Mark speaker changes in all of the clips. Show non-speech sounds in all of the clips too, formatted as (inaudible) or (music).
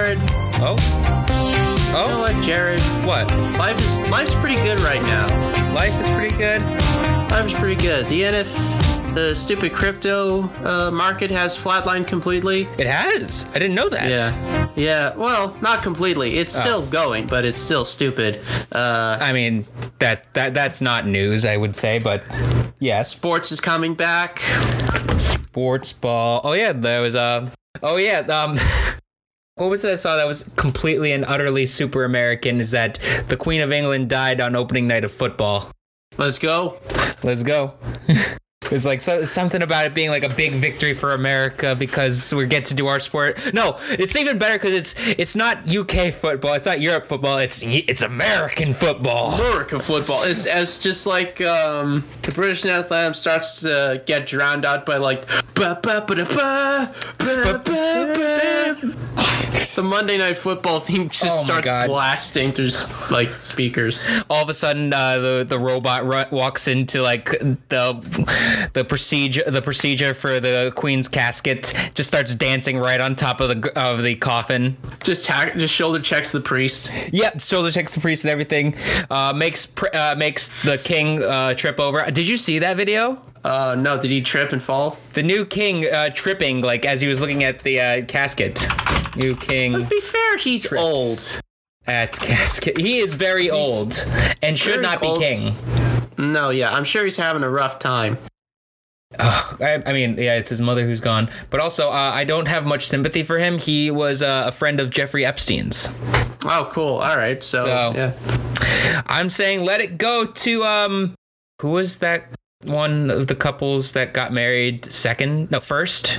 Speaker 1: Oh?
Speaker 2: You know
Speaker 1: Oh?
Speaker 2: what, Jared?
Speaker 1: What?
Speaker 2: Life is life's pretty good right now.
Speaker 1: Life is pretty good?
Speaker 2: Life is pretty good. The NF, the stupid crypto uh, market has flatlined completely.
Speaker 1: It has. I didn't know that.
Speaker 2: Yeah, yeah. Well, not completely. It's still going, but it's still stupid. Uh,
Speaker 1: I mean, that, that that's not news, I would say, but yes.
Speaker 2: sports is coming back.
Speaker 1: Sports ball. Oh yeah, there was uh Oh yeah, um (laughs) What was it I saw that was completely and utterly super American is that the Queen of England died on opening night of football.
Speaker 2: Let's go.
Speaker 1: Let's go. (laughs) It's like so, something about it being like a big victory for America because we get to do our sport. No, it's even better because it's it's not UK football, it's not Europe football, it's it's American football.
Speaker 2: American football is as just like um, the British national anthem starts to get drowned out by like ba ba ba da ba ba ba ba. The Monday Night Football theme just
Speaker 1: Oh my
Speaker 2: starts
Speaker 1: God.
Speaker 2: blasting through s- like speakers.
Speaker 1: All of a sudden, uh, the the robot ru- walks into like the the procedure the procedure for the Queen's casket, just starts dancing right on top of the g- of the coffin.
Speaker 2: Just hack, just shoulder checks the priest.
Speaker 1: Yep, shoulder checks the priest and everything. Uh, makes pr- uh, makes the king uh, trip over. Did you see that video?
Speaker 2: Uh, no, did he trip and fall?
Speaker 1: The new king uh, tripping, like as he was looking at the uh, casket. New
Speaker 2: To
Speaker 1: king
Speaker 2: be fair, he's old.
Speaker 1: at casket. He is very old and
Speaker 2: Very
Speaker 1: should not be
Speaker 2: old.
Speaker 1: king.
Speaker 2: No, yeah, I'm sure he's having a rough time.
Speaker 1: Ugh, I, I mean, yeah, it's his mother who's gone. But also, uh, I don't have much sympathy for him. He was uh, a friend of Jeffrey Epstein's.
Speaker 2: Oh, cool. All right, so,
Speaker 1: So-
Speaker 2: yeah,
Speaker 1: I'm saying let it go to um, who was that one of the couples that got married second? No, first.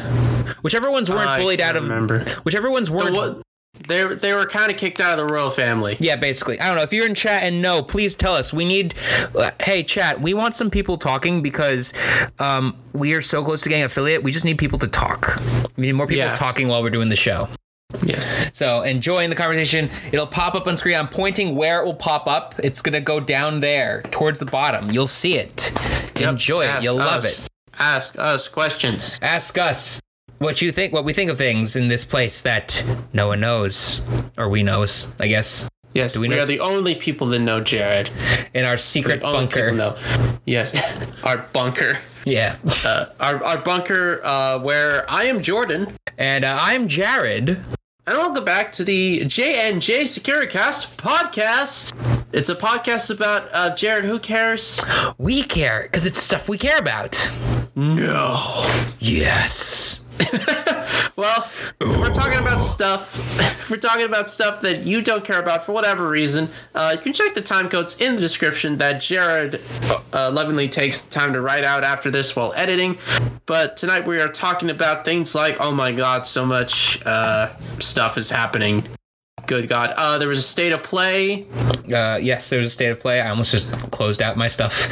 Speaker 1: Whichever ones weren't
Speaker 2: I
Speaker 1: bullied
Speaker 2: can't
Speaker 1: out of.
Speaker 2: remember.
Speaker 1: Whichever ones weren't.
Speaker 2: What? They they were kind of kicked out of the royal family.
Speaker 1: Yeah, basically. I don't know. If you're in chat and no, please tell us. We need, uh, hey, chat, we want some people talking because um, we are so close to getting affiliate. We just need people to talk. We need more people
Speaker 2: Yeah.
Speaker 1: talking while we're doing the show.
Speaker 2: Yes.
Speaker 1: So enjoying the conversation. It'll pop up on screen. I'm pointing where it will pop up. It's going to go down there towards the bottom. You'll see it. Enjoy it.
Speaker 2: Ask
Speaker 1: You'll love
Speaker 2: us-
Speaker 1: it.
Speaker 2: Ask us questions.
Speaker 1: Ask us what you think, what we think of things in this place that no one knows, or we knows, I guess,
Speaker 2: Yes,
Speaker 1: we
Speaker 2: we,
Speaker 1: know-
Speaker 2: are the only people that know Jared.
Speaker 1: in our secret
Speaker 2: Only
Speaker 1: bunker.
Speaker 2: people know. Yes, (laughs) our bunker.
Speaker 1: Yeah.
Speaker 2: Uh, our, our bunker uh, where I am Jordan.
Speaker 1: And uh, I'm Jared.
Speaker 2: And welcome back to the JNJ SecurityCast podcast. It's a podcast about uh, Jared. Who cares?
Speaker 1: We care because it's stuff we care about.
Speaker 2: No.
Speaker 1: Yes.
Speaker 2: Well, we're talking about stuff. (laughs) we're talking about stuff that you don't care about for whatever reason. Uh, you can check the time codes in the description that Jared uh, lovingly takes the time to write out after this while editing. But tonight we are talking about things like, oh my god, so much uh, stuff is happening. Good God! Uh, there was a state of play.
Speaker 1: Uh, yes, there was a state of play. I almost just closed out my stuff.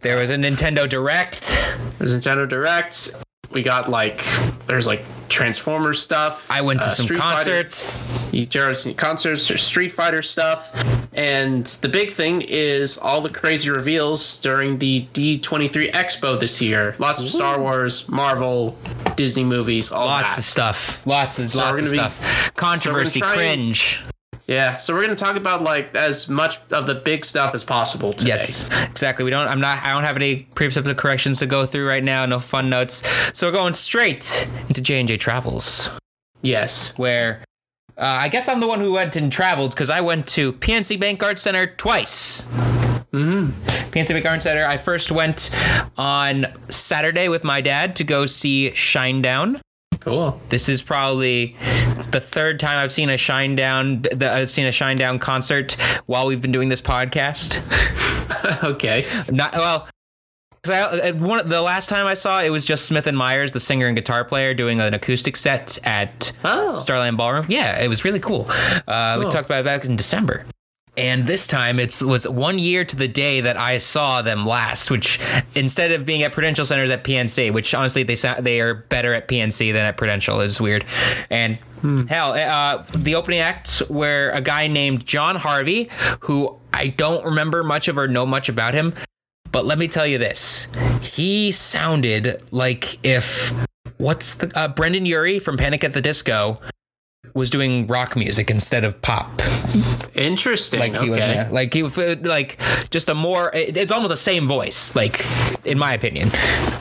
Speaker 1: There was a Nintendo Direct.
Speaker 2: There's Nintendo Direct. We got like there's like Transformers stuff.
Speaker 1: I went to
Speaker 2: uh,
Speaker 1: some
Speaker 2: Street Fighter-
Speaker 1: concerts.
Speaker 2: Jared's concerts or Street Fighter stuff. And the big thing is all the crazy reveals during the D23 Expo this year. Lots of Star Wars, Marvel, Disney movies, all
Speaker 1: Lots of
Speaker 2: that.
Speaker 1: stuff. Lots of
Speaker 2: we're
Speaker 1: lots of
Speaker 2: gonna be-
Speaker 1: stuff. Controversy,
Speaker 2: so we're gonna try and-
Speaker 1: cringe.
Speaker 2: yeah, so we're going to talk about like as much of the big stuff as possible today.
Speaker 1: Yes, exactly. We don't. I'm not. I don't have any preceptive corrections to go through right now. No fun notes. So we're going straight into J and J Travels.
Speaker 2: Yes.
Speaker 1: where uh, I guess I'm the one who went and traveled because I went to PNC Bank Arts Center twice. Mm-hmm. PNC Bank Arts Center. I first went on Saturday with my dad to go see Shinedown.
Speaker 2: Cool.
Speaker 1: This is probably the third time I've seen a Shinedown. th- I've seen a Shinedown concert while we've been doing this podcast.
Speaker 2: (laughs) okay.
Speaker 1: Not well. 'cause I, uh, one, the last time I saw it was just Smith and Myers, the singer and guitar player, doing an acoustic set at
Speaker 2: Oh.
Speaker 1: Starland Ballroom. Yeah, it was really cool. Uh, We
Speaker 2: Cool.
Speaker 1: talked about it back in December. And this time it was one year to the day that I saw them last, which instead of being at Prudential Centers at PNC, which honestly they sa- they are better at PNC than at Prudential is weird. And
Speaker 2: Hmm.
Speaker 1: hell, uh, the opening acts were a guy named John Harvey, who I don't remember much of or know much about him, but let me tell you this: he sounded like if what's the uh, Brendan Urie from Panic at the Disco was doing rock music instead of pop.
Speaker 2: Interesting.
Speaker 1: Like
Speaker 2: okay.
Speaker 1: he was, yeah. like he uh, like just a more. it- It's almost the same voice. Like in my opinion.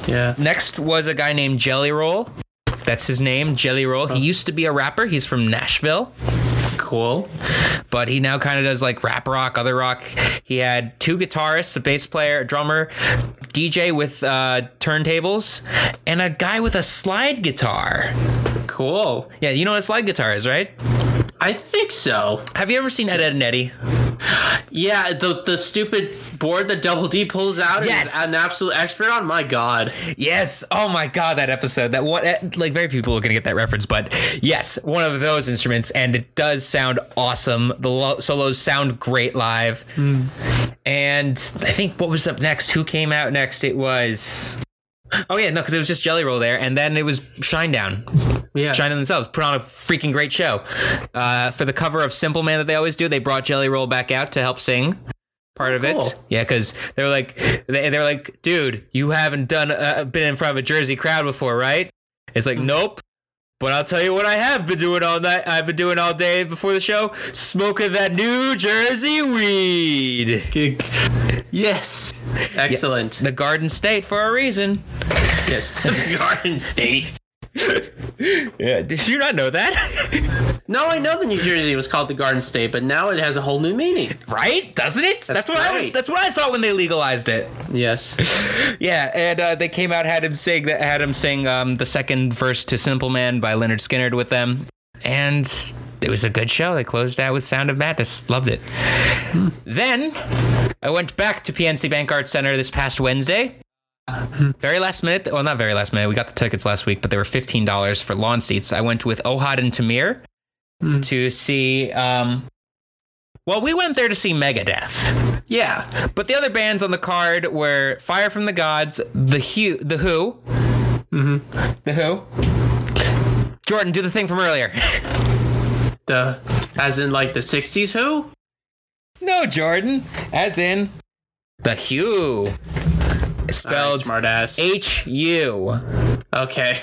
Speaker 2: yeah.
Speaker 1: Next was a guy named Jelly Roll. That's his name, Jelly Roll. He used to be a rapper. He's from Nashville,
Speaker 2: Cool.
Speaker 1: but he now kind of does like rap rock, other rock. He had two guitarists, a bass player, a drummer, DJ with uh, turntables, and a guy with a slide guitar.
Speaker 2: Cool.
Speaker 1: Yeah, you know what a slide guitar is, right?
Speaker 2: I think so.
Speaker 1: Have you ever seen Ed, Ed and Eddie?
Speaker 2: Yeah, the the stupid board that Double D pulls out
Speaker 1: Yes.
Speaker 2: is an absolute expert on. My God.
Speaker 1: Yes. Oh my god, that episode. That what eh, like very few people are going to get that reference, but yes, one of those instruments and it does sound awesome. The lo- solos sound great live. And I think what was up next? Who came out next? It was Oh yeah, no, because it was just Jelly Roll there, and then it was Shinedown.
Speaker 2: Yeah.
Speaker 1: Shinedown themselves put on a freaking great show. Uh, for the cover of Simple Man that they always do, they brought Jelly Roll back out to help sing part of
Speaker 2: Cool.
Speaker 1: it. Yeah, because they were like, they, they were like, dude, you haven't done uh, been in front of a Jersey crowd before, right? It's like, nope. But I'll tell you what I have been doing all night. I've been doing all day before the show, smoking that New Jersey weed.
Speaker 2: Yes. (laughs) Excellent.
Speaker 1: The Garden State for a reason.
Speaker 2: (laughs) Yes. Garden State.
Speaker 1: Yeah, did you not know that? (laughs)
Speaker 2: No, I know the New Jersey was called the Garden State, but now it has a whole new meaning.
Speaker 1: right? Doesn't it? That's, what I was.
Speaker 2: right.
Speaker 1: That's what I thought when they legalized it.
Speaker 2: Yes.
Speaker 1: Yeah, and uh, they came out had him sing that had him sing um, the second verse to "Simple Man" by Leonard Skinner with them, and it was a good show. They closed out with "Sound of Madness." Loved it. Then I went back to PNC Bank Arts Center this past Wednesday. Very last minute, well, not very last minute. We got the tickets last week, but they were fifteen dollars for lawn seats. I went with Ohad and Tamir to see. Um, well, we went there to see Megadeth.
Speaker 2: Yeah.
Speaker 1: But the other bands on the card were Fire from the Gods, The Who, The Who, mm-hmm. The Who. Jordan, do the thing from earlier. (laughs)
Speaker 2: The as in like the '60s. Who?
Speaker 1: no, Jordan, as in The Who, spelled
Speaker 2: Smart ass.
Speaker 1: H U.
Speaker 2: Okay.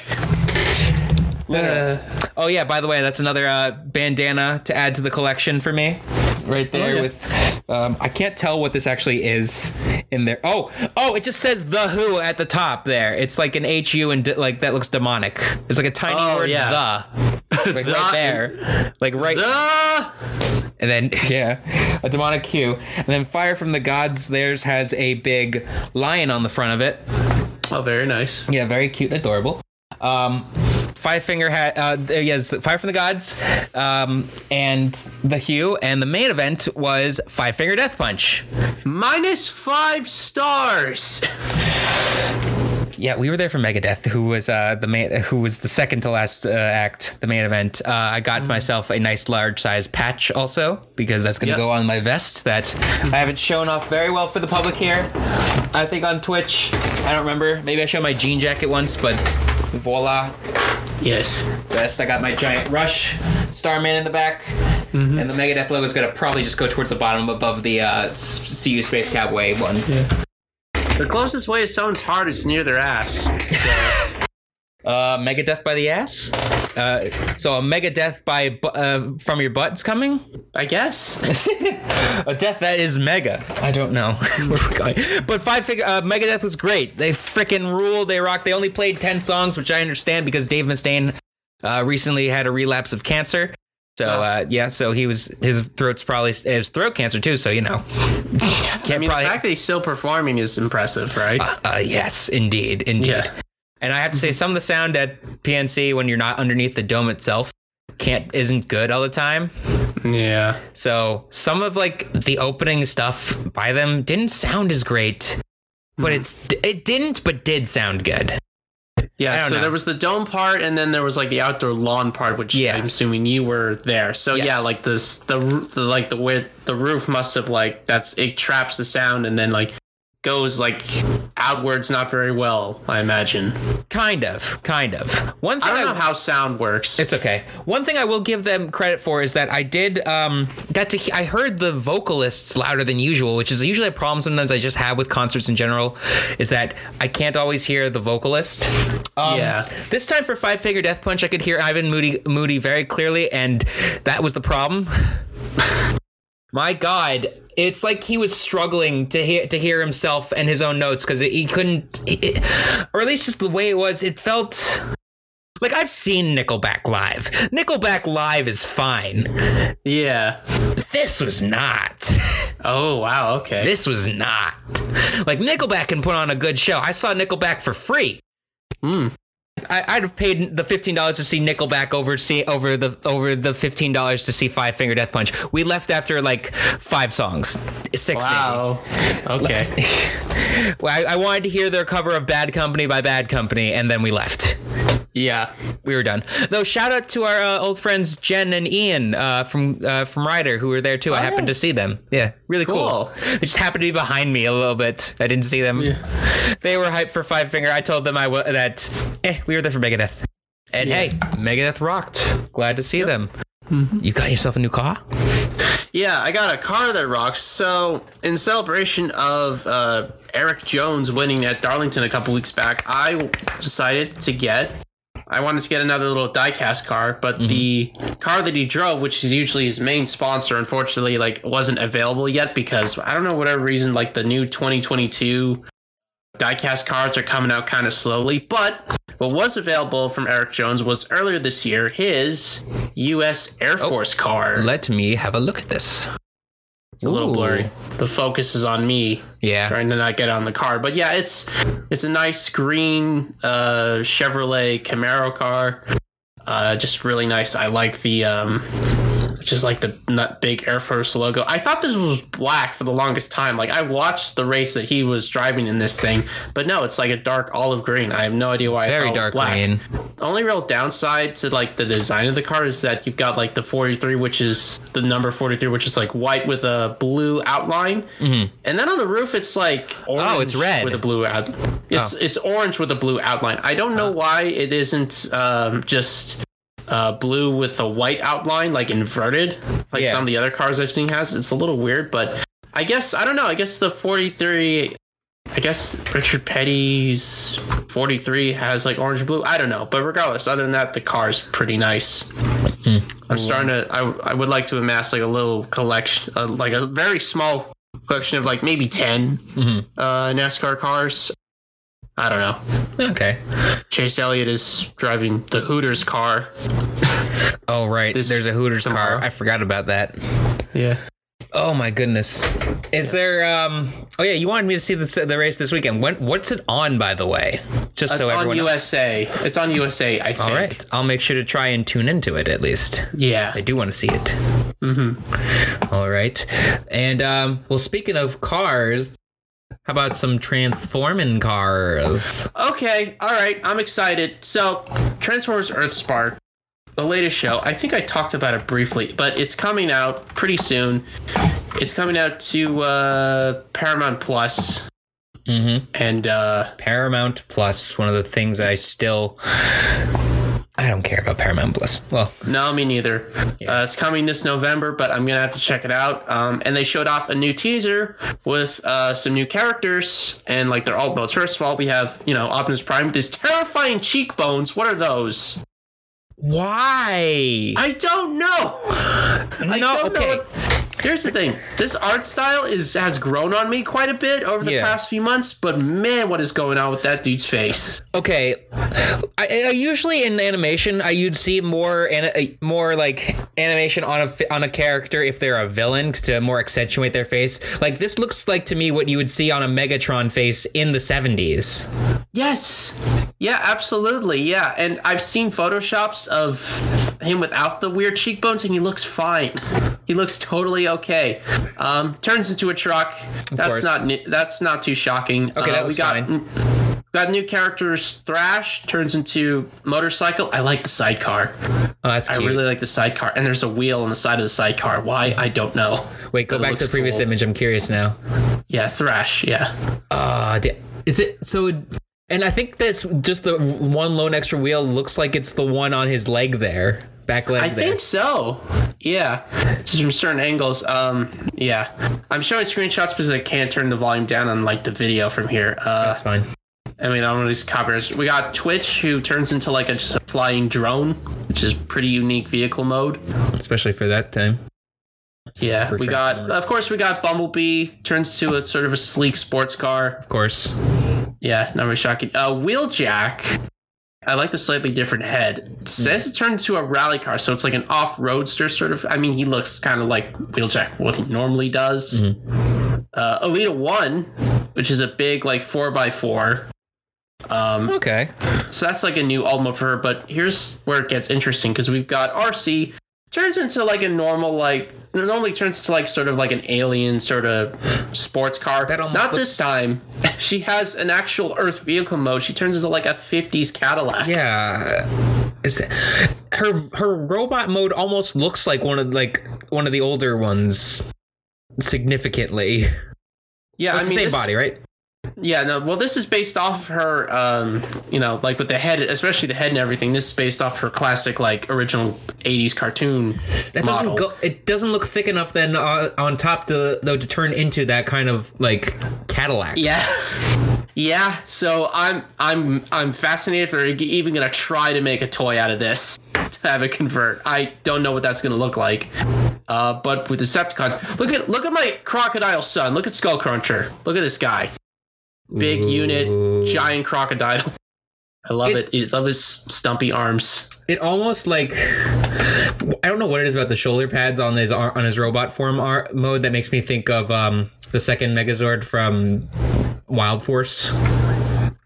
Speaker 2: Uh,
Speaker 1: Oh yeah, by the way, that's another uh, bandana to add to the collection for me, right there.
Speaker 2: Oh, yeah.
Speaker 1: With um, I can't tell what this actually is in there. Oh, oh, it just says the Who at the top there. It's like an H U and d- like that looks demonic. It's like a tiny
Speaker 2: Oh,
Speaker 1: word
Speaker 2: yeah. (laughs)
Speaker 1: the, like right
Speaker 2: The-
Speaker 1: there, like right,
Speaker 2: the
Speaker 1: and then (laughs) yeah, a demonic Q, and then Fire from the Gods. Theirs has a big lion on the front of it.
Speaker 2: Oh, very nice.
Speaker 1: Yeah, very cute and adorable. Um, Five Finger had uh, there- yes, Fire from the Gods, um, and the Hue, and the main event was Five Finger Death Punch.
Speaker 2: Minus five stars.
Speaker 1: Yeah, we were there for Megadeth, who was uh, the main, who was the second to last uh, act, the main event. Uh, I got myself a nice large size patch also because that's going
Speaker 2: Yep.
Speaker 1: to go on my vest that I haven't shown off very well for the public here. I think on Twitch, I don't remember. Maybe I showed my jean jacket once, but voila,
Speaker 2: yes.
Speaker 1: vest. I got my giant Rush Starman in the back, and the Megadeth logo is gonna probably just go towards the bottom above the uh, s- CU Space Cowboy one.
Speaker 2: The closest way to someone's heart is near their ass.
Speaker 1: Uh, Megadeth by the ass. Uh, so a Megadeth by bu- uh, from your butt's coming.
Speaker 2: I guess.
Speaker 1: (laughs) a death that is mega. I don't know (laughs) where we're going, but Five Finger uh, Megadeth was great. They freaking rule. They rock. They only played ten songs, which I understand because Dave Mustaine uh, recently had a relapse of cancer. So
Speaker 2: Ah.
Speaker 1: uh, yeah, so he was his throat's probably it was throat cancer too. So
Speaker 2: (sighs)
Speaker 1: you know, can't
Speaker 2: I mean,
Speaker 1: probably.
Speaker 2: the fact that he's still performing is impressive, right?
Speaker 1: uh, yes, indeed, indeed.
Speaker 2: Yeah.
Speaker 1: And I have to say, some of the sound at PNC when you're not underneath the dome itself can't isn't good all the time.
Speaker 2: Yeah.
Speaker 1: So some of like the opening stuff by them didn't sound as great, but
Speaker 2: Hmm.
Speaker 1: it's it didn't but did sound good. I
Speaker 2: Yeah.
Speaker 1: don't
Speaker 2: So
Speaker 1: know.
Speaker 2: there was the dome part, and then there was like the outdoor lawn part, which
Speaker 1: Yeah.
Speaker 2: I'm assuming you were there. So yeah,
Speaker 1: Yes.
Speaker 2: like this, the, roo- the like the where the roof must have like that's it traps the sound, and then like goes like outwards not very well, I imagine.
Speaker 1: Kind of, kind of. One thing
Speaker 2: I don't know how sound works.
Speaker 1: Oh. It's okay. One thing I will give them credit for is that I did um, got to he- I heard the vocalists louder than usual, which is usually a problem sometimes I just have with concerts in general, is that I can't always hear the vocalist. Um,
Speaker 2: Yeah.
Speaker 1: This time for Five Finger Death Punch, I could hear Ivan Moody Moody very clearly, and that was the problem. (laughs) My God, it's like he was struggling to hear to hear himself and his own notes because he couldn't, it- or at least just the way it was. It felt like I've seen Nickelback live. Nickelback live is fine.
Speaker 2: yeah.
Speaker 1: This was not.
Speaker 2: Oh wow. Okay.
Speaker 1: This was not. Like Nickelback can put on a good show. I saw Nickelback for free.
Speaker 2: Hmm.
Speaker 1: I, I'd have paid the fifteen dollars to see Nickelback over see over the over the fifteen dollars to see Five Finger Death Punch. We left after like five songs, six maybe.
Speaker 2: wow.
Speaker 1: (laughs)
Speaker 2: Okay.
Speaker 1: Well, I, I wanted to hear their cover of Bad Company by Bad Company, and then we left.
Speaker 2: yeah.
Speaker 1: We were done. Though, shout out to our uh, old friends Jen and Ian uh, from uh, from Ryder, who were there too. I happened
Speaker 2: Oh, yeah.
Speaker 1: to see them. Yeah, really cool.
Speaker 2: Cool.
Speaker 1: They just happened to be behind me a little bit. I didn't see them. They were hyped for Five Finger. I told them I wa that eh, we were there for Megadeth. And hey, Megadeth rocked. Glad to see them.
Speaker 2: Mm-hmm.
Speaker 1: You got yourself a new car?
Speaker 2: Yeah, I got a car that rocks. So, in celebration of uh, Eric Jones winning at Darlington a couple weeks back, I decided to get. I wanted to get another little diecast car, but the car that he drove, which is usually his main sponsor, unfortunately, like wasn't available yet because I don't know whatever reason, like the new 2022 diecast cards are coming out kind of slowly. But what was available from Eric Jones was earlier this year his U.S. Air Force car.
Speaker 1: Let me have a look at this.
Speaker 2: It's a little
Speaker 1: Ooh.
Speaker 2: blurry. The focus is on me
Speaker 1: Yeah.
Speaker 2: trying to not get on the car. But yeah, it's it's a nice green uh, Chevrolet Camaro car. Uh, just really nice. I like the um, just like the not big Air Force logo. I thought this was black for the longest time. Like I watched the race that he was driving in this thing, but no, it's like a dark olive green. I have no idea why. I thought it
Speaker 1: Very
Speaker 2: was
Speaker 1: dark
Speaker 2: black
Speaker 1: green.
Speaker 2: only real downside to like the design of the car is that you've got like the 43 which is the number 43 which is like white with a blue outline and then on the roof it's like orange
Speaker 1: Mm-hmm. Oh, it's red. Oh.
Speaker 2: with a blue out it's it's orange with a blue outline i don't know why it isn't um, just uh, blue with a white outline like inverted like
Speaker 1: Yeah.
Speaker 2: some of the other cars i've seen has it's a little weird but i guess i don't know i guess the 43 I guess Richard Petty's 43 has like orange and blue. I don't know, but regardless, other than that, the car is pretty nice. I'm starting to. I, I would like to amass like a little collection, uh, like a very small collection of like maybe 10
Speaker 1: Mhm.
Speaker 2: uh, NASCAR cars. I don't know.
Speaker 1: Okay.
Speaker 2: Chase Elliott is driving the Hooters car.
Speaker 1: Oh right,
Speaker 2: This-
Speaker 1: there's a Hooters
Speaker 2: tomorrow.
Speaker 1: car. I forgot about that.
Speaker 2: Yeah.
Speaker 1: Oh my goodness. Is there um Oh yeah, you wanted me to see this, the race this weekend. When what's it on by the way? Just
Speaker 2: It's
Speaker 1: so
Speaker 2: on
Speaker 1: everyone
Speaker 2: USA. It's on USA, I think.
Speaker 1: All right. I'll make sure to try and tune into it at least.
Speaker 2: Yeah.
Speaker 1: I do want to see it. Mhm. All right. And um well speaking of cars, how about some transforming cars?
Speaker 2: Okay, all right, I'm excited. So, Transformers Earthspark, the latest show. I think I talked about it briefly, but it's coming out pretty soon. It's coming out to uh, Paramount Plus,
Speaker 1: Mhm.
Speaker 2: and uh,
Speaker 1: Paramount Plus, one of the things I still I don't care about Paramount Plus. Well,
Speaker 2: no, me neither. Uh, it's coming this November, but I'm gonna have to check it out. Um, and they showed off a new teaser with uh, some new characters and like their alt modes. First of all, we have you know Optimus Prime with his terrifying cheekbones. What are those?
Speaker 1: why?
Speaker 2: I don't know. I
Speaker 1: no,
Speaker 2: don't know
Speaker 1: okay.
Speaker 2: what- Here's the thing. This art style is has grown on me quite a bit over the
Speaker 1: Yeah.
Speaker 2: past few months, but man, what is going on with that dude's face?
Speaker 1: Okay, I, I usually in animation I you'd see more and more like animation on a fi- on a character if they're a villain to more accentuate their face. Like this looks like to me what you would see on a Megatron face in the seventies.
Speaker 2: Yes. Yeah, absolutely. Yeah, and I've seen photoshops of him without the weird cheekbones and he looks fine. (laughs) He looks totally okay. Um turns into a truck. that's
Speaker 1: course.
Speaker 2: not new, that's not too shocking. Uh,
Speaker 1: Okay, that
Speaker 2: we
Speaker 1: looks
Speaker 2: got
Speaker 1: fine.
Speaker 2: we Got new characters. Thrash turns into motorcycle. I like the sidecar.
Speaker 1: Oh, that's
Speaker 2: I
Speaker 1: cute.
Speaker 2: really like the sidecar. And there's a wheel on the side of the sidecar. Why? I don't know.
Speaker 1: Wait, go
Speaker 2: But it
Speaker 1: back to
Speaker 2: looks
Speaker 1: the previous
Speaker 2: cool.
Speaker 1: image. I'm curious now.
Speaker 2: Yeah, Thrash. Yeah.
Speaker 1: Uh, da- is it so? it- And I think that's just the one lone extra wheel looks like it's the one on his leg there, back leg
Speaker 2: I
Speaker 1: there.
Speaker 2: think so. Yeah. Just from certain angles. Um, yeah. I'm showing screenshots because I can't turn the volume down on like the video from here. Uh,
Speaker 1: that's fine.
Speaker 2: I mean, I don't know these copyrights. We got Twitch, who turns into like a just a flying drone, which is pretty unique vehicle mode.
Speaker 1: Especially for that time.
Speaker 2: Yeah,
Speaker 1: For
Speaker 2: we got.
Speaker 1: Transformers.
Speaker 2: Of course, we got Bumblebee turns to a sort of a sleek sports car.
Speaker 1: Of course.
Speaker 2: Yeah, not very shocking. Uh, Wheeljack. I like the slightly different head. It says it turned into a rally car, so it's like an off roadster sort of. I mean, he looks kind of like Wheeljack, what he normally does. Uh, Alita One, which is a big like four by four. Um,
Speaker 1: Okay.
Speaker 2: so that's like a new Alma for her, but here's where it gets interesting because we've got RC turns into like a normal like it normally turns into like sort of like an alien sort of sports car.
Speaker 1: That almost
Speaker 2: Not
Speaker 1: looks-
Speaker 2: this time. (laughs) She has an actual Earth vehicle mode. She turns into like a 50s Cadillac.
Speaker 1: Yeah. Is it- her her robot mode almost looks like one of like one of the older ones significantly. It's
Speaker 2: yeah. I
Speaker 1: the
Speaker 2: mean,
Speaker 1: same
Speaker 2: this-
Speaker 1: body, right?
Speaker 2: Yeah, no. Well, this is based off of her, um, you know, like with the head, especially the head and everything. This is based off her classic, like original '80s cartoon.
Speaker 1: That
Speaker 2: model.
Speaker 1: doesn't go. It doesn't look thick enough then uh, on top to though to turn into that kind of like Cadillac.
Speaker 2: Yeah. Yeah, (laughs) so I'm I'm I'm fascinated if they're even gonna try to make a toy out of this (laughs) to have it convert. I don't know what that's gonna look like. Uh, but with Decepticons, look at look at my crocodile son. Look at Skullcruncher. Look at this guy. Big
Speaker 1: Ooh.
Speaker 2: unit, giant crocodile. I love
Speaker 1: It-
Speaker 2: it. I love his stumpy arms.
Speaker 1: It almost like I don't know what it is about the shoulder pads on his ar- on his robot form ar- mode that makes me think of um, the second Megazord from Wild Force,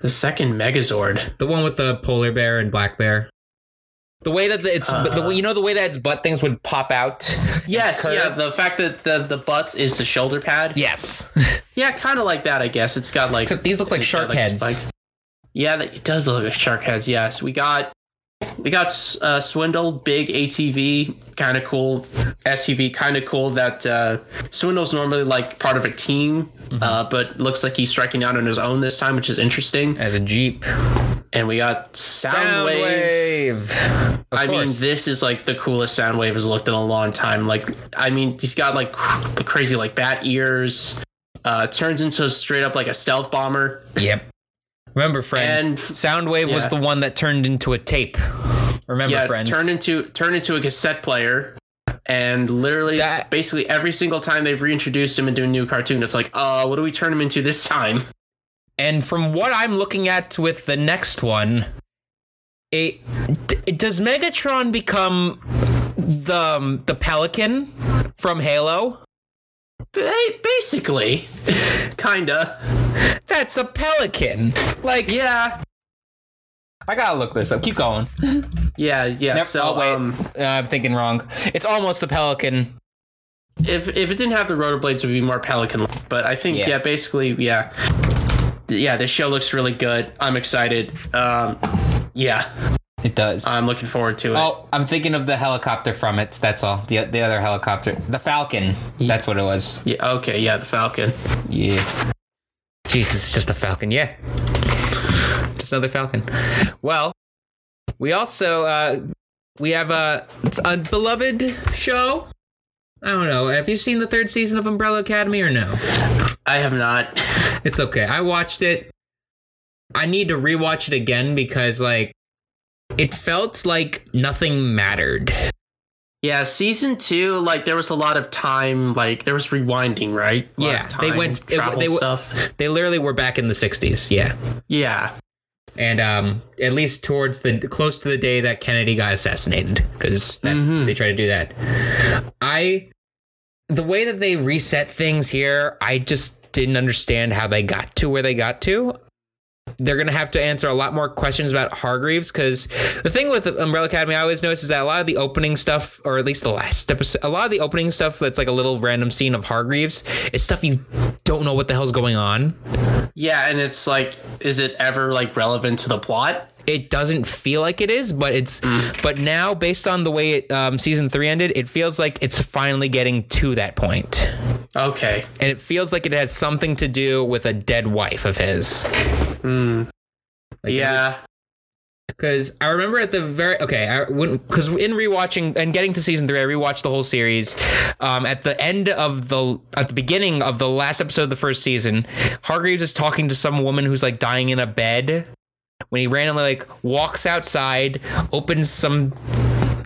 Speaker 2: The second Megazord.
Speaker 1: the one with the polar bear and black bear. The way that the, it's the,
Speaker 2: Uh.
Speaker 1: way- you know the way that its butt things would pop out.
Speaker 2: Yes,
Speaker 1: Curve.
Speaker 2: yeah. The fact that the the butts is the shoulder pad. Yeah,
Speaker 1: (laughs) Yes,
Speaker 2: kind of like that, I guess. It's got like
Speaker 1: except these look like
Speaker 2: It's
Speaker 1: shark
Speaker 2: got, like,
Speaker 1: heads.
Speaker 2: spikes. Yeah, that, it does look like shark heads. Yes, we got we got uh, Swindle, big ATV, kind of cool SUV, kind of cool. That uh, Swindle's normally like part of a team,
Speaker 1: Mm-hmm.
Speaker 2: uh, but looks like he's striking out on his own this time, which is interesting.
Speaker 1: As a jeep,
Speaker 2: And we got Soundwave.
Speaker 1: Soundwave. Of
Speaker 2: I mean,
Speaker 1: course.
Speaker 2: this is like the coolest Soundwave has looked in a long time. Like, I mean, he's got like the crazy like bat ears. Uh, turns into straight up like a stealth bomber.
Speaker 1: Yep. Remember, friends.
Speaker 2: And-
Speaker 1: Soundwave was
Speaker 2: yeah.
Speaker 1: the one that turned into a tape. Remember,
Speaker 2: yeah,
Speaker 1: friends.
Speaker 2: turn into turn into a cassette player, and literally,
Speaker 1: That-
Speaker 2: basically every single time they've reintroduced him into a new cartoon, it's like, uh, what do we turn him into this time?
Speaker 1: and from what I'm looking at with the next one, it, d- does Megatron become the um, the Pelican from Halo?
Speaker 2: Ba- Basically, (laughs) kinda.
Speaker 1: That's a pelican. Like
Speaker 2: Yeah,
Speaker 1: I gotta look this up. Keep (laughs) going.
Speaker 2: yeah, yeah.
Speaker 1: Never-
Speaker 2: so,
Speaker 1: oh, wait.
Speaker 2: um,
Speaker 1: Uh, I'm thinking wrong. It's almost a pelican.
Speaker 2: if if it didn't have the rotor blades, it would be more pelican. But I think,
Speaker 1: Yeah.
Speaker 2: yeah, basically, yeah, yeah. This show looks really good. I'm excited. Um, yeah,
Speaker 1: It does.
Speaker 2: I'm looking forward to it.
Speaker 1: oh, I'm thinking of the helicopter from it. That's all. The the other helicopter, the Falcon. That's what it was.
Speaker 2: Yeah, okay, yeah, the Falcon.
Speaker 1: Yeah. Jesus, it's just a falcon. Yeah. Just another falcon. Well, we also uh we have a it's a beloved show. I don't know. Have you seen the third season of Umbrella Academy or no?
Speaker 2: I have not. (laughs)
Speaker 1: It's okay. I watched it. I need to rewatch it again because like it felt like nothing mattered.
Speaker 2: Yeah, season two, like there was a lot of time, like there was rewinding, right? A lot
Speaker 1: Yeah,
Speaker 2: of
Speaker 1: they went- it-
Speaker 2: travel
Speaker 1: they w-
Speaker 2: stuff.
Speaker 1: They literally were back in the 60s. Yeah.
Speaker 2: Yeah,
Speaker 1: and um, at least towards the close to the day that Kennedy got assassinated, because
Speaker 2: Mhm.
Speaker 1: they try to do that. I, the way that they reset things here, I just didn't understand how they got to where they got to. they're going to have to answer a lot more questions about Hargreaves because the thing with Umbrella Academy I always notice is that a lot of the opening stuff, or at least the last episode, a lot of the opening stuff that's like a little random scene of Hargreaves is stuff you don't know what the hell's going on.
Speaker 2: Yeah, and it's like, is it ever like relevant to the plot?
Speaker 1: It doesn't feel like it is, but it's but now based on the way it, um, season three ended, it feels like it's finally getting to that point,
Speaker 2: Okay.
Speaker 1: and it feels like it has something to do with a dead wife of his. Like,
Speaker 2: hmm, yeah.
Speaker 1: Because I remember at the very okay, I wouldn't because in rewatching and getting to season three, I rewatched the whole series. Um, at the end of the at the beginning of the last episode of the first season, Hargreaves is talking to some woman who's like dying in a bed. When he randomly like walks outside, opens some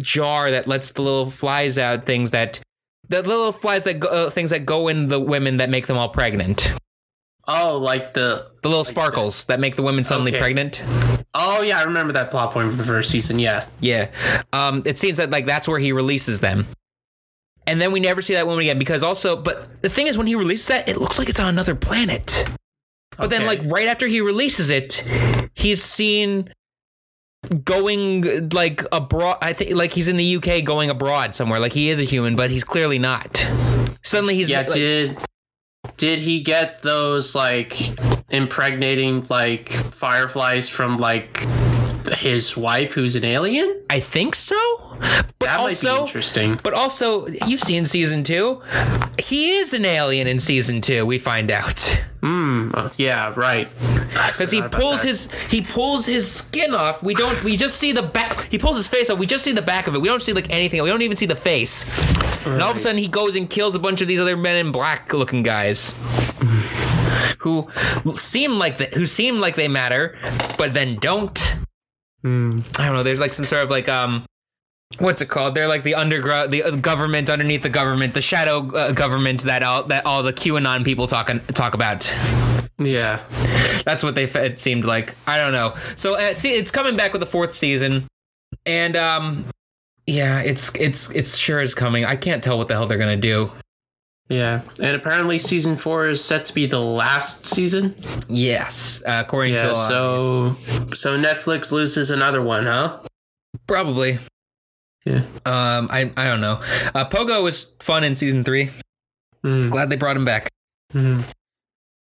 Speaker 1: jar that lets the little flies out, things that the little flies that go, uh, things that go in the women that make them all pregnant.
Speaker 2: Oh, like the.
Speaker 1: The little sparkles that make the women suddenly
Speaker 2: Okay.
Speaker 1: pregnant.
Speaker 2: Oh, yeah, I remember that plot point from the first season. Yeah.
Speaker 1: Yeah. Um, it seems that like that's where he releases them. And then we never see that woman again because also but the thing is when he releases that, it looks like it's on another planet. But then
Speaker 2: Okay.
Speaker 1: like right after he releases it, he's seen going like abroad I think like he's in the UK going abroad somewhere. Like he is a human, but he's clearly not. Suddenly he's
Speaker 2: yeah
Speaker 1: like,
Speaker 2: did did he get those like impregnating like fireflies from like his wife who's an alien
Speaker 1: I think so. But
Speaker 2: that might be
Speaker 1: also
Speaker 2: interesting
Speaker 1: but also you've seen season 2. He is an alien in season 2, we find out.
Speaker 2: Hmm. uh, yeah right
Speaker 1: because he
Speaker 2: about
Speaker 1: pulls
Speaker 2: that.
Speaker 1: his he pulls his skin off. We don't. We just see the back. He pulls his face off. We just see the back of it. We don't see like anything. We don't even see the face. And all of a sudden, he goes and kills a bunch of these other men in black looking guys. Who seem like the, who seem like they matter, but then don't.
Speaker 2: Hmm.
Speaker 1: I don't know. There's like some sort of like um, what's it called? They're like the underground, the uh, government underneath the government, the shadow uh, government that all that all the QAnon people talk talk about.
Speaker 2: yeah
Speaker 1: That's what they it seemed like. I don't know. So uh, see, it's coming back with the fourth season, and um, yeah, it's it's it's sure is coming. I can't tell what the hell they're gonna do.
Speaker 2: yeah and apparently season four is set to be the last season
Speaker 1: Yes, uh, according to
Speaker 2: yeah
Speaker 1: a lot of these.
Speaker 2: so so netflix loses another one huh
Speaker 1: probably.
Speaker 2: Yeah.
Speaker 1: Um, I I don't know. Uh, Pogo was fun in season three.
Speaker 2: Hmm.
Speaker 1: Glad they brought him back.
Speaker 2: Hmm.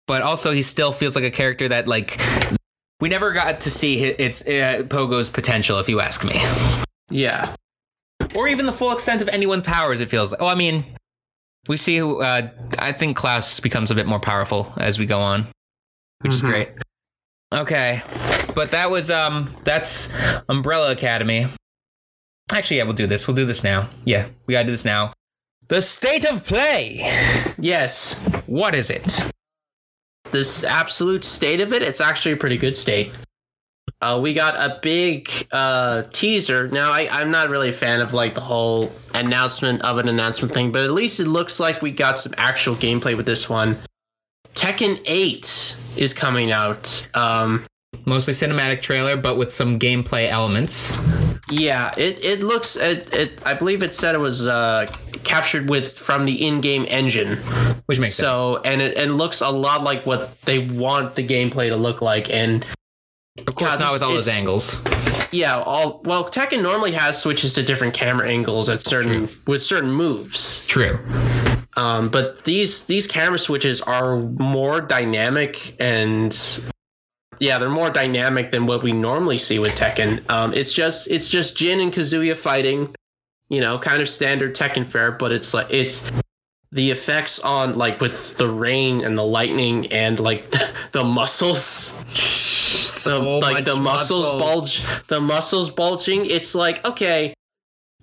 Speaker 1: but also he still feels like a character that like we never got to see hi- its uh, Pogo's potential, if you ask me,
Speaker 2: yeah
Speaker 1: or even the full extent of anyone's powers. It feels like. Oh, I mean, we see who. Uh, I think Klaus becomes a bit more powerful as we go on, which
Speaker 2: Mhm.
Speaker 1: is great. Okay, but that was um, that's Umbrella Academy. Actually, yeah, we'll do this. We'll do this now. Yeah, we gotta do this now. The state of play.
Speaker 2: yes
Speaker 1: What is it?
Speaker 2: this absolute state of it, it's actually a pretty good state. Uh, we got a big uh, teaser. Now, I, I'm not really a fan of like the whole announcement of an announcement thing, but at least it looks like we got some actual gameplay with this one. Tekken 8 is coming out. Um,
Speaker 1: Mostly cinematic trailer, but with some gameplay elements.
Speaker 2: yeah, it, it looks. It, it I believe it said it was uh, captured with from the in-game engine.
Speaker 1: Which makes sense.
Speaker 2: So and it and looks a lot like what they want the gameplay to look like. And
Speaker 1: Of course,
Speaker 2: Yeah,
Speaker 1: not
Speaker 2: this-
Speaker 1: with all those
Speaker 2: it's-
Speaker 1: angles.
Speaker 2: Yeah, all well, Tekken normally has switches to different camera angles at certain with certain moves.
Speaker 1: True.
Speaker 2: Um, but these these camera switches are more dynamic and yeah, they're more dynamic than what we normally see with Tekken. Um, it's just it's just Jin and Kazuya fighting, you know, kind of standard Tekken fare, but it's like it's the effects on like with the rain and the lightning and like (laughs) the muscles the,
Speaker 1: So
Speaker 2: like the muscles, bulge the muscles bulging it's like okay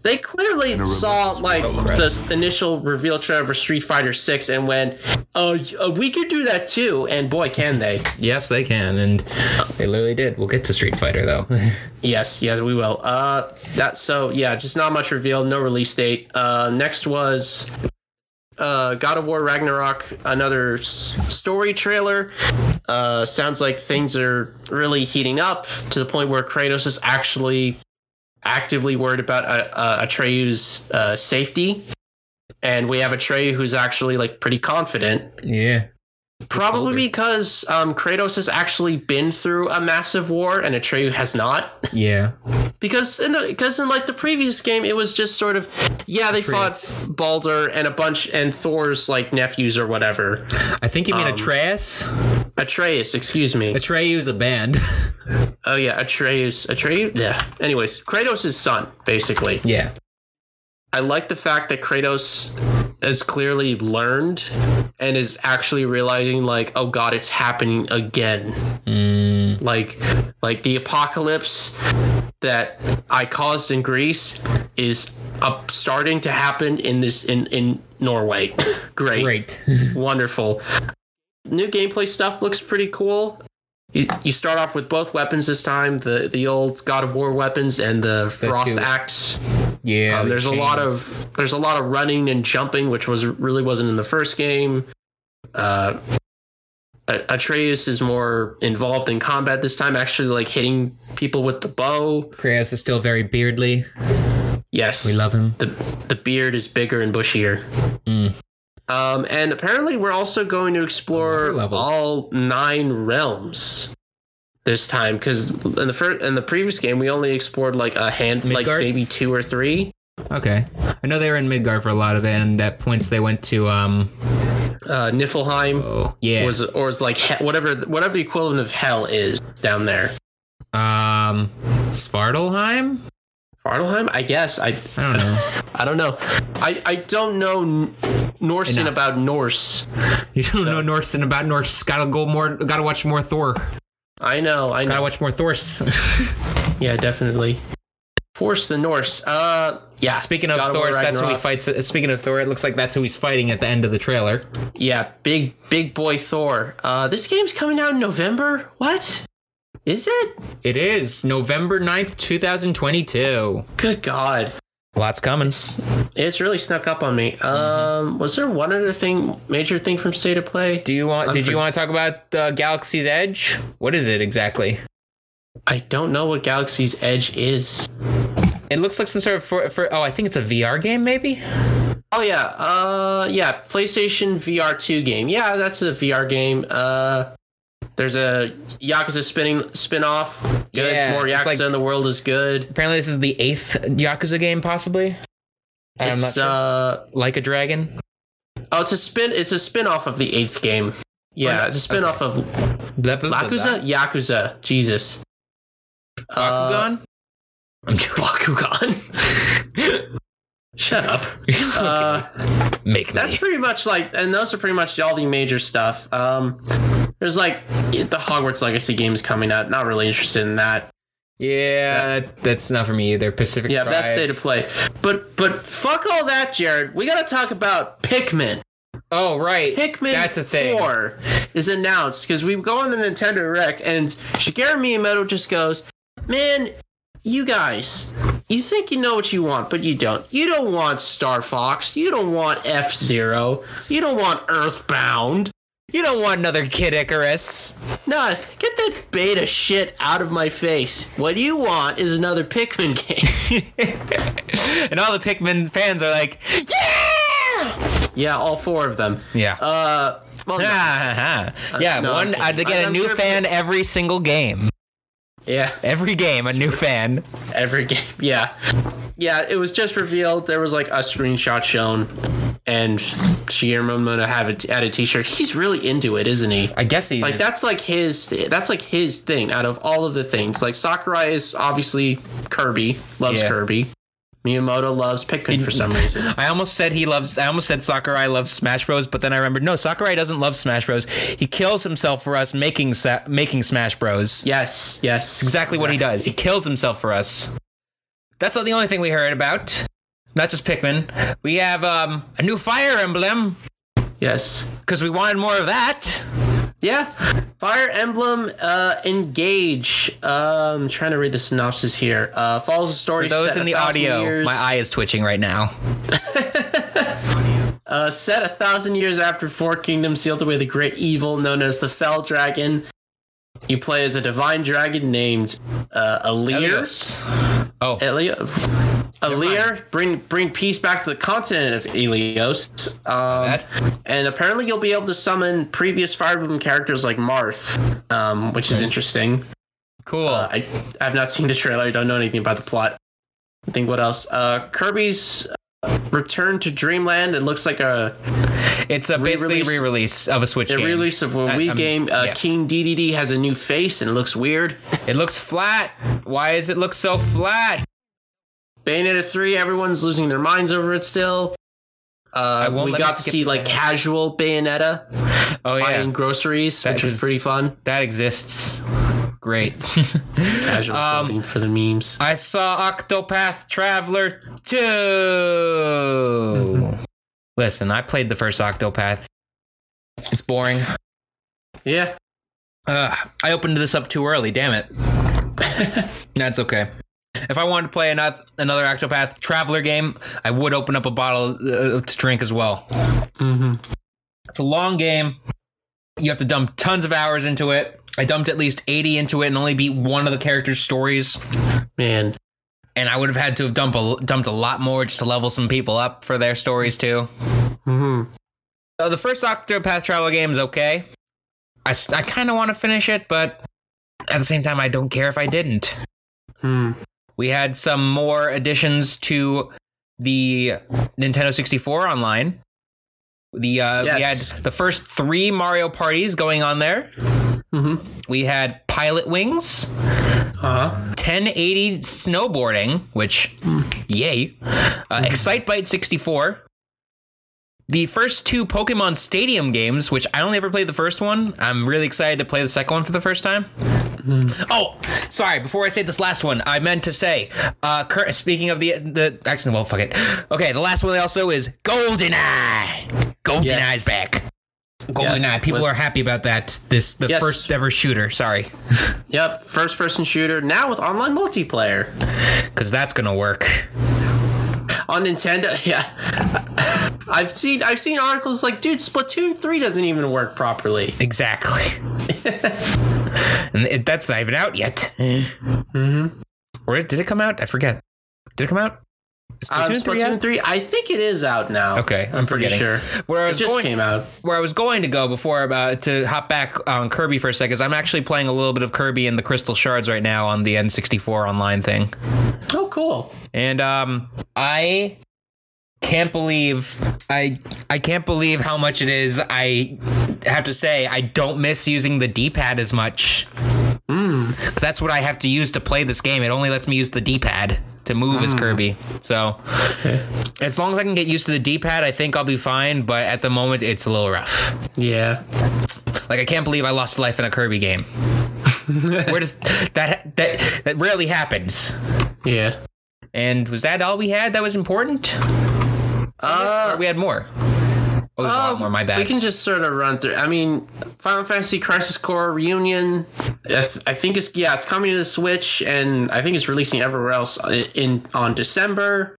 Speaker 2: they clearly saw like the initial reveal trailer for street fighter 6 and went oh uh, we could do that too and boy can they
Speaker 1: Yes, they can, and they literally did. We'll get to Street Fighter though. (laughs)
Speaker 2: yes yeah we will uh that so yeah just not much revealed no release date uh next was uh god of war ragnarok another s- story trailer uh sounds like things are really heating up to the point where kratos is actually actively worried about uh, uh, Atreyu's uh, safety, and we have Atreyu who's actually like pretty confident.
Speaker 1: yeah.
Speaker 2: Probably
Speaker 1: older.
Speaker 2: because um, Kratos has actually been through a massive war and Atreyu has not.
Speaker 1: (laughs) Yeah.
Speaker 2: Because in the because in like the previous game, it was just sort of yeah they
Speaker 1: Atreus.
Speaker 2: fought Balder and a bunch and Thor's like nephews or whatever.
Speaker 1: I think you mean Atreus.
Speaker 2: Atreus, excuse me.
Speaker 1: Atreyu is a band.
Speaker 2: Oh yeah, Atreus, Atreus. Yeah. Anyways, Kratos' son basically.
Speaker 1: (laughs) yeah.
Speaker 2: I like the fact that Kratos has clearly learned and is actually realizing like oh god it's happening again
Speaker 1: Mm,
Speaker 2: like like the apocalypse that I caused in Greece is up starting to happen in this in in Norway. (laughs) Great,
Speaker 1: great. (laughs)
Speaker 2: wonderful. New gameplay stuff looks pretty cool. You, you start off with both weapons this time the the old God of War weapons and the frost
Speaker 1: two-
Speaker 2: axe.
Speaker 1: yeah.
Speaker 2: Um,
Speaker 1: the
Speaker 2: there's a lot
Speaker 1: chains.
Speaker 2: of there's a lot of running and jumping, which was really wasn't in the first game. Uh, A- Atreus is more involved in combat this time, actually like hitting people with the bow.
Speaker 1: Kratos is still very beardly.
Speaker 2: Yes,
Speaker 1: We love him.
Speaker 2: the the beard is bigger and bushier.
Speaker 1: Mm.
Speaker 2: Um, and apparently, we're also going to
Speaker 1: Another
Speaker 2: explore
Speaker 1: level.
Speaker 2: all nine realms this time because in the first in the previous game we only explored like a hand like
Speaker 1: Midgard?
Speaker 2: maybe two or three.
Speaker 1: Okay. I know they were in Midgard for a lot of it, and at points they went to um.
Speaker 2: Uh, Niflheim.
Speaker 1: Oh yeah.
Speaker 2: was or is like he- whatever whatever the equivalent of hell is down there.
Speaker 1: um. Svartalheim.
Speaker 2: Fartelheim, I guess. I
Speaker 1: I don't (laughs) know.
Speaker 2: I don't know. I I don't know N- Norsen
Speaker 1: Enough.
Speaker 2: about Norse.
Speaker 1: You don't know Norse and about Norse. Gotta go more. Gotta watch more Thor.
Speaker 2: I know. I
Speaker 1: Gotta
Speaker 2: know.
Speaker 1: watch more (laughs) Thors.
Speaker 2: Yeah, definitely. Force the Norse. Uh, yeah.
Speaker 1: Speaking of
Speaker 2: God War
Speaker 1: Thor, that's who he
Speaker 2: Ragnarok.
Speaker 1: fights. Speaking of Thor, it looks like that's who he's fighting at the end of the trailer.
Speaker 2: Yeah, big big boy Thor. Uh, this game's coming out in November. What? Is it?
Speaker 1: It is November 9th, 2022.
Speaker 2: Good God.
Speaker 1: Lots coming.
Speaker 2: It's really snuck up on me.
Speaker 1: Mm-hmm.
Speaker 2: Um, was there one other thing, major thing from State of Play?
Speaker 1: Do you want?
Speaker 2: I'm
Speaker 1: did
Speaker 2: for-
Speaker 1: you want to talk about uh, Galaxy's Edge? What is it exactly?
Speaker 2: I don't know what Galaxy's Edge is.
Speaker 1: It looks like some sort of for, for. Oh, I think it's a VR game, maybe.
Speaker 2: Oh yeah, uh, yeah, PlayStation VR two game. Yeah, that's a VR game. Uh, there's a Yakuza spinning spin off. Good,
Speaker 1: Yeah,
Speaker 2: more
Speaker 1: it's
Speaker 2: Yakuza
Speaker 1: like-
Speaker 2: in the world is good.
Speaker 1: Apparently, this is the eighth Yakuza game, possibly. And I'm
Speaker 2: It's
Speaker 1: not sure.
Speaker 2: uh,
Speaker 1: like a dragon.
Speaker 2: oh, it's a spin. It's a spin off of the eighth game.
Speaker 1: Or
Speaker 2: Yeah,
Speaker 1: not-
Speaker 2: it's a spin off of
Speaker 1: Blah, blah, blah,
Speaker 2: Yakuza. Yakuza, Jesus. Uh,
Speaker 1: Bakugan. I'm joking.
Speaker 2: (laughs) Bakugan. Shut
Speaker 1: (laughs)
Speaker 2: up. Uh,
Speaker 1: Make me.
Speaker 2: That's pretty much like, and those are pretty much all the major stuff. Um, there's like the Hogwarts Legacy games coming out. Not really interested in that.
Speaker 1: yeah, that- that's not for me either. Pacific.
Speaker 2: Yeah,
Speaker 1: Drive.
Speaker 2: best day to play. But but fuck all that, Jared. We gotta talk about Pikmin.
Speaker 1: Oh right,
Speaker 2: Pikmin
Speaker 1: That's a thing.
Speaker 2: Four is announced because we go on the Nintendo Direct, and Shigeru Miyamoto just goes, "Man, you guys, you think you know what you want, but you don't. You don't want Star Fox. You don't want F Zero. You don't want Earthbound."
Speaker 1: You don't want another Kid Icarus.
Speaker 2: Nah, get that beta shit out of my face. What you want is another Pikmin (laughs) game.
Speaker 1: (laughs) and all the Pikmin fans are like, yeah,
Speaker 2: yeah, all four of them.
Speaker 1: yeah.
Speaker 2: Uh, well, no.
Speaker 1: Ah, ah. (laughs) yeah,
Speaker 2: uh-huh. no,
Speaker 1: one.
Speaker 2: I'm
Speaker 1: I, they
Speaker 2: kidding.
Speaker 1: get a
Speaker 2: I'm
Speaker 1: new
Speaker 2: sure-
Speaker 1: fan every single game.
Speaker 2: yeah,
Speaker 1: Every game, a new fan.
Speaker 2: every game. Yeah, yeah. It was just revealed. There was like a screenshot shown, and Shigeru Miyamoto had a t- had a T-shirt. He's really into it, isn't he?
Speaker 1: I guess he
Speaker 2: Like
Speaker 1: is.
Speaker 2: that's like his that's like his thing out of all of the things. Like Sakurai is obviously Kirby, loves
Speaker 1: Yeah.
Speaker 2: Kirby. Miyamoto loves Pikmin for some
Speaker 1: (laughs)
Speaker 2: reason.
Speaker 1: I almost said he loves. I almost said Sakurai loves Smash Bros. But then I remembered, no, Sakurai doesn't love Smash Bros. He kills himself for us making sa- making Smash Bros.
Speaker 2: Yes, yes.
Speaker 1: exactly what he does. He kills himself for us. That's not the only thing we heard about. Not just Pikmin. We have um, a new Fire Emblem
Speaker 2: Yes.
Speaker 1: because we wanted more of that.
Speaker 2: Yeah. Fire Emblem uh, Engage. Um, I'm trying to read the synopsis here. Uh, follows a story.
Speaker 1: Those
Speaker 2: set
Speaker 1: in
Speaker 2: a
Speaker 1: the
Speaker 2: thousand
Speaker 1: audio,
Speaker 2: years-
Speaker 1: my eye is twitching right now.
Speaker 2: Uh, set a thousand years after Four Kingdoms sealed away the great evil known as the Fell Dragon. You play as a divine dragon named uh, Alir.
Speaker 1: Oh,
Speaker 2: Elia, Alir, bring bring peace back to the continent of Elios. Um,
Speaker 1: bad.
Speaker 2: and apparently, you'll be able to summon previous Fire Emblem characters like Marth, um, which is interesting.
Speaker 1: cool.
Speaker 2: Uh, I I've not seen the trailer. I don't know anything about the plot. I think what else? Uh, Kirby's uh, Return to Dreamland. It looks like a,
Speaker 1: it's a basically
Speaker 2: re-release-
Speaker 1: re-release of a Switch
Speaker 2: a
Speaker 1: game.
Speaker 2: release of a
Speaker 1: I-
Speaker 2: Wii
Speaker 1: I'm-
Speaker 2: game. Uh,
Speaker 1: yes.
Speaker 2: King DDD has a new face and it looks weird.
Speaker 1: It looks flat. Why does it look so flat?
Speaker 2: Bayonetta 3, everyone's losing their minds over it still. Uh,
Speaker 1: I won't
Speaker 2: we
Speaker 1: let
Speaker 2: got
Speaker 1: us
Speaker 2: to
Speaker 1: skip
Speaker 2: see
Speaker 1: this
Speaker 2: like
Speaker 1: one.
Speaker 2: casual Bayonetta
Speaker 1: Oh yeah,
Speaker 2: buying groceries,
Speaker 1: That
Speaker 2: which
Speaker 1: is-
Speaker 2: was pretty fun.
Speaker 1: that exists. Great. (laughs)
Speaker 2: Casual
Speaker 1: Um,
Speaker 2: clothing for the memes.
Speaker 1: I saw Octopath Traveler
Speaker 2: Hmm.
Speaker 1: 2. Listen, I played the first Octopath. It's boring.
Speaker 2: Yeah,
Speaker 1: Uh, I opened this up too early, damn it. (laughs) That's okay. If I wanted to play another, another Octopath Traveler game, I would open up a bottle uh, to drink as well.
Speaker 2: mm-hmm.
Speaker 1: It's a long game. You have to dump tons of hours into it. I dumped at least 80 into it and only beat one of the characters' stories.
Speaker 2: man.
Speaker 1: and I would have had to have dumped a, dumped a lot more just to level some people up for their stories too.
Speaker 2: hmm
Speaker 1: So the first Octopath Traveler game is okay. I, s- I kind of want to finish it, but at the same time, I don't care if I didn't.
Speaker 2: Hmm.
Speaker 1: We had some more additions to the Nintendo 64 online. The uh, we
Speaker 2: Yes.
Speaker 1: had the first three Mario parties going on there.
Speaker 2: hmm
Speaker 1: We had Pilot Wings,
Speaker 2: Uh-huh.
Speaker 1: 1080 snowboarding, which, yay. Uh,
Speaker 2: Mm-hmm.
Speaker 1: Excitebike 64. The first two Pokemon Stadium games, which I only ever played the first one. I'm really excited to play the second one for the first time.
Speaker 2: Mm-hmm.
Speaker 1: Oh, sorry. Before I say this last one, I meant to say, uh, cur- speaking of the the actually, well, fuck it. Okay, the last one also is GoldenEye. GoldenEye's
Speaker 2: Yes.
Speaker 1: is back. GoldenEye. People
Speaker 2: with-
Speaker 1: are happy about that. This the
Speaker 2: Yes.
Speaker 1: first ever shooter. Sorry,
Speaker 2: Yep, first person shooter now with online multiplayer
Speaker 1: because that's gonna work.
Speaker 2: on Nintendo. (laughs) Yeah. I've seen I've seen articles like, dude, Splatoon 3 doesn't even work properly.
Speaker 1: Exactly. (laughs) and it, that's not even out yet. Mm-hmm. Or did it come out? I forget. Did it come out? Is
Speaker 2: Um,
Speaker 1: Splatoon 3
Speaker 2: Splatoon
Speaker 1: out?
Speaker 2: 3, I think it is out now.
Speaker 1: Okay,
Speaker 2: I'm,
Speaker 1: I'm
Speaker 2: pretty
Speaker 1: forgetting.
Speaker 2: sure.
Speaker 1: Where I
Speaker 2: it
Speaker 1: was
Speaker 2: just
Speaker 1: going-
Speaker 2: came out.
Speaker 1: Where I was going to go before about to hop back on Kirby for a second is I'm actually playing a little bit of Kirby and the Crystal Shards right now on the N64 online thing.
Speaker 2: Oh, cool.
Speaker 1: And um I can't believe I I can't believe how much it is I have to say I don't miss using the D-pad as much. Cause that's what I have to use to play this game. It only lets me use the D-pad to move as Kirby. So as long as I can get used to the D-pad, I think I'll be fine, but at the moment it's a little rough.
Speaker 2: Yeah.
Speaker 1: Like I can't believe I lost a life in a Kirby game. Where does that that that rarely happens.
Speaker 2: Yeah.
Speaker 1: And was that all we had that was important?
Speaker 2: Uh,
Speaker 1: Or we had more. Oh, there's a lot more. My bad.
Speaker 2: We can just sort of run through. I mean, Final Fantasy Crisis Core Reunion. I, th- I think it's yeah, it's coming to the Switch, and I think it's releasing everywhere else i- in on December.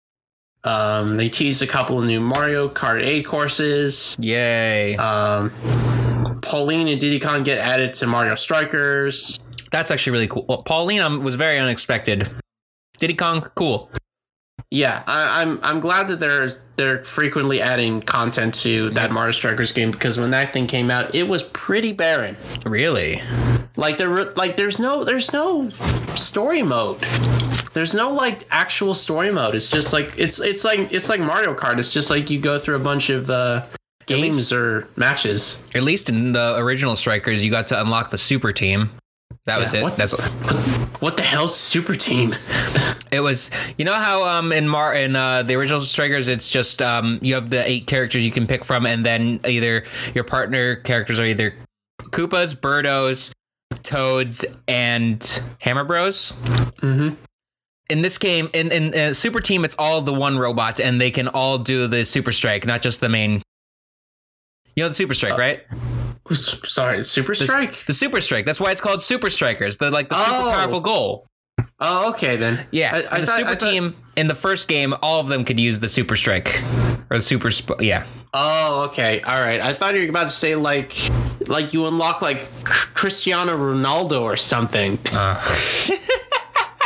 Speaker 2: Um, they teased a couple of new Mario Kart 8 courses.
Speaker 1: Yay!
Speaker 2: Um, Pauline and Diddy Kong get added to Mario Strikers.
Speaker 1: That's actually really cool. Well, Paulina was very unexpected. Diddy Kong, cool.
Speaker 2: Yeah, I, I'm I'm glad that they're they're frequently adding content to that Mario Strikers game because when that thing came out, it was pretty barren.
Speaker 1: Really?
Speaker 2: Like there, were- like there's no, there's no story mode. There's no like actual story mode. It's just like it's it's like it's like Mario Kart. It's just like you go through a bunch of uh, games or matches.
Speaker 1: At least in the original Strikers, you got to unlock the super team. That was
Speaker 2: Yeah,
Speaker 1: it.
Speaker 2: what-
Speaker 1: That's
Speaker 2: What the hell's a super team? (laughs)
Speaker 1: it was. You know how um in Mar in uh, the original Strikers, it's just um you have the eight characters you can pick from, and then either your partner characters are either Koopas, Birdos, Toads, and Hammer Bros.
Speaker 2: Mm-hmm.
Speaker 1: in this game in in uh, super team it's all the one robot and they can all do the super strike not just the main you know the super strike right
Speaker 2: Sorry, Super
Speaker 1: the,
Speaker 2: Strike.
Speaker 1: the super strike that's why it's called super strikers the like the super
Speaker 2: Oh.
Speaker 1: powerful goal
Speaker 2: Oh, okay then.
Speaker 1: Yeah,
Speaker 2: I, I
Speaker 1: and the
Speaker 2: thought-
Speaker 1: super
Speaker 2: I thought-
Speaker 1: team in the first game, all of them could use the super strike or the super. Sp- yeah,
Speaker 2: Oh, okay. All right. I thought you were about to say like, like you unlock like C- Cristiano Ronaldo or something.
Speaker 1: Uh. (laughs)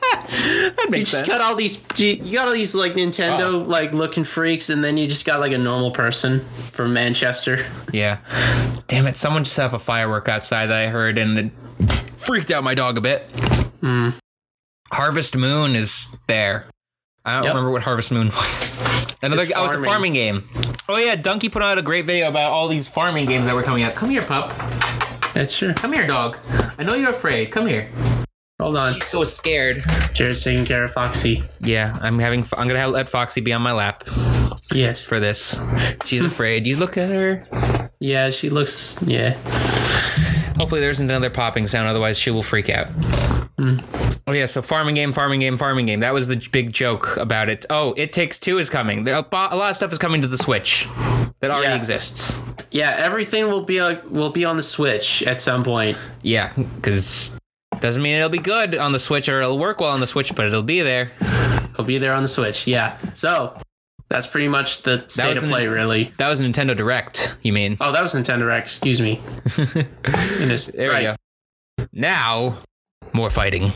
Speaker 1: that
Speaker 2: you
Speaker 1: makes
Speaker 2: just got all these. You you got all these like Nintendo like looking freaks, and then you just got like a normal person from Manchester.
Speaker 1: Yeah. Damn it! Someone just have a firework outside that I heard and it freaked out my dog a bit.
Speaker 2: Hmm.
Speaker 1: Harvest Moon is there. I don't
Speaker 2: Yep.
Speaker 1: remember what Harvest Moon (laughs) was. Another
Speaker 2: It's
Speaker 1: oh, it's a
Speaker 2: farming.
Speaker 1: farming game. Oh yeah, Donkey put out a great video about all these farming games that were coming out. Come here, pup.
Speaker 2: That's true.
Speaker 1: Come here, dog. I know you're afraid. Come here.
Speaker 2: Hold on.
Speaker 1: He's so scared.
Speaker 2: Jared's taking care of Foxy.
Speaker 1: Yeah, I'm having. I'm gonna have, let Foxy be on my lap
Speaker 2: Yes.
Speaker 1: for this. She's afraid. You look at her.
Speaker 2: Yeah, she looks. Yeah.
Speaker 1: Hopefully, there isn't another popping sound, otherwise, she will freak out.
Speaker 2: Hmm.
Speaker 1: Oh, yeah, so farming game, farming game, farming game. That was the big joke about it. Oh, It Takes Two is coming. There- A bo- a lot of stuff is coming to the Switch that already
Speaker 2: Yeah.
Speaker 1: exists.
Speaker 2: Yeah. Everything will be uh, will be on the Switch at some point.
Speaker 1: Yeah, because doesn't mean it'll be good on the Switch or it'll work well on the Switch, but it'll be there.
Speaker 2: It'll be there on the Switch. Yeah. So that's pretty much the state
Speaker 1: was
Speaker 2: of
Speaker 1: an-
Speaker 2: play, really.
Speaker 1: That was Nintendo Direct, you mean?
Speaker 2: Oh, that was Nintendo X. Excuse
Speaker 1: (laughs)
Speaker 2: me. Goodness.
Speaker 1: There
Speaker 2: Right.
Speaker 1: we go. Now, more fighting.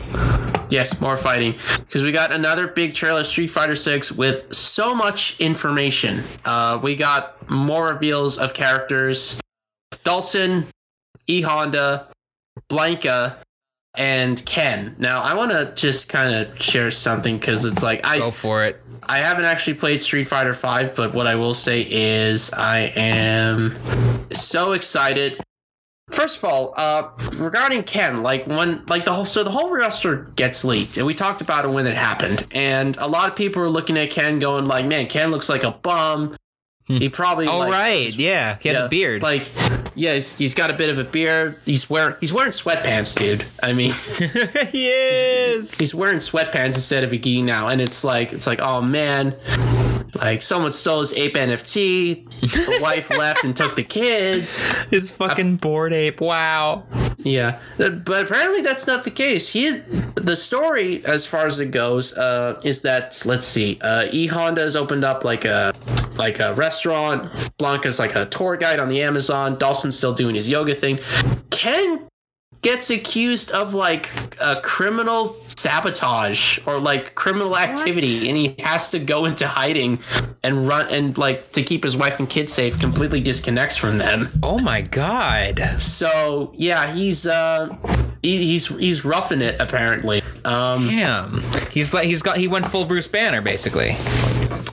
Speaker 2: Yes, more fighting because we got another big trailer, Street Fighter Six, with so much information. Uh, we got more reveals of characters: Dulcin, E Honda, Blanca, and Ken. Now, I want to just kind of share something because it's like I
Speaker 1: Go for it.
Speaker 2: I haven't actually played Street Fighter Five, but what I will say is I am so excited. First of all, uh, regarding Ken, like when, like the whole, so the whole roster gets leaked, and we talked about it when it happened, and a lot of people were looking at Ken, going like, "Man, Ken looks like a bum." He probably
Speaker 1: All right,
Speaker 2: like,
Speaker 1: yeah. He had
Speaker 2: yeah,
Speaker 1: the beard. (laughs)
Speaker 2: Like, yeah, he's, he's got a bit of a beard. He's wearing he's wearing sweatpants, dude. I mean.
Speaker 1: yes.
Speaker 2: he's wearing sweatpants instead of a gi now, and it's like it's like oh man, like someone stole his ape NFT. The wife (laughs) left and took the kids.
Speaker 1: His fucking bored ape. Wow.
Speaker 2: Yeah, but apparently that's not the case. He is, the story as far as it goes uh, is that let's see, uh, E Honda has opened up like a like a restaurant. Blanca's like a tour guide on the Amazon. Dawson's still doing his yoga thing. Ken gets accused of like a criminal sabotage or like criminal activity and he has to go into hiding and run and like to keep his wife and kids safe completely disconnects from them
Speaker 1: Oh my god.
Speaker 2: so yeah, he's uh, he, he's he's roughing it apparently. Um,
Speaker 1: Damn. He's like he's got he went full Bruce Banner basically.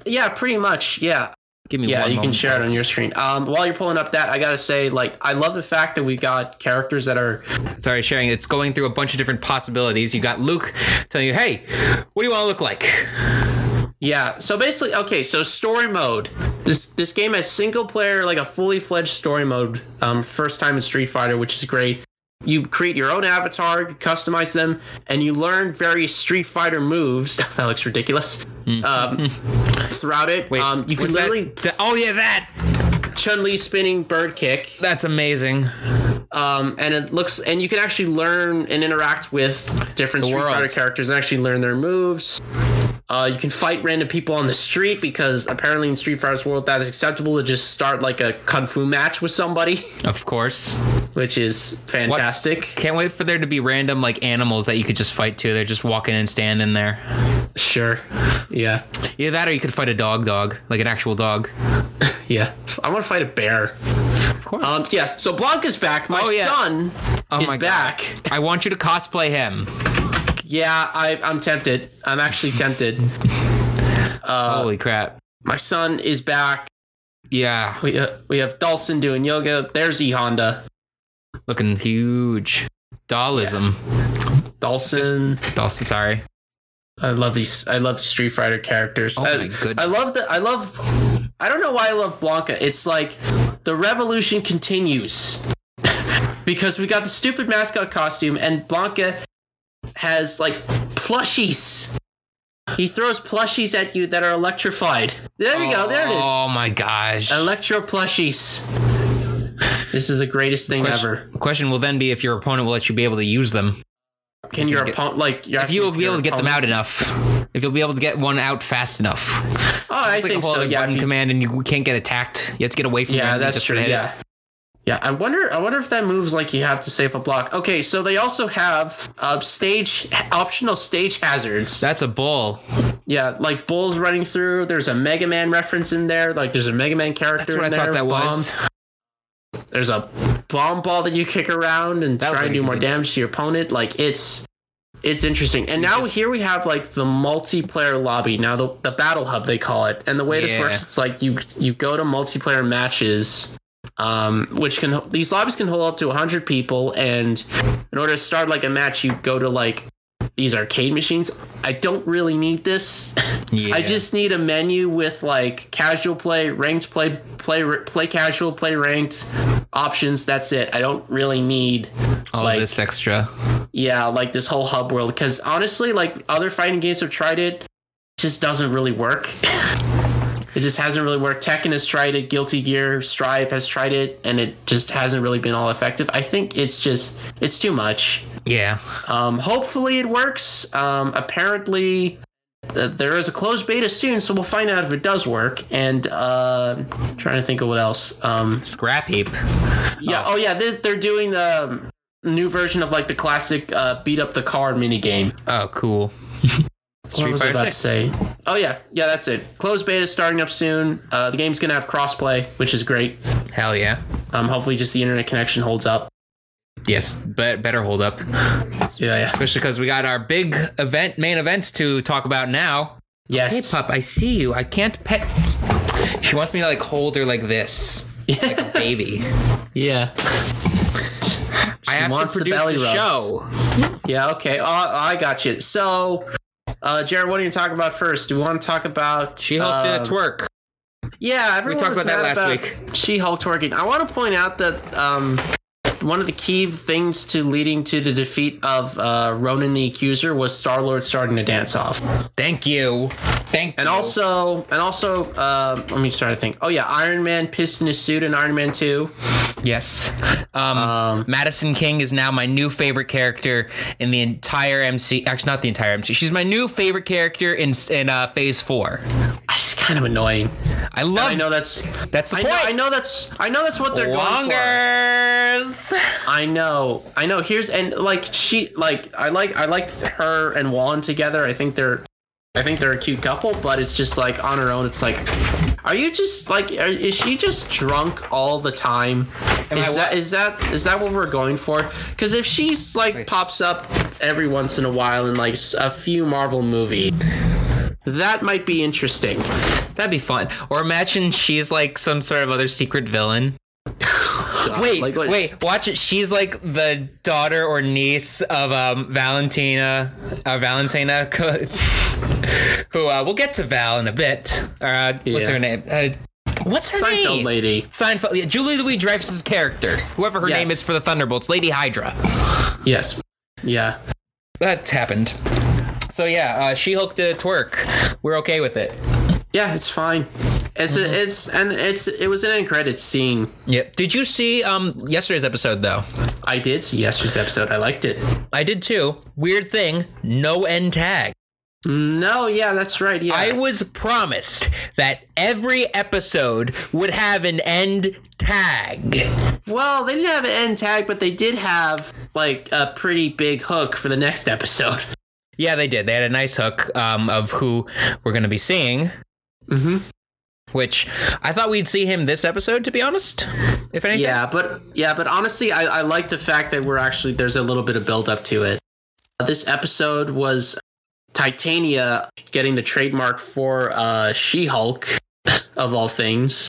Speaker 2: yeah, pretty much. Yeah,
Speaker 1: Give me
Speaker 2: yeah.
Speaker 1: one
Speaker 2: you can
Speaker 1: moment,
Speaker 2: share it on
Speaker 1: folks.
Speaker 2: your screen. Um, while you're pulling up that, I gotta say, like, I love the fact that we got characters that are
Speaker 1: Sorry, sharing. It's going through a bunch of different possibilities. You got Luke telling you, "Hey, what do you want to look like?"
Speaker 2: Yeah. So basically, okay. So story mode. This this game has single player, like a fully fledged story mode. Um, first time in Street Fighter, which is great. You create your own avatar, you customize them, and you learn various Street Fighter moves. (laughs) that looks ridiculous.
Speaker 1: (laughs)
Speaker 2: Um, throughout it,
Speaker 1: Hmm. Wait,
Speaker 2: um, you can
Speaker 1: was that-
Speaker 2: literally
Speaker 1: that- oh yeah, that.
Speaker 2: Chun Li spinning bird kick,
Speaker 1: That's amazing.
Speaker 2: um, and it looks and you can actually learn and interact with different Street
Speaker 1: world.
Speaker 2: Fighter characters and actually learn their moves. Uh, you can fight random people on the street because apparently in Street Fighter's world that is acceptable to just start like a kung fu match with somebody, (laughs)
Speaker 1: Of course.
Speaker 2: which is fantastic.
Speaker 1: Can't wait for there to be random like animals that you could just fight to. They're just walking and standing there.
Speaker 2: Sure, yeah,
Speaker 1: Either that or you could fight a dog dog, like an actual dog.
Speaker 2: yeah. I want to fight a bear.
Speaker 1: Of course.
Speaker 2: Um, yeah. So Blanca's back. My
Speaker 1: Oh, yeah.
Speaker 2: son
Speaker 1: Oh,
Speaker 2: is
Speaker 1: my God.
Speaker 2: back.
Speaker 1: I want you to cosplay him.
Speaker 2: Yeah, I, I'm tempted. I'm actually tempted. Uh,
Speaker 1: Holy crap.
Speaker 2: My son is back.
Speaker 1: Yeah.
Speaker 2: We uh, we have Dawson doing yoga. There's E Honda.
Speaker 1: looking huge. Dollism.
Speaker 2: Dawson.
Speaker 1: Dawson, sorry.
Speaker 2: I love these. I love Street Fighter characters.
Speaker 1: Oh
Speaker 2: I,
Speaker 1: my
Speaker 2: I
Speaker 1: goodness.
Speaker 2: love the. I love. I don't know why I love Blanca. It's like the revolution continues (laughs) because we got the stupid mascot costume and Blanca has like plushies. He throws plushies at you that are electrified. There we go. There it is.
Speaker 1: Oh my gosh.
Speaker 2: Electro plushies. This is the greatest thing
Speaker 1: Question-
Speaker 2: ever.
Speaker 1: Question will then be if your opponent will let you be able to use them.
Speaker 2: Can your opponent like you're
Speaker 1: if you will
Speaker 2: asking
Speaker 1: be able to
Speaker 2: your
Speaker 1: get them
Speaker 2: opponent-
Speaker 1: out enough, if you'll be able to get one out fast enough,
Speaker 2: Oh, I
Speaker 1: like a
Speaker 2: think
Speaker 1: whole
Speaker 2: so.
Speaker 1: other
Speaker 2: Yeah, if
Speaker 1: button
Speaker 2: you-
Speaker 1: command, and you can't get attacked. You have to get away from. your
Speaker 2: yeah,
Speaker 1: enemy
Speaker 2: that's
Speaker 1: just
Speaker 2: true.
Speaker 1: to hit it.
Speaker 2: Yeah, yeah. I wonder. I wonder if that moves like you have to save a block. Okay, so they also have uh, stage optional stage hazards.
Speaker 1: that's a bull.
Speaker 2: Yeah, like bulls running through. There's a Mega Man reference in there. Like there's a Mega Man character.
Speaker 1: That's what I
Speaker 2: in
Speaker 1: thought
Speaker 2: there,
Speaker 1: that was.
Speaker 2: bomb. There's a bomb ball that you kick around and
Speaker 1: That was
Speaker 2: try and do more
Speaker 1: pretty good.
Speaker 2: damage to your opponent. Like it's it's interesting. And now
Speaker 1: just-
Speaker 2: here we have like the multiplayer lobby. Now the the battle hub they call it. And the way this
Speaker 1: Yeah.
Speaker 2: works, it's like you you go to multiplayer matches. Um, which can these lobbies can hold up to 100 people and in order to start like a match you go to like these arcade machines i don't really need this (laughs)
Speaker 1: Yeah.
Speaker 2: I just need a menu with like casual play, ranked play, play, play casual, play ranked options. That's it. I don't really need
Speaker 1: all
Speaker 2: like-
Speaker 1: this extra.
Speaker 2: yeah like this whole hub world because honestly, like other fighting games have tried it, it just doesn't really work. (laughs) it just hasn't really worked. Tekken has tried it, Guilty Gear, Strive has tried it, and it just hasn't really been all effective. I think it's just it's too much.
Speaker 1: Yeah.
Speaker 2: Um, hopefully it works. Um, apparently th- there is a closed beta soon, so we'll find out if it does work. And uh, trying to think of what else. Um,
Speaker 1: Scrap heap.
Speaker 2: yeah. Oh, yeah. This, they're doing um, new version of like the classic uh, beat up the car minigame.
Speaker 1: Oh, cool.
Speaker 2: What
Speaker 1: Street
Speaker 2: was I
Speaker 1: Fighter
Speaker 2: about to
Speaker 1: Six.
Speaker 2: say? Oh yeah, yeah. That's it. Closed beta starting up soon. Uh, the game's gonna have crossplay, which is great.
Speaker 1: Hell yeah.
Speaker 2: Um, hopefully, just the internet connection holds up.
Speaker 1: Yes, be- better hold up.
Speaker 2: Oh, Yeah, yeah.
Speaker 1: Especially because we got our big event, main events to talk about now. Hey,
Speaker 2: Yes.
Speaker 1: pup, I see you. I can't pet. She wants me to like hold her like this, like a
Speaker 2: (laughs)
Speaker 1: baby.
Speaker 2: yeah.
Speaker 1: I have
Speaker 2: wants
Speaker 1: to
Speaker 2: the
Speaker 1: produce
Speaker 2: belly
Speaker 1: the,
Speaker 2: rubs.
Speaker 1: show.
Speaker 2: Yeah, okay. Uh, I got you. So, uh, Jared, what do you talk about first? Do we want to talk about
Speaker 1: She helped
Speaker 2: uh,
Speaker 1: did a twerk.
Speaker 2: Yeah, everyone
Speaker 1: talked
Speaker 2: was
Speaker 1: about
Speaker 2: mad
Speaker 1: that last
Speaker 2: about
Speaker 1: week.
Speaker 2: She-Hulk twerking. I want to point out that um, one of the key things to leading to the defeat of uh, Ronan the Accuser was Star Lord starting to dance off,
Speaker 1: Thank you. Thank
Speaker 2: and
Speaker 1: you.
Speaker 2: also, and also, uh, let me try to think. Oh yeah, Iron Man pissed in his suit in Iron Man Two.
Speaker 1: Yes. Um,
Speaker 2: Um,
Speaker 1: Madison King is now my new favorite character in the entire MC. Actually, not the entire MC. She's my new favorite character in in uh, Phase Four.
Speaker 2: She's kind of annoying.
Speaker 1: I
Speaker 2: I
Speaker 1: love
Speaker 2: know that's.
Speaker 1: that's the
Speaker 2: I
Speaker 1: point.
Speaker 2: know, I know that's. I know that's what they're going for.
Speaker 1: Wongers. (laughs)
Speaker 2: I know, I know. Here's and like she, like I like, I like her and Juan together. I think they're, I think they're a cute couple. But it's just like on her own. It's like, are you just like, are, is she just drunk all the time?
Speaker 1: Am I
Speaker 2: is that
Speaker 1: what?
Speaker 2: is that is that what we're going for? Because if she's like pops up every once in a while in like s- a few Marvel movie, that might be interesting.
Speaker 1: That'd be fun. Or imagine she's like some sort of other
Speaker 2: (laughs)
Speaker 1: secret villain. Wait,
Speaker 2: Like, what-
Speaker 1: wait, watch it. She's like the daughter or niece of um, Valentina, uh, Valentina, (laughs) co- who uh, we'll get to Val in a bit. Or, uh, What's
Speaker 2: Yeah.
Speaker 1: her name? Uh, what's her
Speaker 2: Seinfeld
Speaker 1: name?
Speaker 2: lady.
Speaker 1: Seinfeld. Yeah, Julie Louis Dreyfus's character, whoever her
Speaker 2: Yes.
Speaker 1: name is for the Thunderbolts, Lady Hydra.
Speaker 2: Yes. Yeah.
Speaker 1: That happened. So yeah, uh, She Hulk did a twerk. We're okay with it.
Speaker 2: Yeah, it's fine. It's a, it's and it's it was an end credits scene.
Speaker 1: Yep. Did you see um, yesterday's episode though?
Speaker 2: I did see yesterday's episode. I liked it.
Speaker 1: I did too. Weird thing, no end tag.
Speaker 2: No, yeah, that's right. Yeah,
Speaker 1: I was promised that every episode would have an end tag.
Speaker 2: well, they didn't have an end tag, but they did have like a pretty big hook for the next episode.
Speaker 1: Yeah, they did. They had a nice hook um, of who we're going to be seeing,
Speaker 2: Mm-hmm.
Speaker 1: which I thought we'd see him this episode, to be honest. If
Speaker 2: (laughs)
Speaker 1: anything.
Speaker 2: Yeah, but yeah, but honestly, I, I like the fact that we're actually there's a little bit of build up to it. Uh, this episode was Titania getting the trademark for uh, She Hulk, (laughs) of all things,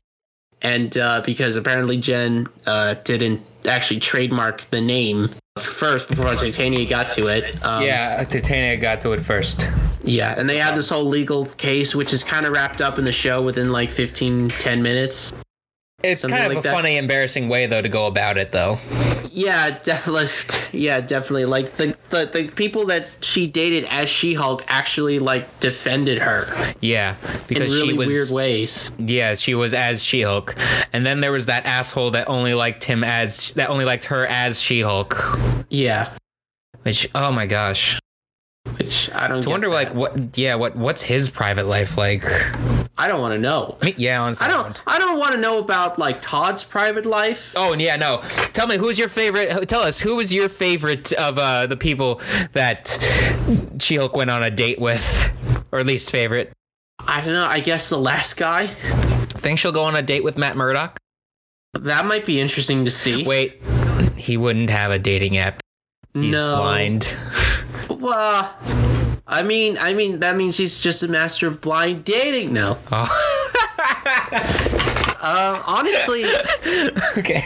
Speaker 2: and uh, because apparently Jen uh, didn't actually trademark the name first before Titania got to it. Um,
Speaker 1: Yeah, Titania got to it first.
Speaker 2: Yeah, and they had this whole legal case, which is kind of wrapped up in the show within like 15, 10 minutes.
Speaker 1: It's
Speaker 2: Something
Speaker 1: kind of
Speaker 2: like
Speaker 1: a
Speaker 2: that.
Speaker 1: funny, embarrassing way, though, to go about it, though.
Speaker 2: Yeah, definitely. Yeah, definitely. Like the, the the people that she dated as She Hulk actually like defended her
Speaker 1: Yeah,
Speaker 2: in
Speaker 1: because
Speaker 2: really
Speaker 1: she was
Speaker 2: weird ways.
Speaker 1: Yeah, she was as She Hulk, and then there was that asshole that only liked him as that only liked her as She Hulk.
Speaker 2: Yeah,
Speaker 1: Which oh my gosh.
Speaker 2: Which I don't.
Speaker 1: To wonder like what yeah, what what's his private life like?
Speaker 2: I don't want to know.
Speaker 1: I mean, yeah, honestly.
Speaker 2: I don't. I don't want to know about like Todd's private life.
Speaker 1: Oh and yeah, no. Tell me who's your favorite tell us who was your favorite of uh the people that She Hulk went on a date with? Or least favorite.
Speaker 2: I don't know. I guess the last guy.
Speaker 1: Think she'll go on a date with Matt Murdock?
Speaker 2: That might be interesting to see.
Speaker 1: Wait. He wouldn't have a dating app. He's
Speaker 2: no.
Speaker 1: blind.
Speaker 2: Well, I mean, I mean that means he's just a master of blind dating now.
Speaker 1: Oh. (laughs)
Speaker 2: Uh, honestly,
Speaker 1: (laughs) okay.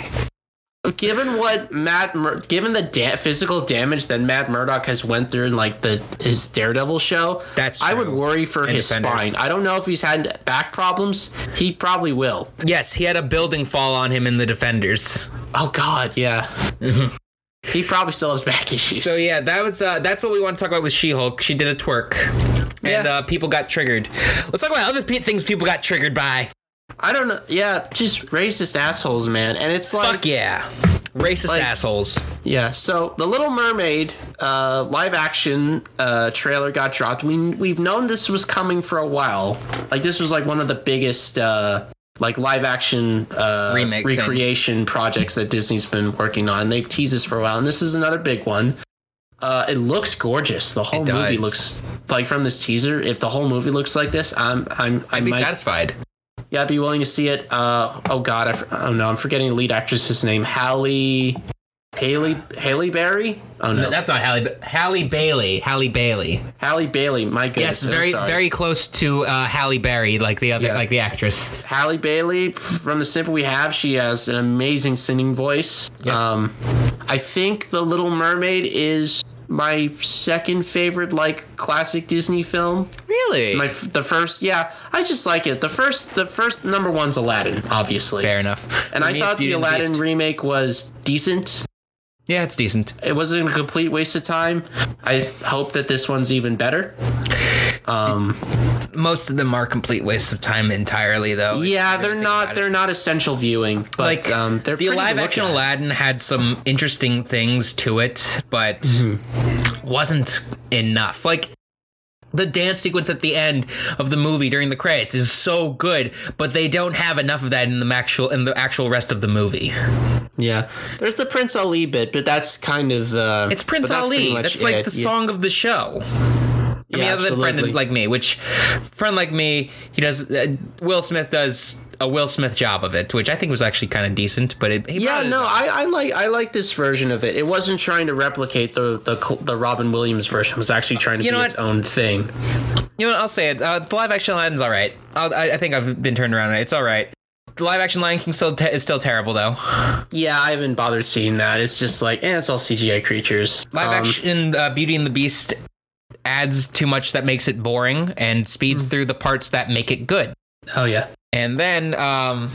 Speaker 2: given what Matt, Mur- given the da- physical damage that Matt Murdock has went through in like the his Daredevil show,
Speaker 1: That's
Speaker 2: I would
Speaker 1: true.
Speaker 2: worry for
Speaker 1: And
Speaker 2: his
Speaker 1: Defenders.
Speaker 2: spine. I don't know if he's had back problems. He probably will.
Speaker 1: Yes, he had a building fall on him in the Defenders.
Speaker 2: Oh God,
Speaker 1: (laughs)
Speaker 2: yeah. he probably still has back issues.
Speaker 1: So yeah, that was uh, that's what we want to talk about with She-Hulk. She did a twerk, and
Speaker 2: Yeah.
Speaker 1: uh, people got triggered. Let's talk about other pe- things people got triggered by.
Speaker 2: I don't know. Yeah, just racist assholes, man. And it's like,
Speaker 1: Fuck yeah, racist
Speaker 2: Like-
Speaker 1: assholes.
Speaker 2: Yeah, so the Little Mermaid uh, live action uh, trailer got dropped. We we've known this was coming for a while. Like this was like one of the biggest uh, like live action uh,
Speaker 1: Remake things.
Speaker 2: recreation projects that Disney's been working on. They teased this for a while, and this is another big one. Uh, it looks gorgeous. The whole
Speaker 1: It
Speaker 2: movie
Speaker 1: does.
Speaker 2: looks like from this teaser. If the whole movie looks like this, I'm I'm I
Speaker 1: I'd be
Speaker 2: might
Speaker 1: satisfied.
Speaker 2: yeah I'd be willing to see it. Uh, oh God, I, fr- oh no, I'm forgetting the lead actress's name, Hallie. Haley Haley Berry? Oh no.
Speaker 1: That's not Halle. Ba- Halle Bailey. Halle Bailey.
Speaker 2: Halle Bailey, my goodness.
Speaker 1: Yes, very very close to uh, Halle Berry, like the other
Speaker 2: Yeah.
Speaker 1: like the actress.
Speaker 2: Halle Bailey, from the simple we have, she has an amazing singing voice.
Speaker 1: Yeah.
Speaker 2: Um, I think The Little Mermaid is my second favorite, like classic Disney film.
Speaker 1: Really?
Speaker 2: My f- the first, yeah, I just like it. The first, the first number one's Aladdin, obviously,
Speaker 1: Fair enough.
Speaker 2: and
Speaker 1: For
Speaker 2: I
Speaker 1: me, it's
Speaker 2: thought the
Speaker 1: Beauty and
Speaker 2: Aladdin
Speaker 1: Beast.
Speaker 2: remake was decent.
Speaker 1: yeah, it's decent.
Speaker 2: It wasn't a complete waste of time. I hope that this one's even better. Um,
Speaker 1: Most of them are complete wastes of time entirely, though. if
Speaker 2: Yeah,
Speaker 1: you really
Speaker 2: they're
Speaker 1: think
Speaker 2: not
Speaker 1: about it.
Speaker 2: they're not essential viewing, but
Speaker 1: like
Speaker 2: um, they're
Speaker 1: the
Speaker 2: pretty to
Speaker 1: live
Speaker 2: look
Speaker 1: action
Speaker 2: at.
Speaker 1: Aladdin had some interesting things to it, but
Speaker 2: Mm-hmm.
Speaker 1: wasn't enough. Like the dance sequence at the end of the movie during the credits is so good, but they don't have enough of that in the actual in the actual rest of the movie.
Speaker 2: Yeah, there's the Prince Ali bit, but that's kind of uh,
Speaker 1: It's Prince
Speaker 2: but that's pretty
Speaker 1: Ali.
Speaker 2: much
Speaker 1: That's, like
Speaker 2: it.
Speaker 1: the
Speaker 2: Yeah.
Speaker 1: song of the show. I mean,
Speaker 2: Yeah,
Speaker 1: other than
Speaker 2: absolutely.
Speaker 1: friend like me, which friend like me, he does. Uh, Will Smith does a Will Smith job of it, which I think was actually kind of decent. But it, he
Speaker 2: Yeah,
Speaker 1: brought it
Speaker 2: no,
Speaker 1: up.
Speaker 2: I, I like I like this version of it. It wasn't trying to replicate the the cl- the Robin Williams version. It was actually trying to
Speaker 1: You
Speaker 2: be
Speaker 1: know
Speaker 2: its
Speaker 1: what?
Speaker 2: own thing.
Speaker 1: You know, what, I'll say it. Uh, the live action Aladdin's all right. I'll, I, I think I've been turned around. on it. It's all right. The live action Lion King still te- is still terrible though.
Speaker 2: Yeah, I haven't bothered seeing that. It's just like, eh, it's all CGI creatures.
Speaker 1: Live
Speaker 2: Um,
Speaker 1: action uh, Beauty and the Beast adds too much that makes it boring and speeds through the parts that make it good.
Speaker 2: Oh yeah,
Speaker 1: And then um,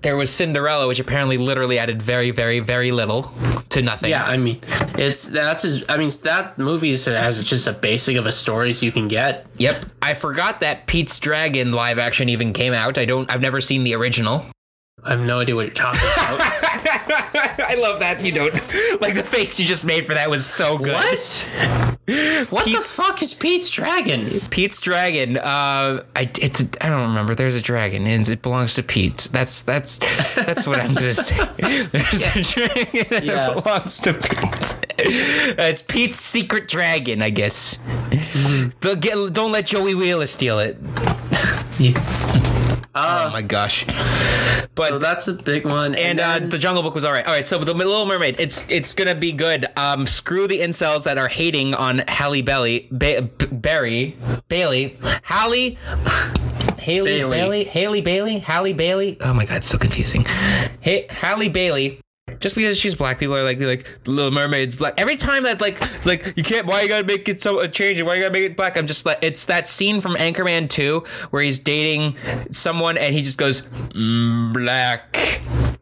Speaker 1: there was Cinderella, which apparently literally added very, very, very little to nothing.
Speaker 2: yeah. I mean, it's that's as I mean that movie is- has just a basic of a story as you can get.
Speaker 1: Yep. I forgot that Pete's Dragon live action even came out. I don't. I've never seen the original.
Speaker 2: I have no idea what you're talking about.
Speaker 1: (laughs) I love that you don't (laughs) like the face you just made for that was so good.
Speaker 2: What? what
Speaker 1: Pete's-
Speaker 2: the fuck is Pete's dragon?
Speaker 1: Pete's dragon. Uh, I it's I don't remember. There's a dragon and it belongs to Pete. That's that's that's what I'm gonna say. There's a dragon and
Speaker 2: Yeah.
Speaker 1: it belongs to Pete. Uh, it's Pete's secret dragon, I guess. But get- don't let Joey Wheeler steal it. oh my gosh. But
Speaker 2: So that's a big one.
Speaker 1: and uh, the Jungle Book was all right. All right, so the Little Mermaid, it's it's gonna be good. Um, screw the incels that are hating on Halle Belly, ba- B- Berry, Bailey, Halle, Haley,
Speaker 2: Bailey.
Speaker 1: Bailey, Haley Bailey, Halle Bailey. Oh my god, it's so confusing. Hey, Halle Bailey. Just because she's black, people are like, be like, the Little Mermaid's black. Every time that, like, it's like, you can't, why you gotta make it so, uh, change it? Why you gotta make it black? I'm just like, it's that scene from Anchorman 2 where he's dating someone and he just goes, mm, black.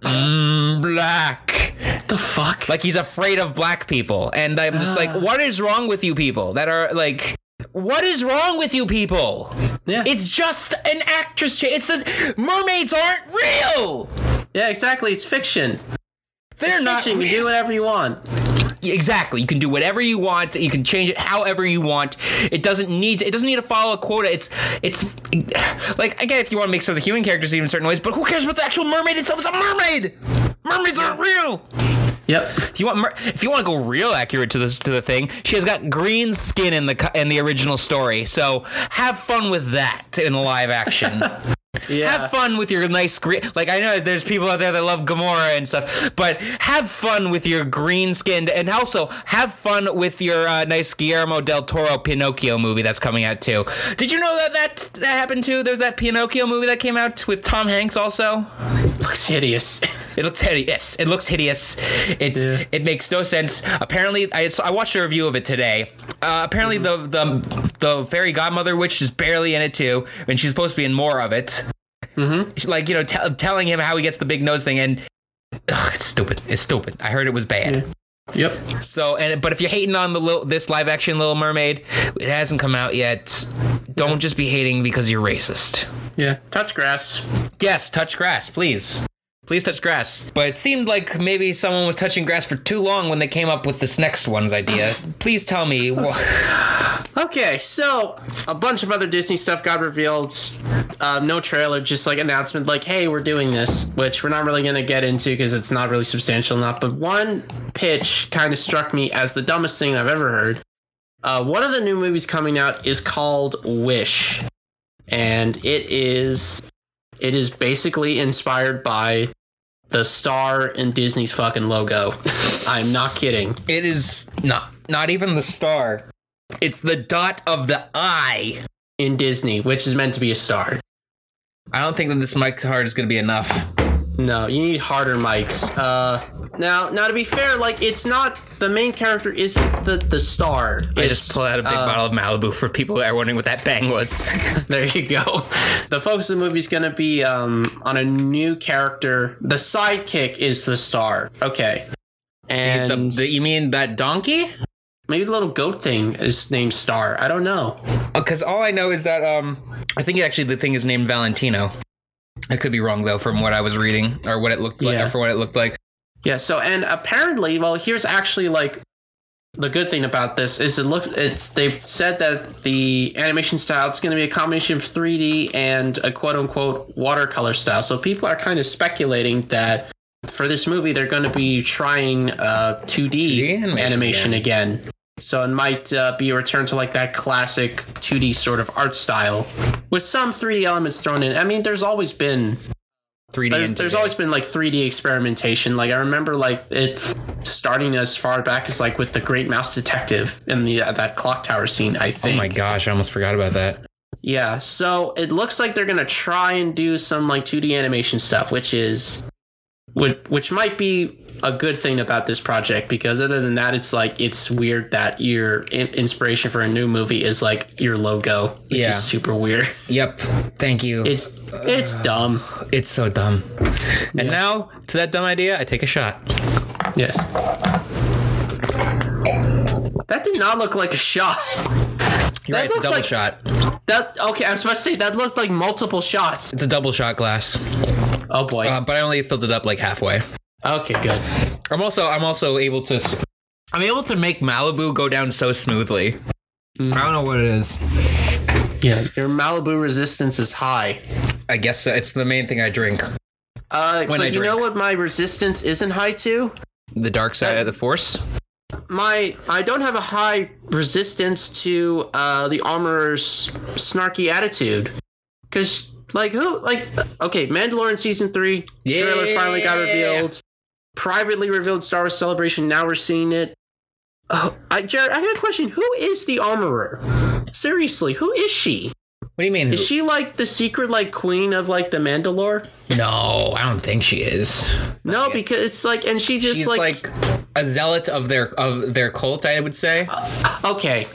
Speaker 1: Mm, black.
Speaker 2: what uh, the fuck?
Speaker 1: Like he's afraid of black people. And I'm just like, what is wrong with you people that are like, what is wrong with you people?
Speaker 2: yeah,
Speaker 1: It's just an actress. Cha- it's a mermaids aren't real.
Speaker 2: yeah, exactly. It's fiction.
Speaker 1: They're not.
Speaker 2: Fiction. You can do whatever you want.
Speaker 1: Exactly. You can do whatever you want. You can change it however you want. It doesn't need to, it doesn't need to follow a quota. It's it's like again if you want to make some of the human characters even certain ways, but who cares about the actual mermaid itself? It's a mermaid. Mermaids aren't real.
Speaker 2: Yep.
Speaker 1: If you want mer- if you want to go real accurate to this to the thing, she has got green skin in the co- in the original story. So have fun with that in live action.
Speaker 2: Yeah.
Speaker 1: (laughs) Have fun with your nice green. Like I know there's people out there that love Gamora and stuff, but have fun with your green skinned, and also have fun with your uh, nice Guillermo del Toro Pinocchio movie that's coming out too. Did you know that that that happened too? There's that Pinocchio movie that came out with Tom Hanks also.
Speaker 2: Looks hideous.
Speaker 1: It looks hideous. It looks hideous. It's
Speaker 2: Yeah.
Speaker 1: it makes no sense. Apparently, I, so I watched a review of it today. Uh, apparently, the the the fairy godmother witch is barely in it too, and she's supposed to be in more of it. Mm-hmm. She's like you know, tell telling him how he gets the big nose thing, and ugh, it's stupid. It's stupid. I heard it was bad.
Speaker 2: yep.
Speaker 1: So and but if you're hating on the little, this live action Little Mermaid, it hasn't come out yet. Don't just be hating because you're racist.
Speaker 2: Yeah. Touch grass.
Speaker 1: Yes, touch grass, please. Please touch grass. But it seemed like maybe someone was touching grass for too long when they came up with this next one's (sighs) idea. Please tell me. wha-
Speaker 2: Okay, so a bunch of other Disney stuff got revealed. Um, no trailer, just like announcement, like, hey, we're doing this, which we're not really going to get into because it's not really substantial enough. But one pitch kind of struck me as the dumbest thing I've ever heard. Uh, one of the new movies coming out is called Wish, and it is it is basically inspired by the star in Disney's fucking logo. (laughs) I'm not kidding.
Speaker 1: it is not not even the star. It's the dot of the eye.
Speaker 2: In Disney, which is meant to be a star.
Speaker 1: I don't think that this mic card is going to be enough.
Speaker 2: No, you need harder mics. Uh, now, now to be fair, like it's not the main character isn't the the star.
Speaker 1: I
Speaker 2: It's,
Speaker 1: just pulled out a big
Speaker 2: uh,
Speaker 1: bottle of Malibu for people that are wondering what that bang (laughs) was.
Speaker 2: (laughs) There you go. The focus of the movie is gonna be um on a new character. The sidekick is the star. Okay, and
Speaker 1: The- the- you mean that donkey?
Speaker 2: maybe the little goat thing is named Star. I don't know.
Speaker 1: Because Oh, all I know is that um, I think actually the thing is named Valentino. I could be wrong though, from what I was reading or what it looked like,
Speaker 2: Yeah.
Speaker 1: or for what it looked like.
Speaker 2: Yeah. So and apparently, well, here's actually like the good thing about this is it looks it's they've said that the animation style it's going to be a combination of 3D and a quote unquote watercolor style. So people are kind of speculating that for this movie they're going to be trying uh, 2D,
Speaker 1: 2D
Speaker 2: animation,
Speaker 1: animation
Speaker 2: again. So it might uh, be a return to like that classic 2D sort of art style with some 3D elements thrown in. I mean, there's always been
Speaker 1: 3D.
Speaker 2: there's,
Speaker 1: and
Speaker 2: there's
Speaker 1: 2D.
Speaker 2: always been like 3D experimentation. Like I remember, like it's starting as far back as like with the Great Mouse Detective in the uh, that clock tower scene. I
Speaker 1: Oh
Speaker 2: think.
Speaker 1: my gosh, I almost forgot about that.
Speaker 2: Yeah. So it looks like they're gonna try and do some like 2D animation stuff, which is, which which might be a good thing about this project because other than that, it's like it's weird that your in- inspiration for a new movie is like your logo, which
Speaker 1: Yeah.
Speaker 2: is super weird. (laughs)
Speaker 1: Yep. Thank you.
Speaker 2: It's it's
Speaker 1: Uh.
Speaker 2: dumb.
Speaker 1: it's so dumb. And now to that dumb idea, I take a shot.
Speaker 2: Yes. That did not look like a shot.
Speaker 1: You're right. It's a
Speaker 2: looked
Speaker 1: double
Speaker 2: like-
Speaker 1: shot.
Speaker 2: That okay, I was about to say that looked like multiple shots.
Speaker 1: It's a double shot glass,
Speaker 2: Oh boy.
Speaker 1: uh, but I only filled it up like halfway.
Speaker 2: okay, good.
Speaker 1: I'm also I'm also able to s- I'm able to make Malibu go down so smoothly. I don't know what it is.
Speaker 2: Yeah, your Malibu resistance is high.
Speaker 1: I guess uh, it's the main thing I drink.
Speaker 2: Uh,
Speaker 1: When
Speaker 2: so
Speaker 1: I
Speaker 2: you know what my resistance isn't high to?
Speaker 1: The dark side of the force.
Speaker 2: My I don't have a high resistance to uh, the armorer's snarky attitude. Cause like who like okay, Mandalorian season three trailer finally got
Speaker 1: Yeah.
Speaker 2: revealed. Privately revealed Star Wars Celebration. Now we're seeing it. Oh, I, Jared, I got a question. Who is the armorer? Seriously, who is she?
Speaker 1: What do you mean?
Speaker 2: Is she like the secret like queen of like the Mandalore?
Speaker 1: no, I don't think she is.
Speaker 2: No, because it's like, and she just
Speaker 1: She's like, a zealot of their of their cult, I would say.
Speaker 2: Okay.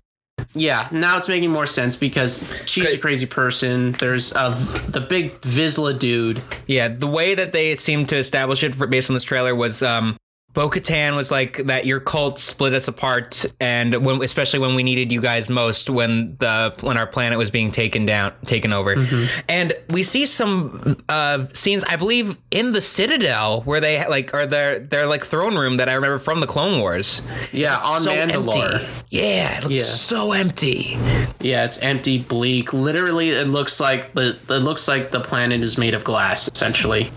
Speaker 2: Yeah, now it's making more sense because she's a
Speaker 1: Okay.
Speaker 2: crazy person. There's uh, the big Vizsla dude.
Speaker 1: Yeah, the way that they seemed to establish it for, based on this trailer was um Bo Katan was like that. Your cult split us apart, and when especially when we needed you guys most, when the when our planet was being taken down, taken over,
Speaker 2: Mm-hmm.
Speaker 1: and we see some uh, scenes. I believe in the Citadel where they like are their their like throne room that I remember from the Clone Wars.
Speaker 2: Yeah, on
Speaker 1: so
Speaker 2: Mandalore.
Speaker 1: empty. Yeah, it looks
Speaker 2: Yeah.
Speaker 1: so empty.
Speaker 2: Yeah, it's empty, bleak. Literally, it looks like the it looks like the planet is made of glass, essentially.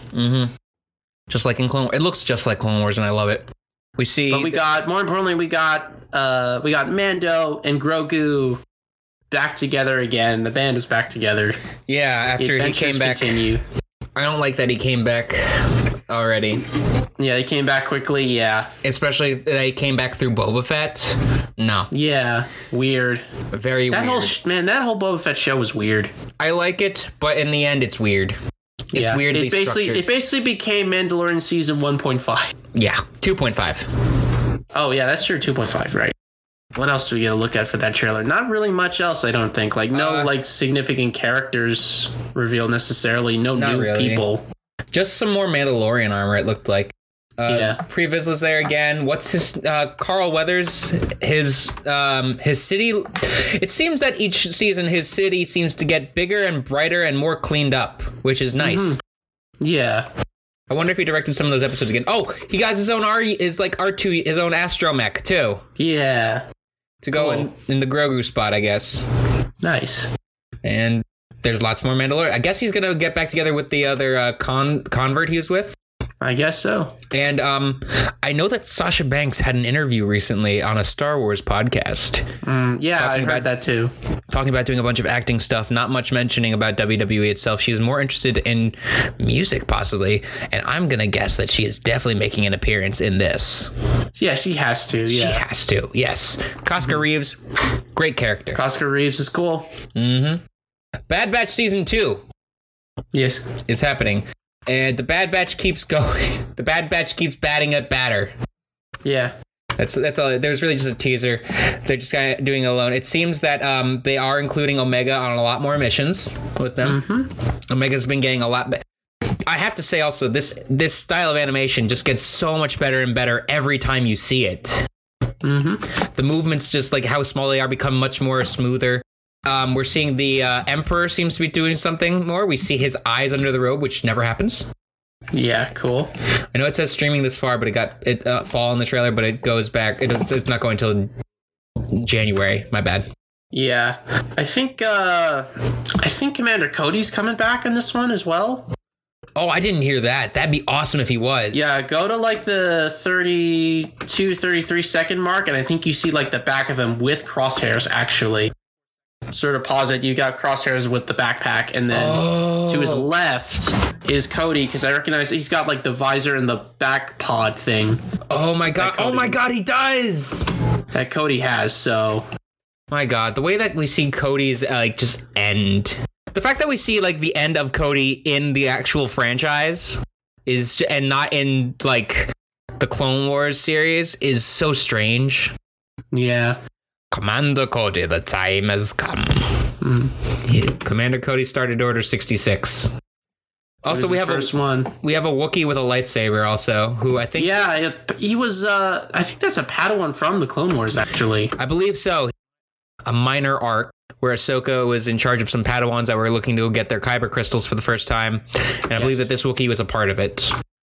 Speaker 1: Just like in Clone, Wars. it looks just like Clone Wars, and I love it. We see
Speaker 2: But we got more importantly, we got uh we got Mando and Grogu back together again. The band is back together.
Speaker 1: Yeah,
Speaker 2: The
Speaker 1: after he
Speaker 2: adventures
Speaker 1: came back.
Speaker 2: Continue.
Speaker 1: I don't like that he came back already.
Speaker 2: Yeah, they came back quickly. Yeah,
Speaker 1: Especially that he came back through Boba Fett. No,
Speaker 2: yeah, weird.
Speaker 1: very
Speaker 2: That whole
Speaker 1: weird.
Speaker 2: sh- man, that whole Boba Fett show was weird.
Speaker 1: I like it, but in the end, it's weird. It's
Speaker 2: yeah.
Speaker 1: weirdly
Speaker 2: It basically
Speaker 1: structured.
Speaker 2: it basically became Mandalorian season 1.5.
Speaker 1: yeah, 2.5.
Speaker 2: Oh yeah, that's your 2.5, right? What else do we get to look at for that trailer? Not really much else, I don't think. Like no
Speaker 1: Uh,
Speaker 2: like significant characters revealed necessarily. No
Speaker 1: Not
Speaker 2: new
Speaker 1: really.
Speaker 2: people.
Speaker 1: Just some more Mandalorian armor. It looked like. Uh,
Speaker 2: Yeah.
Speaker 1: Previs was there again. What's his uh, Carl Weathers? His um, his city. It seems that each season his city seems to get bigger and brighter and more cleaned up, which is nice.
Speaker 2: Mm-hmm. Yeah.
Speaker 1: I wonder if he directed some of those episodes again. Oh, he got his own R is like R two his own astromech too
Speaker 2: Yeah.
Speaker 1: to go
Speaker 2: Cool.
Speaker 1: in, in the Grogu spot, I guess.
Speaker 2: Nice.
Speaker 1: And there's lots more Mandalorian. I guess he's gonna get back together with the other uh, con convert he was with.
Speaker 2: I guess so.
Speaker 1: And um, I know that Sasha Banks had an interview recently on a Star Wars podcast
Speaker 2: Mm, yeah, I heard that too.
Speaker 1: talking about doing a bunch of acting stuff, not much mentioning about WWE itself. She's more interested in music, possibly. And I'm gonna guess that she is definitely making an appearance in this.
Speaker 2: Yeah, she has to.
Speaker 1: She
Speaker 2: Yeah.
Speaker 1: has to. Yes. Cosca Reeves, great character.
Speaker 2: Oscar Reeves is cool.
Speaker 1: Mm-hmm. Bad Batch season two
Speaker 2: Yes.
Speaker 1: is happening, and the Bad Batch keeps going. (laughs) The Bad Batch keeps batting at batter.
Speaker 2: Yeah.
Speaker 1: That's that's all. There's really just a teaser. They're just kind of doing it alone. It seems that um, they are including Omega on a lot more missions with them. Omega's been getting a lot. Be- I have to say also this this style of animation just gets so much better and better every time you see it.
Speaker 2: Mm-hmm.
Speaker 1: the movements just like how small they are become much more smoother um, we're seeing the uh, emperor seems to be doing something more we see his eyes under the robe which never happens
Speaker 2: Yeah. Cool.
Speaker 1: i know it says streaming this far but it got it uh, fall in the trailer but it goes back it doesn't, it's not going till january my bad
Speaker 2: Yeah. I think. uh I think Commander Cody's coming back in this one as well.
Speaker 1: oh i didn't hear that that'd be awesome if he was
Speaker 2: Yeah, go to like the 32, 33 second mark, and I think you see like the back of him with crosshairs actually. Sort of pause it. You got crosshairs with the backpack, and then
Speaker 1: oh.
Speaker 2: to his left is Cody because I recognize he's got like the visor and the back pod thing
Speaker 1: oh my god oh
Speaker 2: Cody.
Speaker 1: my god he does
Speaker 2: that Cody has. So
Speaker 1: My God, the way that we see Cody's uh, like just end, the fact that we see like the end of Cody in the actual franchise is, ju- and not in like the Clone Wars series is so strange.
Speaker 2: yeah,
Speaker 1: Commander Cody, the time has come.
Speaker 2: Hmm.
Speaker 1: Commander Cody started Order sixty six. Also,
Speaker 2: This
Speaker 1: we
Speaker 2: is
Speaker 1: have
Speaker 2: the first one.
Speaker 1: a we have a Wookiee with a lightsaber. Also, who I think
Speaker 2: Yeah, it, he was. uh I think that's a Padawan from the Clone Wars actually.
Speaker 1: I believe so. A minor arc where Ahsoka was in charge of some Padawans that were looking to get their Kyber crystals for the first time, and I believe
Speaker 2: Yes.
Speaker 1: that this Wookiee was a part of it.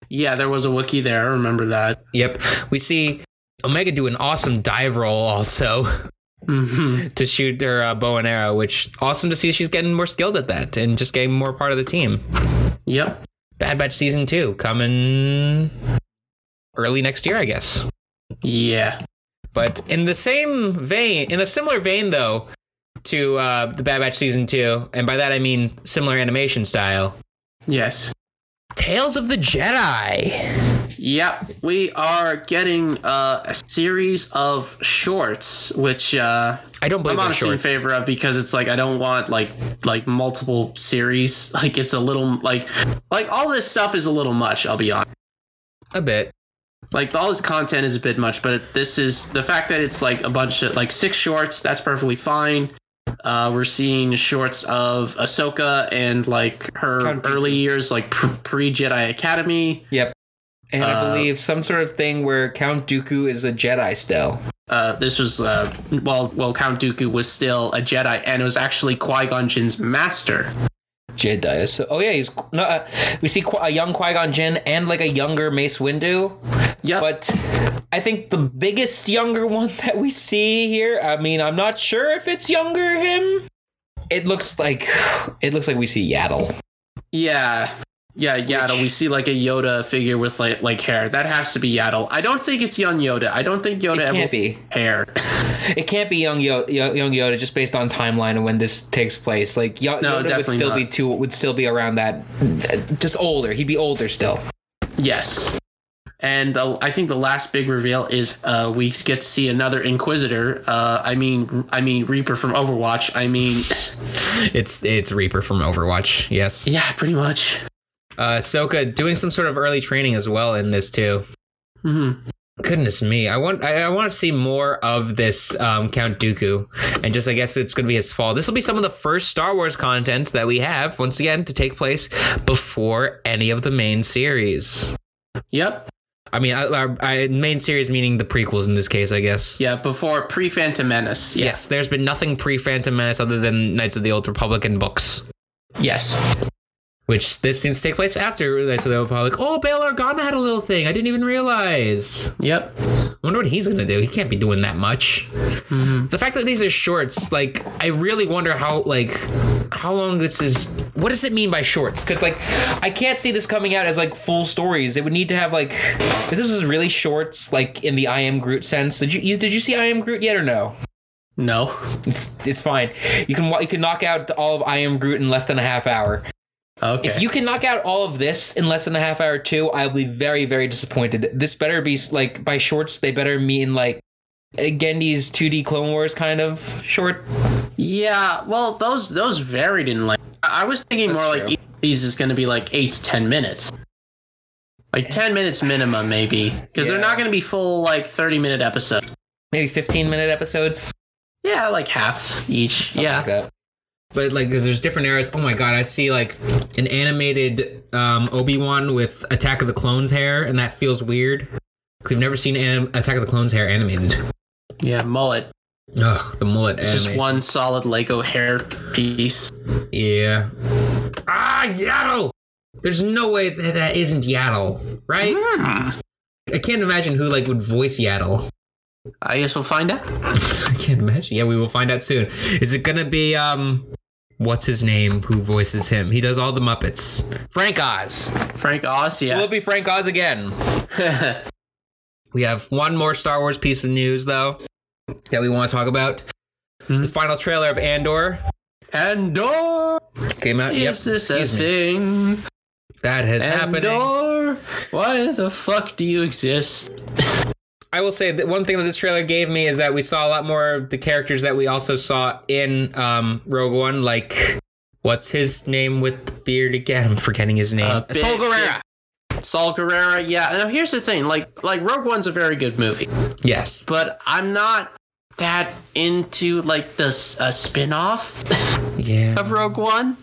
Speaker 2: Yeah, there was a Wookiee there. I remember that.
Speaker 1: Yep, we see Omega do an awesome dive roll also (laughs)
Speaker 2: hmm
Speaker 1: to shoot her uh, bow and arrow, which awesome to see she's getting more skilled at that and just getting more part of the team.
Speaker 2: Yep.
Speaker 1: Bad Batch season two coming early next year, I guess.
Speaker 2: Yeah.
Speaker 1: But in the same vein, in a similar vein though, to uh, the Bad Batch season two, and by that I mean similar animation style.
Speaker 2: Yes.
Speaker 1: Tales of the Jedi.
Speaker 2: Yep, we are getting uh, a series of shorts, which uh,
Speaker 1: I don't believe
Speaker 2: I'm
Speaker 1: they're
Speaker 2: honestly
Speaker 1: shorts.
Speaker 2: in favor of because it's like I don't want like like multiple series. (laughs) Like it's a little like like all this stuff is a little much. I'll be honest.
Speaker 1: A bit.
Speaker 2: Like all this content is a bit much, but this is the fact that it's like a bunch of like six shorts. That's perfectly fine. Uh, we're seeing shorts of Ahsoka and like her
Speaker 1: Count Dooku.
Speaker 2: early years, like pre Jedi Academy.
Speaker 1: Yep. and
Speaker 2: Uh,
Speaker 1: I believe some sort of thing where Count Dooku is a Jedi still.
Speaker 2: Uh, this was uh, while while Count Dooku was still a Jedi and was actually Qui Gon Jinn's master.
Speaker 1: Jedi. So, oh yeah, he's no. Uh, we see Qui- a young Qui Gon Jinn and like a younger Mace Windu.
Speaker 2: Yep.
Speaker 1: But I think the biggest younger (laughs) one that we see here. I mean, I'm not sure if it's younger him. It looks like it looks like we see Yaddle.
Speaker 2: Yeah. Yeah, Yaddle. we see like a Yoda figure with like like hair. That has to be Yaddle. I don't think it's young Yoda. I don't think Yoda
Speaker 1: It
Speaker 2: ever
Speaker 1: can't be.
Speaker 2: hair. (laughs)
Speaker 1: It can't be young Yoda, young Yoda just based on timeline and when this takes place. Like Yo-
Speaker 2: No,
Speaker 1: Yoda would
Speaker 2: definitely
Speaker 1: still
Speaker 2: not.
Speaker 1: be too would still be around that, just older. He'd be older still.
Speaker 2: yes. And the, I think the last big reveal is uh, we get to see another Inquisitor. Uh, I mean, I mean Reaper from Overwatch. I mean,
Speaker 1: (laughs) It's it's Reaper from Overwatch. Yes.
Speaker 2: yeah, pretty much.
Speaker 1: Uh, Ahsoka doing some sort of early training as well in this too.
Speaker 2: hmm
Speaker 1: Goodness me, I want I, I want to see more of this um, Count Dooku, and just I guess it's going to be his fall. This will be some of the first Star Wars content that we have once again to take place before any of the main series.
Speaker 2: Yep.
Speaker 1: I mean, I, I, I, main series meaning the prequels in this case, I guess.
Speaker 2: Yeah. Before pre Phantom Menace. Yeah.
Speaker 1: Yes, there's been nothing pre Phantom Menace other than Knights of the Old Republic and books.
Speaker 2: Yes.
Speaker 1: Which this seems to take place after Knights of the Old Republic. Oh, Bail Organa had a little thing. I didn't even realize.
Speaker 2: Yep.
Speaker 1: I wonder what he's gonna do. He can't be doing that much. The fact that these are shorts, like, I really wonder how, like, how long this is. What does it mean by shorts? Because like, I can't see this coming out as like full stories. It would need to have like, if this was really shorts, like in the I am Groot sense. Did you, you did you see I am Groot yet or no?
Speaker 2: No.
Speaker 1: It's it's fine. You can wa- you can knock out all of I am Groot in less than a half hour.
Speaker 2: Okay.
Speaker 1: If you can knock out all of this in less than a half hour too, I'll be very, very disappointed. This better be like by shorts. They better mean like Gendy's 2D Clone Wars kind of short.
Speaker 2: Yeah, well, those those varied in length. I I was thinking
Speaker 1: That's
Speaker 2: more
Speaker 1: true.
Speaker 2: like each of these is going to be like eight to ten minutes, like ten minutes minimum, maybe, because they're
Speaker 1: Yeah.
Speaker 2: not going to be full like thirty minute episodes.
Speaker 1: maybe 15 minute episodes.
Speaker 2: Yeah, like half each.
Speaker 1: something
Speaker 2: yeah,
Speaker 1: like that. But like, 'cause there's different eras. Oh my god, I see like an animated um, Obi Wan with Attack of the Clones hair, and that feels weird. Cause I've never seen anim- Attack of the Clones hair animated.
Speaker 2: yeah, mullet.
Speaker 1: Ugh, the mullet.
Speaker 2: It's just
Speaker 1: animation.
Speaker 2: one solid Lego hair piece.
Speaker 1: Yeah. Ah, Yaddle. There's no way that that isn't Yaddle, right?
Speaker 2: Hmm.
Speaker 1: I can't imagine who like would voice Yaddle. (laughs)
Speaker 2: I guess we'll find out.
Speaker 1: I can't imagine. Yeah, we will find out soon. Is it gonna be um, what's his name? Who voices him? He does all the Muppets. Frank Oz.
Speaker 2: Frank Oz,
Speaker 1: Will
Speaker 2: yeah.
Speaker 1: it be Frank Oz again? We have one more Star Wars piece of news though that we want to talk about.
Speaker 2: Hmm.
Speaker 1: The final trailer of Andor
Speaker 2: (laughs) Andor
Speaker 1: came out.
Speaker 2: is
Speaker 1: yep.
Speaker 2: this a
Speaker 1: Excuse me.
Speaker 2: thing?
Speaker 1: That has happened.
Speaker 2: Andor, why the fuck do you exist?
Speaker 1: I will say that one thing that this trailer gave me is that we saw a lot more of the characters that we also saw in um, Rogue One, like what's his name with the beard again? I'm forgetting his name.
Speaker 2: Uh,
Speaker 1: Sol
Speaker 2: Big-
Speaker 1: Guerrera.
Speaker 2: Saul Guerrera, yeah. Now here's the thing, like like Rogue One's a very good movie,
Speaker 1: Yes.
Speaker 2: but I'm not that into like this a spin-off (laughs)
Speaker 1: Yeah.
Speaker 2: of Rogue One.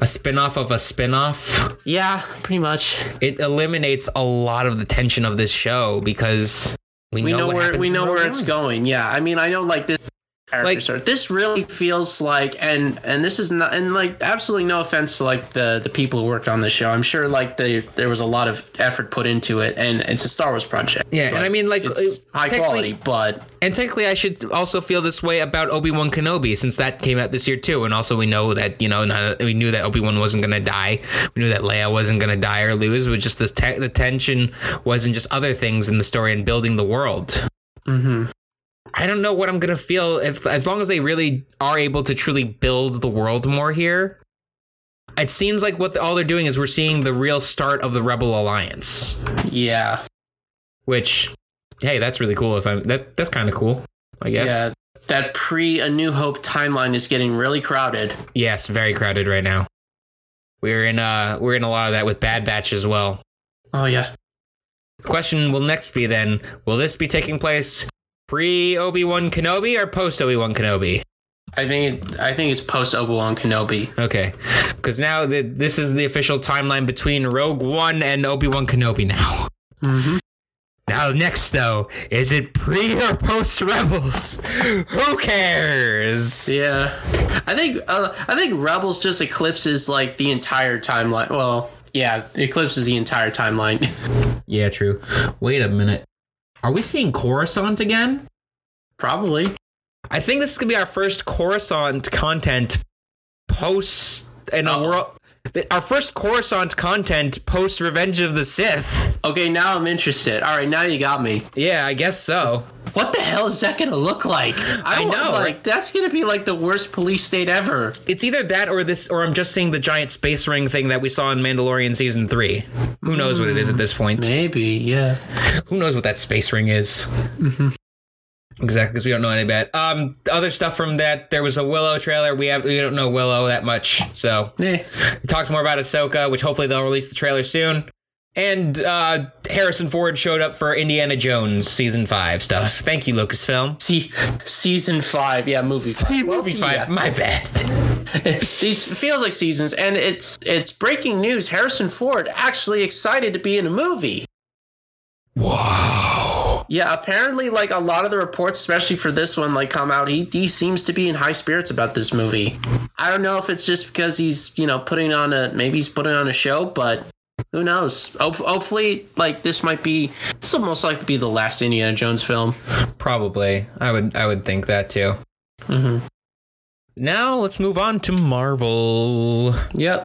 Speaker 1: A spin-off of a spin-off.
Speaker 2: Yeah, pretty much.
Speaker 1: It eliminates a lot of the tension of this show because we,
Speaker 2: We
Speaker 1: know,
Speaker 2: know,
Speaker 1: what
Speaker 2: where
Speaker 1: happens
Speaker 2: we
Speaker 1: in
Speaker 2: know where
Speaker 1: Rogue
Speaker 2: it's
Speaker 1: One.
Speaker 2: going. Yeah. I mean, I know like this characters are this really feels like and and this is not and like absolutely no offense to like the the people who worked on this show. I'm sure like they there was a lot of effort put into it and it's a Star Wars project.
Speaker 1: Yeah,
Speaker 2: but
Speaker 1: and I mean, like,
Speaker 2: it's
Speaker 1: it-
Speaker 2: high
Speaker 1: technically-
Speaker 2: quality, but
Speaker 1: And technically, I should also feel this way about Obi Wan Kenobi since that came out this year too. And also, we know that you know not, we knew that Obi Wan wasn't going to die. We knew that Leia wasn't going to die or lose. But just this te- the tension wasn't just other things in the story and building the world.
Speaker 2: mhm.
Speaker 1: I don't know what I'm going to feel if as long as they really are able to truly build the world more here. It seems like what the, all they're doing is we're seeing the real start of the Rebel Alliance,
Speaker 2: Yeah.
Speaker 1: which hey, that's really cool. If I'm that that's kind of cool. I guess.
Speaker 2: Yeah. That pre A New Hope timeline is getting really crowded.
Speaker 1: Yes, very crowded right now. We're in uh we're in a lot of that with Bad Batch as well.
Speaker 2: Oh yeah.
Speaker 1: The question will next be then, will this be taking place pre Obi-Wan Kenobi or post Obi-Wan Kenobi?
Speaker 2: I think it, I think it's post Obi Wan Kenobi.
Speaker 1: Okay. Cuz now the, this is the official timeline between Rogue One and Obi-Wan Kenobi now. Now, next though, is it pre or post Rebels? Who cares?
Speaker 2: Yeah, I think uh, I think Rebels just eclipses like the entire timeline. Well, yeah, eclipses the entire timeline. (laughs)
Speaker 1: Yeah, true. Wait a minute. Are we seeing Coruscant again?
Speaker 2: Probably.
Speaker 1: I think this is gonna be our first Coruscant content post in a
Speaker 2: Oh.
Speaker 1: world. Our first Coruscant content post Revenge of the Sith.
Speaker 2: Okay, now I'm interested. All right, now you got me.
Speaker 1: Yeah, I guess so.
Speaker 2: What the hell is that gonna look like?
Speaker 1: I
Speaker 2: want,
Speaker 1: know,
Speaker 2: like
Speaker 1: right?
Speaker 2: that's gonna be like the worst police state ever.
Speaker 1: It's either that or this, or I'm just seeing the giant space ring thing that we saw in Mandalorian season three. Who knows what it is at this point?
Speaker 2: Maybe, yeah.
Speaker 1: Who knows what that space ring is? Exactly, because we don't know any bad. Um, other stuff from that. There was a Willow trailer. We have we don't know Willow that much, so
Speaker 2: Eh.
Speaker 1: It talks more about Ahsoka, which hopefully they'll release the trailer soon. And uh, Harrison Ford showed up for Indiana Jones season five stuff. Thank you, Lucasfilm.
Speaker 2: See, season five, yeah, movie. Five. Well,
Speaker 1: Movie five,
Speaker 2: yeah.
Speaker 1: my bad.
Speaker 2: These feels like seasons, and it's it's breaking news. Harrison Ford actually excited to be in a movie.
Speaker 1: Whoa.
Speaker 2: Yeah, apparently, like a lot of the reports, especially for this one, like come out, he he seems to be in high spirits about this movie. I don't know if it's just because he's you know putting on a maybe he's putting on a show, but who knows? Hop- hopefully, like this might be this will most likely be the last Indiana Jones film.
Speaker 1: Probably, I would, I would think that too.
Speaker 2: Mm-hmm.
Speaker 1: Now let's move on to Marvel,
Speaker 2: Yep.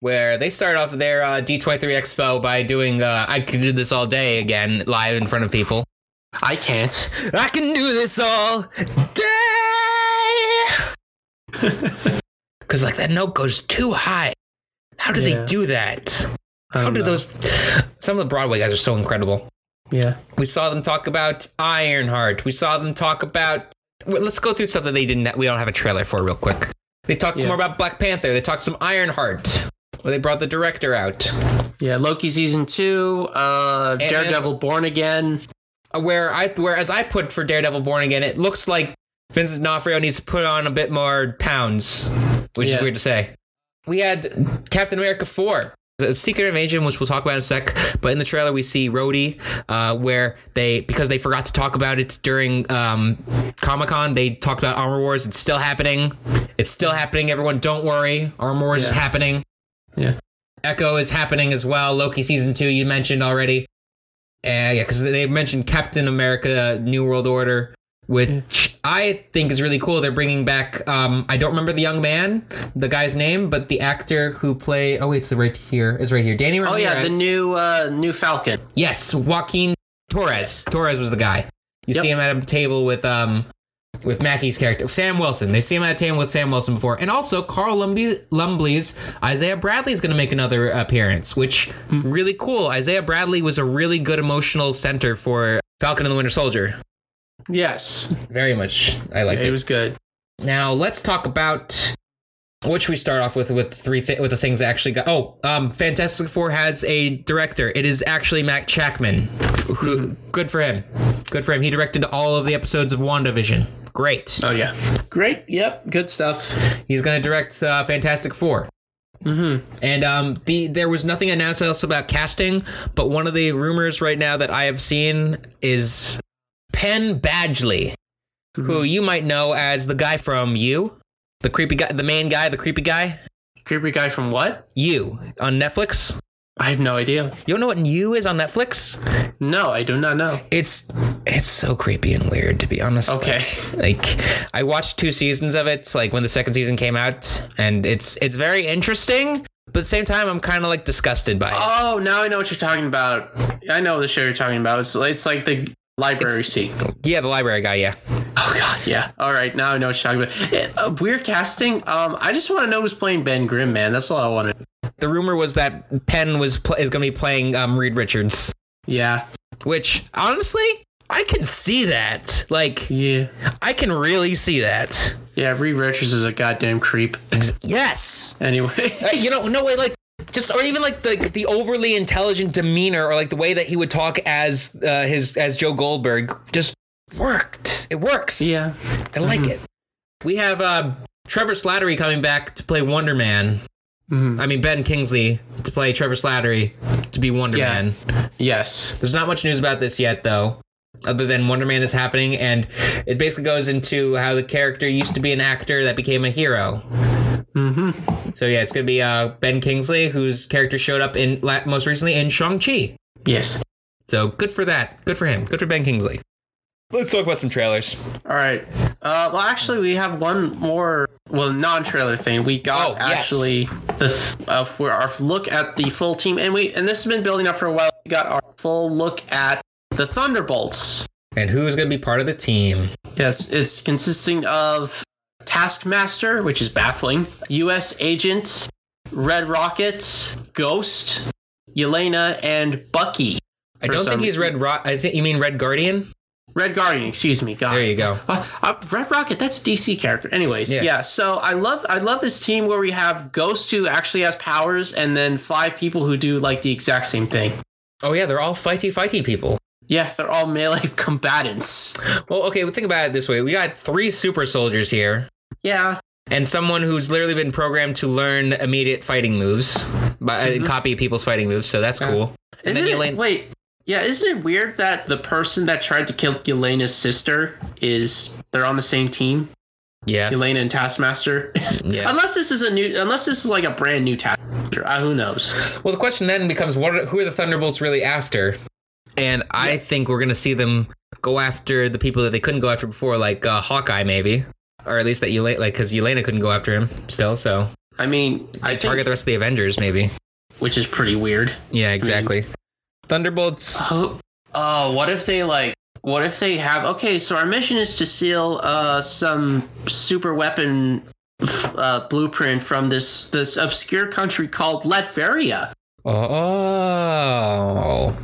Speaker 1: where they start off their uh, D23 Expo by doing. Uh, I could do this all day again, live in front of people.
Speaker 2: I can't.
Speaker 1: I can do this all day.
Speaker 2: (laughs)
Speaker 1: Cause like that note goes too high. How do
Speaker 2: Yeah.
Speaker 1: they do that?
Speaker 2: I
Speaker 1: How
Speaker 2: don't
Speaker 1: do
Speaker 2: know.
Speaker 1: those? Some of the Broadway guys are so incredible.
Speaker 2: Yeah.
Speaker 1: We saw them talk about Ironheart. We saw them talk about. well, Let's go through stuff that they didn't. We don't have a trailer for real quick. They talked
Speaker 2: Yeah.
Speaker 1: some more about Black Panther. They talked some Ironheart. Where they brought the director out.
Speaker 2: Yeah. Loki season two. Uh,
Speaker 1: And-
Speaker 2: Daredevil Born Again.
Speaker 1: where I whereas I put for Daredevil Born Again, it looks like Vincent D'Onofrio needs to put on a bit more pounds, which
Speaker 2: Yeah.
Speaker 1: is weird to say. We had Captain America four. The Secret Invasion, which we'll talk about in a sec, but in the trailer we see Rhodey, uh, where they because they forgot to talk about it during um, Comic Con, they talked about Armor Wars. It's still happening. It's still happening. Everyone, don't worry. Armor Wars is
Speaker 2: Yeah.
Speaker 1: happening.
Speaker 2: Yeah.
Speaker 1: Echo is happening as well. Loki season two, you mentioned already. Uh, yeah, because they mentioned Captain America: New World Order, which I think is really cool. They're bringing back. Um, I don't remember the young man, the guy's name, but the actor who played. Oh wait, it's right here. It's right here. Danny
Speaker 2: Oh
Speaker 1: Ramirez.
Speaker 2: yeah, the new uh, new Falcon.
Speaker 1: Yes, Joaquin Torres. Torres was the guy. You
Speaker 2: Yep.
Speaker 1: see him at a table with um with Mackey's character, Sam Wilson. They see him at a table with Sam Wilson before, and also Carl Lumby, Lumbly's Isaiah Bradley is going to make another appearance, which
Speaker 2: Hmm.
Speaker 1: really cool. Isaiah Bradley was a really good emotional center for Falcon and the Winter Soldier.
Speaker 2: Yes,
Speaker 1: Very much, I liked
Speaker 2: it
Speaker 1: it.
Speaker 2: was good.
Speaker 1: Now let's talk about which we start off with with the three th- with the things that actually got. Oh, um, Fantastic Four has a director. It is actually Matt Chapman. Who- Good for him. Good for him. He directed all of the episodes of WandaVision. Great.
Speaker 2: Oh yeah, great. Yep, good stuff.
Speaker 1: He's going to direct uh, Fantastic Four.
Speaker 2: Mm-hmm.
Speaker 1: And um, the there was nothing announced else about casting, but one of the rumors right now that I have seen is Penn Badgley, who you might know as the guy from You, the creepy guy, the main guy, the creepy guy.
Speaker 2: Creepy guy from what?
Speaker 1: You on Netflix?
Speaker 2: I have no idea.
Speaker 1: You don't know what You is on Netflix?
Speaker 2: No, I do not know.
Speaker 1: It's it's so creepy and weird to be honest.
Speaker 2: Okay.
Speaker 1: Like, like, I watched two seasons of it, like when the second season came out, and it's it's very interesting, but at the same time I'm kinda like disgusted by it.
Speaker 2: Oh, now I know what you're talking about. I know the show you're talking about. It's it's like the library scene.
Speaker 1: yeah, the library guy, yeah.
Speaker 2: Oh god, yeah. All right, now I know what you're talking about. Eh, uh, weird casting. Um, I just want to know who's playing Ben Grimm, man. That's all I wanted.
Speaker 1: The rumor was that Penn was pl- is gonna be playing um, Reed Richards,
Speaker 2: Yeah,
Speaker 1: which honestly I can see that. Like
Speaker 2: yeah,
Speaker 1: I can really see that.
Speaker 2: yeah. Reed Richards is a goddamn creep.
Speaker 1: Ex- yes.
Speaker 2: Anyway,
Speaker 1: Uh, you know, no way, like just or even like the the overly intelligent demeanor or like the way that he would talk as uh, his as Joe Goldberg just worked. It
Speaker 2: (laughs)
Speaker 1: works.
Speaker 2: Yeah. Mm-hmm.
Speaker 1: I like it. We have uh, Trevor Slattery coming back to play Wonder Man.
Speaker 2: Mm-hmm.
Speaker 1: I mean, Ben Kingsley to play Trevor Slattery to be Wonder
Speaker 2: Yeah.
Speaker 1: Man.
Speaker 2: Yes.
Speaker 1: There's not much news about this yet, though, other than Wonder Man is happening, and it basically goes into how the character used to be an actor that became a hero. Mm-hmm. So yeah, it's gonna be uh, Ben Kingsley, whose character showed up in la- most recently in Shang Chi.
Speaker 2: Yes.
Speaker 1: So good for that. Good for him. Good for Ben Kingsley. Let's talk about some trailers.
Speaker 2: All right. Uh, well, actually, we have one more, well, non-trailer thing. We got
Speaker 1: Oh, yes.
Speaker 2: actually the f- uh, for our look at the full team, and we and this has been building up for a while. We got our full look at the Thunderbolts.
Speaker 1: And who is gonna be part of the team?
Speaker 2: Yes, it's consisting of Taskmaster, which is baffling, U.S. Agent, Red Rocket, Ghost, Yelena, and Bucky.
Speaker 1: I
Speaker 2: For
Speaker 1: don't
Speaker 2: some-
Speaker 1: think he's Red Rock. I think you mean Red Guardian.
Speaker 2: Red Guardian, excuse me. God.
Speaker 1: There you go.
Speaker 2: Uh, uh, Red Rocket, that's a DC character. Anyways,
Speaker 1: Yeah.
Speaker 2: yeah. So I love I love this team where we have Ghost who actually has powers, and then five people who do like the exact same thing.
Speaker 1: Oh yeah, they're all fighty fighty people.
Speaker 2: Yeah, they're all melee (laughs) combatants.
Speaker 1: Well, okay, well, think about it this way: we got three super soldiers here.
Speaker 2: Yeah,
Speaker 1: and someone who's literally been programmed to learn immediate fighting moves, by uh, copy people's fighting moves. So that's cool. And
Speaker 2: isn't
Speaker 1: then
Speaker 2: it?
Speaker 1: Yelena-
Speaker 2: Wait, yeah, isn't it weird that the person that tried to kill Yelena's sister is they're on the same team,
Speaker 1: Yes.
Speaker 2: Yelena and Taskmaster? (laughs)
Speaker 1: Yeah.
Speaker 2: unless this is a new, unless this is like a brand new Taskmaster. Uh, who knows?
Speaker 1: Well, the question then becomes: What? Are, who are the Thunderbolts really after? And I think we're gonna see them go after the people that they couldn't go after before, like uh, Hawkeye, maybe, or at least that Yelena, like because Yelena couldn't go after him still. So
Speaker 2: I mean, I
Speaker 1: I target
Speaker 2: think,
Speaker 1: the rest of the Avengers, maybe.
Speaker 2: which is pretty weird.
Speaker 1: Yeah, exactly. Thunderbolts.
Speaker 2: Oh, oh, what if they like? What if they have? Okay, so our mission is to steal uh, some super weapon f- uh, blueprint from this this obscure country called Latveria.
Speaker 1: Oh,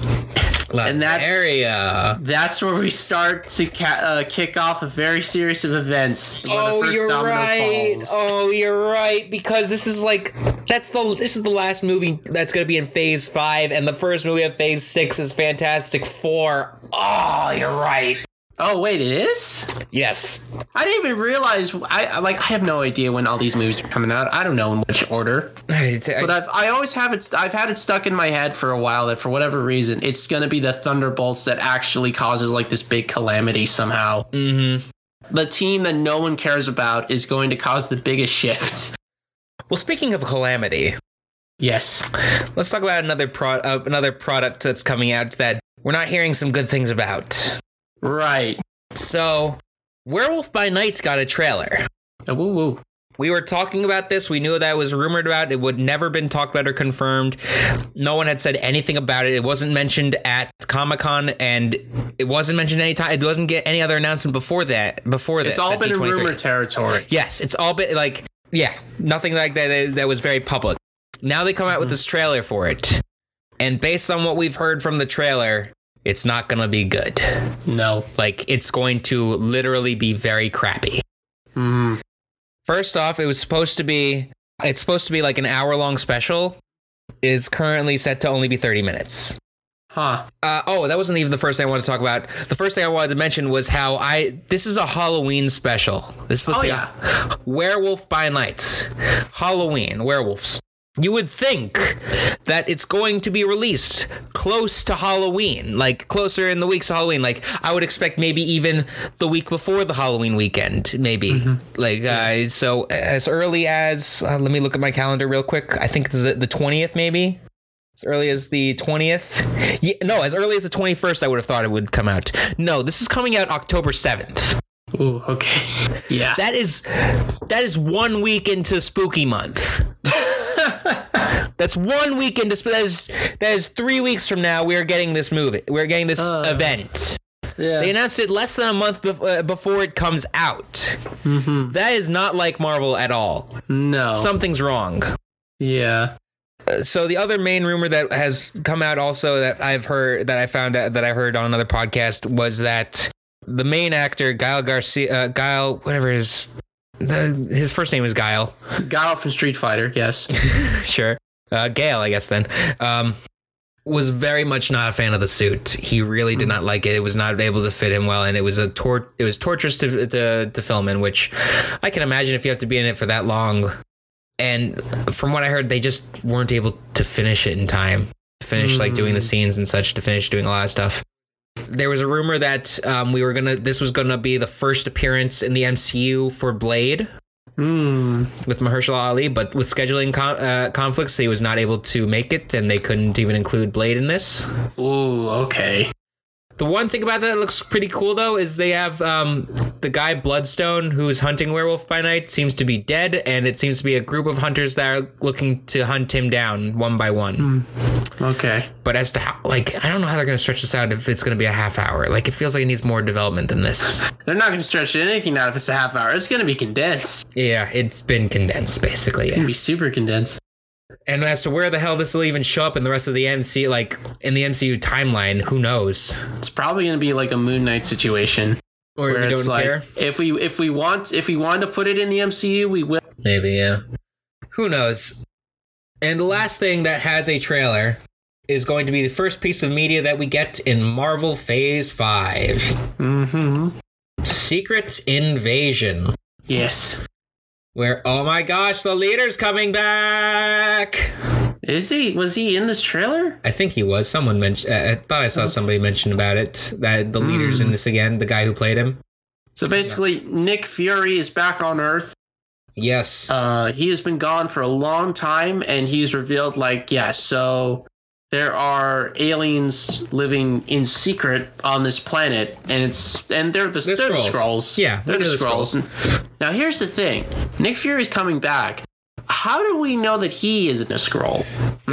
Speaker 2: And that's-
Speaker 1: Latveria.
Speaker 2: That's where we start to ca- uh, kick off a very series of events. when the
Speaker 1: Oh,
Speaker 2: first
Speaker 1: you're
Speaker 2: domino
Speaker 1: right.
Speaker 2: falls.
Speaker 1: Oh, you're right. Because this is like that's the this is the last movie that's gonna be in Phase Five, and the first movie of Phase Six is Fantastic Four. Oh, you're right.
Speaker 2: Oh, wait, it is.
Speaker 1: Yes.
Speaker 2: I didn't even realize. I I, like. I have no idea when all these movies are coming out. I don't know in which order. But uh,
Speaker 1: I,
Speaker 2: I've I always have it. I've had it stuck in my head for a while that for whatever reason it's gonna be the thunderbolts that actually causes like this big calamity somehow.
Speaker 1: mm-hmm.
Speaker 2: The team that no one cares about is going to cause the biggest shift. (laughs)
Speaker 1: Well, speaking of calamity,
Speaker 2: Yes.
Speaker 1: let's talk about another pro uh, another product that's coming out that we're not hearing some good things about.
Speaker 2: Right.
Speaker 1: So, Werewolf by Night's got a trailer.
Speaker 2: Uh, Woo woo.
Speaker 1: We were talking about this. We knew that it was rumored about. It would never been talked about or confirmed. No one had said anything about it. It wasn't mentioned at Comic Con, and it wasn't mentioned any time. It doesn't get any other announcement before that. Before this,
Speaker 2: It's all
Speaker 1: at
Speaker 2: been
Speaker 1: D23.
Speaker 2: rumor territory.
Speaker 1: Yes, it's all been like yeah, nothing like that, that. That was very public. Now they come out
Speaker 2: Mm-hmm.
Speaker 1: with this trailer for it, and based on what we've heard from the trailer, it's not gonna be good.
Speaker 2: No.
Speaker 1: Like it's going to literally be very crappy.
Speaker 2: Mm.
Speaker 1: First off, it was supposed to be it's supposed to be like an hour long special. Is currently set to only be 30 minutes.
Speaker 2: Huh.
Speaker 1: Uh, oh, that wasn't even the first thing I wanted to talk about. The first thing I wanted to mention was how I this is a Halloween special. This was
Speaker 2: Oh,
Speaker 1: the
Speaker 2: yeah.
Speaker 1: Werewolf by Night, Halloween werewolves. You would think that it's going to be released close to Halloween, like closer in the weeks to Halloween. Like I would expect maybe even the week before the Halloween weekend, maybe.
Speaker 2: Mm-hmm.
Speaker 1: Like uh, so, as early as uh, let me look at my calendar real quick. I think this is the twentieth, maybe as early as the 20th (laughs) yeah, no as early as the 21st i would have thought it would come out no this is coming out october 7th
Speaker 2: Ooh. Okay. (laughs) yeah.
Speaker 1: that is that is one week into spooky month that's one week into sp- that is that is three weeks from now we are getting this movie we're getting this event
Speaker 2: yeah.
Speaker 1: they announced it less than a month bef- uh, before it comes out That is not like marvel at all
Speaker 2: Mm-hmm. no.
Speaker 1: something's wrong
Speaker 2: yeah.
Speaker 1: so the other main rumor that has come out also that I've heard that I found out that I heard on another podcast was that the main actor Guile Garcia uh, Guile whatever his the, his first name is Guile
Speaker 2: Got off from Street Fighter. Yes.
Speaker 1: (laughs) sure uh, Gale I guess then um, was very much not a fan of the suit he really did not like it it was not able to fit him well and it was a tor- it was torturous to, to to film in which I can imagine if you have to be in it for that long And from what I heard, they just weren't able to finish it in time. Finish like doing the scenes and such to finish doing a lot of stuff. There was a rumor that um, we were gonna. This was gonna be the first appearance in the MCU for Blade
Speaker 2: Hmm.
Speaker 1: with Mahershala Ali, but with scheduling con- uh, conflicts, he was not able to make it, and they couldn't even include Blade in this.
Speaker 2: Ooh. Okay.
Speaker 1: The one thing about that that looks pretty cool though is they have um, the guy Bloodstone who is hunting werewolf by night seems to be dead, and it seems to be a group of hunters that are looking to hunt him down one by one.
Speaker 2: Okay.
Speaker 1: But as to how, like, I don't know how they're going to stretch this out if it's going to be a half hour. Like, it feels like it needs more development than this.
Speaker 2: They're not going to stretch it anything out if it's a half hour. It's going to be condensed.
Speaker 1: Yeah, it's been condensed basically.
Speaker 2: It's going to be super condensed.
Speaker 1: And as to where the hell this will even show up in the rest of the MC, like in the MCU timeline, who knows?
Speaker 2: It's probably going to be like a Moon Knight situation
Speaker 1: Or
Speaker 2: where
Speaker 1: we
Speaker 2: it's
Speaker 1: don't
Speaker 2: like
Speaker 1: care.
Speaker 2: if we if we want if we want to put it in the MCU, we will.
Speaker 1: Maybe, yeah. Who knows? And the last thing that has a trailer is going to be the first piece of media that we get in Marvel Phase 5
Speaker 2: Mm-hmm.
Speaker 1: Secret Invasion.
Speaker 2: Yes.
Speaker 1: Where, oh my gosh, the leader's coming back!
Speaker 2: Is he? Was he in this trailer?
Speaker 1: I think he was. Someone mentioned, I I thought I saw
Speaker 2: Uh-huh.
Speaker 1: somebody mention about it that the leader's
Speaker 2: Hmm.
Speaker 1: in this again, the guy who played him.
Speaker 2: So basically, Nick Fury is back on Earth.
Speaker 1: Yes.
Speaker 2: Uh, he has been gone for a long time, and he's revealed like, yeah, so there are aliens living in secret on this planet, and it's and they're the
Speaker 1: They're
Speaker 2: they're, the
Speaker 1: Skrulls.
Speaker 2: scrolls.
Speaker 1: Yeah,
Speaker 2: they're,
Speaker 1: they're
Speaker 2: the
Speaker 1: the
Speaker 2: scrolls. Now here's the thing: Nick Fury's coming back. How do we know that he isn't a scroll?
Speaker 1: This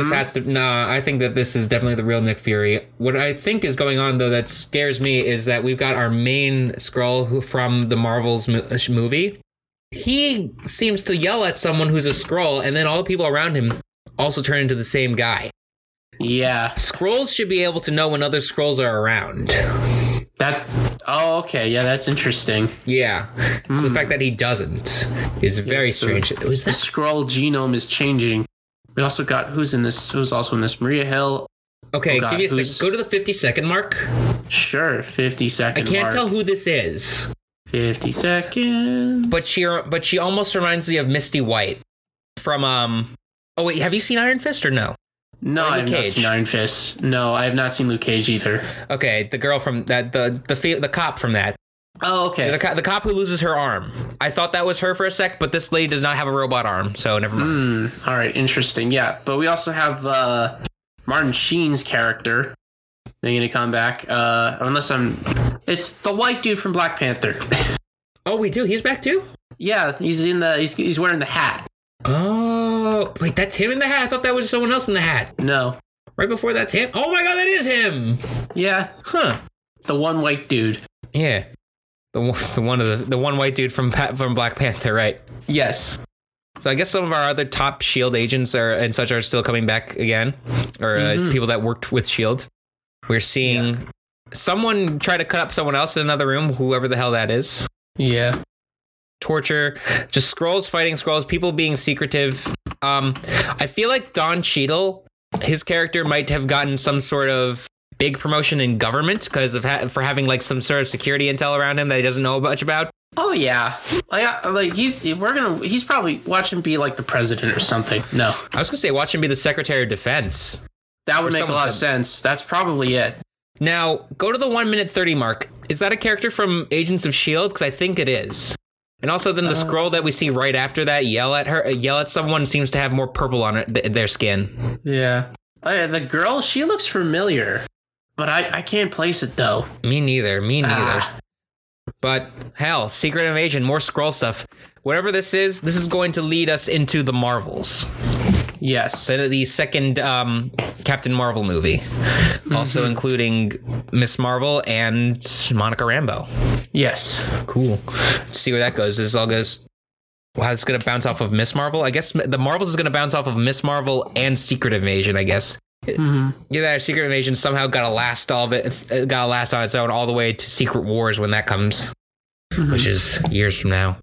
Speaker 2: Mm-hmm.
Speaker 1: has to. Nah, I think that this is definitely the real Nick Fury. What I think is going on though that scares me is that we've got our main scroll who from the Marvels mo- uh, movie. He seems to yell at someone who's a scroll, and then all the people around him also turn into the same guy.
Speaker 2: Yeah,
Speaker 1: Scrolls should be able to know when other scrolls are around.
Speaker 2: that. Oh, okay. Yeah, that's interesting.
Speaker 1: Yeah. So
Speaker 2: Hmm.
Speaker 1: the fact that he doesn't is very
Speaker 2: so-
Speaker 1: strange. Was
Speaker 2: the
Speaker 1: that
Speaker 2: scroll genome is changing. We also got who's in this? Who's also in this? Maria Hill.
Speaker 1: okay?
Speaker 2: oh God,
Speaker 1: give me a
Speaker 2: who's-
Speaker 1: sec. Go to the fifty-second mark.
Speaker 2: Sure, fifty
Speaker 1: I
Speaker 2: second.
Speaker 1: can't
Speaker 2: mark.
Speaker 1: tell who this is,
Speaker 2: Fifty seconds.
Speaker 1: but she but she almost reminds me of Misty White from um. Oh wait, have you seen Iron Fist or no?
Speaker 2: no,
Speaker 1: Or
Speaker 2: I have
Speaker 1: Luke
Speaker 2: not
Speaker 1: Cage.
Speaker 2: seen Iron Fist. No, I have not seen Luke Cage either.
Speaker 1: Okay, the girl from that the the fe- the cop from that
Speaker 2: Oh, okay.
Speaker 1: the, co- the cop who loses her arm. I thought that was her for a sec, but this lady does not have a robot arm, so never mind.
Speaker 2: Hmm. All right, interesting. Yeah, but we also have uh, Martin Sheen's character. They're gonna come back. Uh, unless I'm, it's the white dude from Black Panther. (laughs)
Speaker 1: Oh, we do. He's back too.
Speaker 2: yeah, he's in the. He's he's wearing the hat.
Speaker 1: Oh wait, that's him in the hat. I thought that was someone else in the hat.
Speaker 2: No.
Speaker 1: Right before that's him. Oh my god, that is him.
Speaker 2: Yeah,
Speaker 1: Huh.
Speaker 2: the one white dude.
Speaker 1: Yeah. The one, the one of the, the one white dude from Pa- from Black Panther, right?
Speaker 2: Yes.
Speaker 1: So I guess some of our other top Shield E agents are and such are still coming back again, or uh, people that worked with Shield. E We're seeing someone try to cut up someone else in another room, whoever the hell that is.
Speaker 2: Yeah.
Speaker 1: Torture, just scrolls fighting scrolls, people being secretive. Um, I feel like Don Cheadle, his character might have gotten some sort of big promotion in government because of ha- for having like some sort of security intel around him that he doesn't know much about.
Speaker 2: Oh yeah, like I- like he's we're gonna he's probably watch him be like the president or something. No,
Speaker 1: I was gonna say, watch him be the Secretary of Defense.
Speaker 2: that
Speaker 1: Or
Speaker 2: would make a
Speaker 1: someone
Speaker 2: lot of sense. That's probably it.
Speaker 1: Now, go to the one minute 30 mark. Is that a character from Agents of S.H.I.E.L.D.? Because I E think it is. And also, then the scroll that we see right after that yell at her, uh, yell at someone seems to have more purple on her, th- their skin.
Speaker 2: Yeah. Oh, yeah, the girl she looks familiar, but I I can't place it though.
Speaker 1: Me neither. Me neither.
Speaker 2: Ah.
Speaker 1: But hell, Secret Invasion, more scroll stuff. Whatever this is, this is going to lead us into the Marvels,
Speaker 2: Yes.
Speaker 1: the, the second um, Captain Marvel movie, also including Miss Marvel and Monica Rambeau.
Speaker 2: Yes.
Speaker 1: Cool. see where that goes. This all goes. Wow, it's gonna bounce off of Miss Marvel. I guess the Marvels is gonna bounce off of Miss Marvel and Secret Invasion. I guess.
Speaker 2: Mm-hmm.
Speaker 1: Yeah, that Secret Invasion somehow got a last all of it, it got a last on its own all the way to Secret Wars when that comes, which is years from now.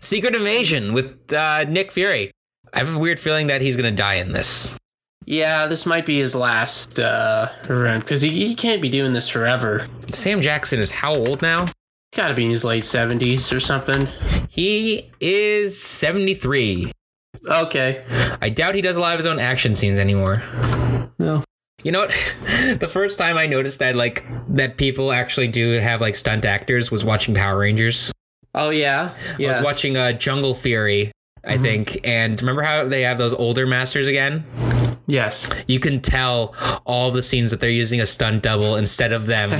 Speaker 1: Secret Invasion with uh, Nick Fury. I have a weird feeling that he's gonna die in this.
Speaker 2: Yeah, this might be his last uh run because he he can't be doing this forever.
Speaker 1: Sam Jackson is how old now?
Speaker 2: Got to be in his late seventies or something.
Speaker 1: He is seventy three.
Speaker 2: Okay.
Speaker 1: I doubt he does a lot of his own action scenes anymore.
Speaker 2: No.
Speaker 1: You know what? (laughs) the first time I noticed that like that people actually do have like stunt actors was watching Power Rangers.
Speaker 2: Oh yeah.
Speaker 1: I
Speaker 2: Yeah. Mm-hmm.
Speaker 1: was watching uh, Jungle Fury, I think, and remember how they have those older masters again?
Speaker 2: yes.
Speaker 1: You can tell all the scenes that they're using a stunt double instead
Speaker 2: (laughs)
Speaker 1: of them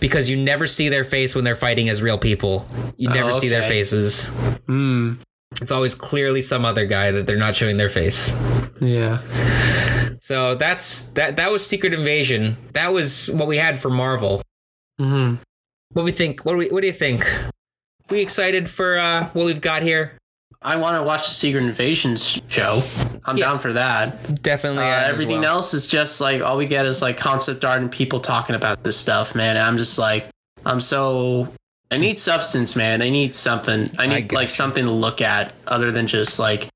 Speaker 1: because you never see their face when they're fighting as real people. You never see their
Speaker 2: Oh, okay.
Speaker 1: faces.
Speaker 2: Hmm.
Speaker 1: It's always clearly some other guy that they're not showing their face.
Speaker 2: Yeah.
Speaker 1: So that's that. That was Secret Invasion. That was what we had for Marvel.
Speaker 2: Hmm.
Speaker 1: What do we think? What do we? What do you think? We excited for uh, what we've got here?
Speaker 2: I want to watch the Secret Invasions show. I'm
Speaker 1: Yeah.
Speaker 2: down for that.
Speaker 1: Definitely.
Speaker 2: Uh, everything else is just like all we get is like concept art and people talking about this stuff, man. And I'm just like, I'm so. I need substance, man. I need something. I need
Speaker 1: get
Speaker 2: like something to look at other than just like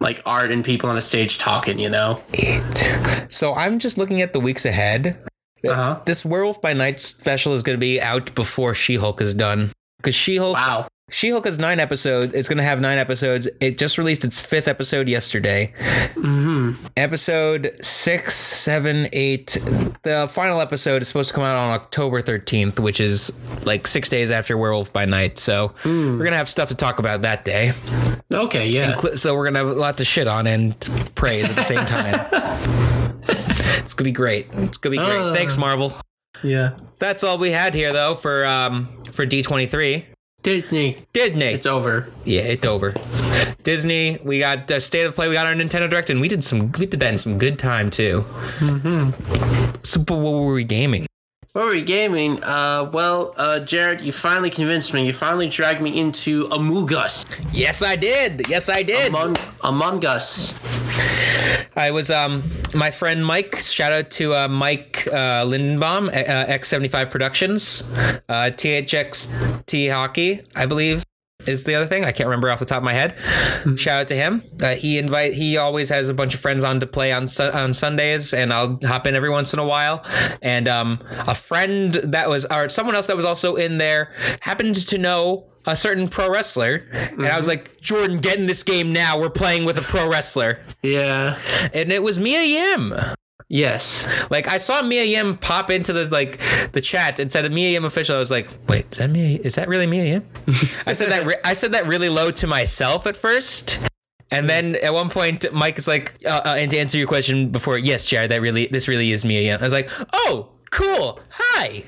Speaker 2: like art and people on a stage talking. You know?
Speaker 1: It. So I'm just looking at the weeks ahead.
Speaker 2: Uh-huh.
Speaker 1: This Werewolf by Night special is going to be out before She-Hulk is done because She-Hulk.
Speaker 2: Wow.
Speaker 1: She-Hulk has nine episodes. It's going to have nine episodes. It just released its fifth episode yesterday.
Speaker 2: hmm
Speaker 1: Episode six, seven, eight. The final episode is supposed to come out on October 13th, which is like six days after Werewolf by Night. So we're going to have stuff to talk about that day.
Speaker 2: Okay. Yeah.
Speaker 1: Cl- So we're going to have a lot to shit on and praise at the same time. it's going to be great. It's going to be great.
Speaker 2: Uh.
Speaker 1: Thanks, Marvel.
Speaker 2: Yeah.
Speaker 1: That's all we had here, though, for um, for D23.
Speaker 2: Disney.
Speaker 1: Disney.
Speaker 2: It's over.
Speaker 1: Yeah, it's over. Disney, we got uh, State of Play, we got our Nintendo Direct, and we did some, we did that in some good time too. So, but what were we gaming?
Speaker 2: Where were we gaming? Uh, well, uh, Jared, you finally convinced me. You finally dragged me into Among Us.
Speaker 1: Yes, I did. Yes, I did.
Speaker 2: Among, Among Us.
Speaker 1: I was um my friend Mike. Shout out to uh, Mike uh, Lindenbaum, uh, X seventy five Productions, uh, THXT Hockey, I believe. Is the other thing I can't remember off the top of my head. Shout out to him. Uh, he invite he always has a bunch of friends on to play on Sun on Sundays, and I'll hop in every once in a while. And um, a friend that was or someone else that was also in there happened to know a certain pro wrestler, and I was like, Jordan, get in this game now. We're playing with a pro wrestler
Speaker 2: Yeah.
Speaker 1: and it was Mia Yim.
Speaker 2: Yes.
Speaker 1: Like I saw Mia Yim pop into the like the chat and said Mia Yim official. I was like, wait, is that Mia? Is that really Mia Yim? I said that re- I said that really low to myself at first. And then at one point, Mike is like, uh, uh, and to answer your question before, yes, Jared, that really, this really is Mia Yim. I was like, oh, cool, hi.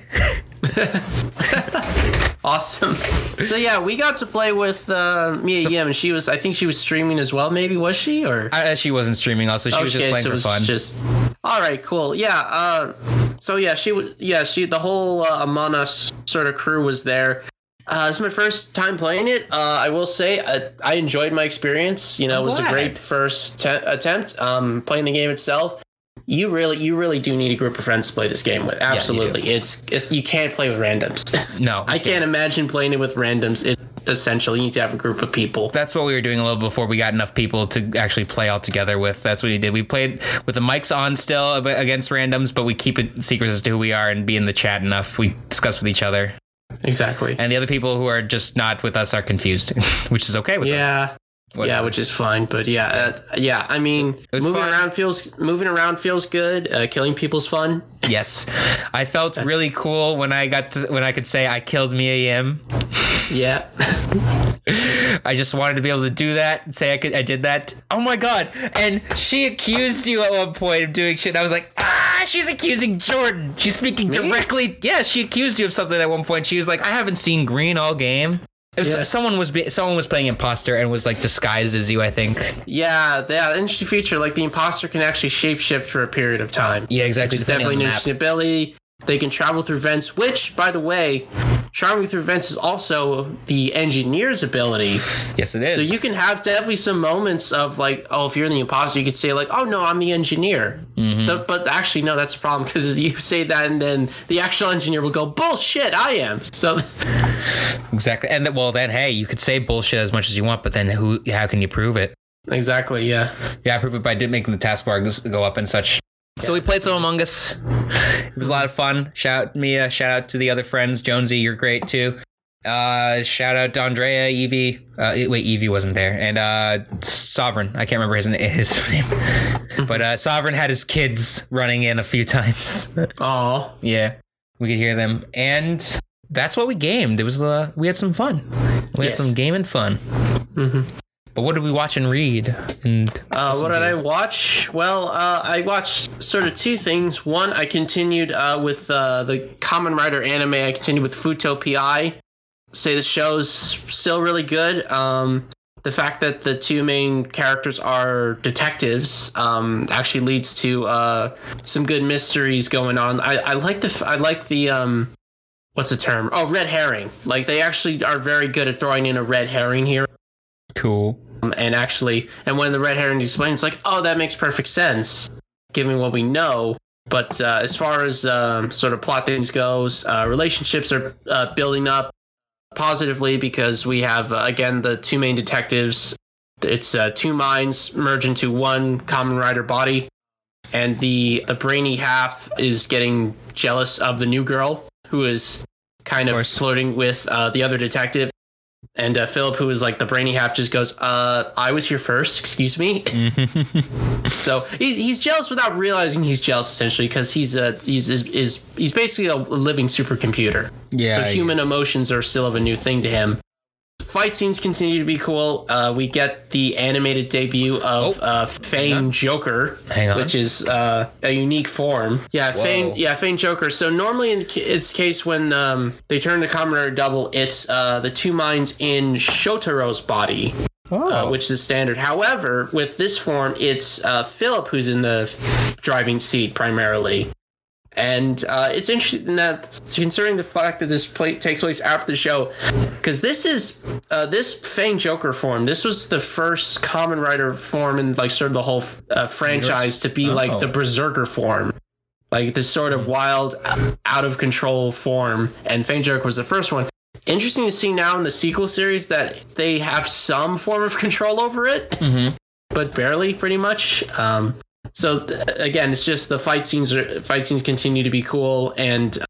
Speaker 2: Awesome. (laughs) So yeah, we got to play with uh, Mia Yim, and she was—I think she was streaming as well. Maybe was she or?
Speaker 1: I, Uh, she wasn't streaming, also she was just playing
Speaker 2: Oh, so it
Speaker 1: for
Speaker 2: was
Speaker 1: fun.
Speaker 2: just. All right, cool. Yeah. Uh, so yeah, she was. Yeah, she. The whole uh, Among Us sort of crew was there. Uh, it's my first time playing it. Uh, I will say uh, I enjoyed my experience. You know,
Speaker 1: I'm
Speaker 2: it was
Speaker 1: glad.
Speaker 2: a great first te- attempt um, playing the game itself. You really, you really do need a group of friends to play this game with. Absolutely, it's, it's you can't play with randoms.
Speaker 1: (laughs) no,
Speaker 2: I can't imagine playing it with randoms. It's essential. You need to have a group of people.
Speaker 1: That's what we were doing a little before we got enough people to actually play all together with. That's what we did. We played with the mics on still ab- against randoms, but we keep it secrets as to who we are and be in the chat enough. We discuss with each other.
Speaker 2: Exactly.
Speaker 1: And the other people who are just not with us are confused, (laughs) which is okay with us.
Speaker 2: yeah. Yeah, which is fine, but yeah, uh, yeah. I mean,
Speaker 1: was
Speaker 2: moving
Speaker 1: fun.
Speaker 2: around feels moving around feels good. Uh, killing people's fun.
Speaker 1: Yes. I felt really cool when I got to, when I could say I killed Mia Yim.
Speaker 2: Yeah, (laughs)
Speaker 1: I just wanted to be able to do that and say I could I did that. Oh my god. And she accused you at one point of doing shit. And I was like, ah, she's accusing Jordan. She's speaking directly. Yeah, she accused you of something at one point. She was like, I haven't seen green all game. It was,
Speaker 2: Yeah.
Speaker 1: Someone was be, someone was playing imposter and was like disguised as you, I think.
Speaker 2: yeah, yeah. Interesting feature. Like the imposter can actually shapeshift for a period of time.
Speaker 1: Yeah, exactly.
Speaker 2: It's
Speaker 1: depending
Speaker 2: definitely
Speaker 1: on
Speaker 2: an
Speaker 1: the
Speaker 2: interesting ability. They can travel through vents, which, by the way, traveling through vents is also the engineer's ability.
Speaker 1: map. Yes, it is.
Speaker 2: So you can have definitely some moments of like, oh, if you're the imposter, you could say like, oh no, I'm the engineer. But, but actually, no, that's a problem because you (laughs) say that, and then the actual engineer will go, bullshit, I am. So (laughs)
Speaker 1: exactly. And then, well, then hey, you could say bullshit as much as you want, but then who? How can you prove it?
Speaker 2: exactly, yeah,
Speaker 1: Yeah, I prove it by di- making the taskbar goes- go up and such. So we played some Among Us. It was a lot of fun. Shout out Mia. Shout out to the other friends. Jonesy, you're great too. Uh, shout out to Andrea, Evie. Uh, e- wait, Evie wasn't there, and uh, Sovereign. I can't remember his, (laughs) na- his (laughs) name, but uh, Sovereign had his kids running in a few (laughs) times.
Speaker 2: Oh,
Speaker 1: yeah, we could hear them, and that's what we gamed. It was uh, we had some fun. We
Speaker 2: Yes.
Speaker 1: had some gaming fun. Mm-hmm. But what did we watch and read? And
Speaker 2: Uh,
Speaker 1: listen
Speaker 2: what did
Speaker 1: to?
Speaker 2: I watch? Well, uh, I watched sort of two things. One, I continued uh, with uh, the Common Rider anime. I continued with Futo Pi. Say the show's still really good. Um, the fact that the two main characters are detectives um, actually leads to uh, some good mysteries going on. I, I like the f- I like the um, what's the term? Oh, red herring. Like they actually are very good at throwing in a red herring here
Speaker 1: cool?
Speaker 2: um, and actually and when the red herring is explained it's like oh that makes perfect sense given what we know but uh, as far as um, sort of plot things goes uh, relationships are uh, building up positively because we have uh, again the two main detectives it's uh, two minds merge into one common rider body and the the brainy half is getting jealous of the new girl who is kind of,
Speaker 1: course.
Speaker 2: flirting with uh, the other detective and uh, philip who is like the brainy half just goes uh i was here first excuse me (laughs) Uh, so he's, he's jealous without realizing he's jealous essentially because he's a he's is, is he's basically a living supercomputer
Speaker 1: Yeah,
Speaker 2: so
Speaker 1: I
Speaker 2: human emotions are still of a new thing to him. Fight scenes continue to be cool. Uh, we get the animated debut of
Speaker 1: Oh,
Speaker 2: uh, Fane
Speaker 1: on.
Speaker 2: Joker,
Speaker 1: Hang on.
Speaker 2: which is uh, a unique form. Yeah,
Speaker 1: Whoa.
Speaker 2: Fane. Yeah, Fane Joker. So normally in ca- its case when um, they turn the Commoner double, it's uh, the two minds in Shotaro's body, uh,
Speaker 1: Oh,
Speaker 2: which is standard. However, with this form, it's uh, Philip who's in the driving seat primarily. And uh, it's interesting that considering the fact that this play takes place after the show, because this is uh, this Fang Joker form. This was the first Common Rider form in like sort of the whole uh, franchise to be like
Speaker 1: Oh.
Speaker 2: the Berserker form, like this sort of wild, out of control form. And Fang Joker was the first one. Interesting to see now in the sequel series that they have some form of control over it
Speaker 1: Mhm.
Speaker 2: but barely, pretty much. Um, so th- again, it's just the fight scenes. Are, fight scenes continue to be cool, and uh,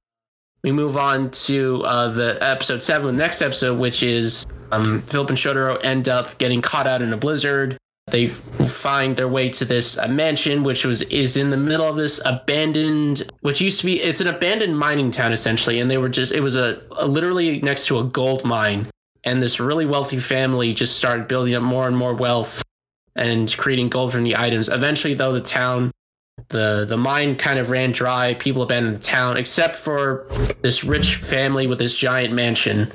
Speaker 2: we move on to uh, the episode seven, the next episode, which is um, Philip and Shodaro end up getting caught out in a blizzard. They f- find their way to this uh, mansion, which was is in the middle of this abandoned, which used to be it's an abandoned mining town essentially, and they were just it was a, a literally next to a gold mine, and this really wealthy family just started building up more and more wealth and creating gold from the items. Eventually, though, the town, the the mine kind of ran dry. People abandoned the town, except for this rich family with this giant mansion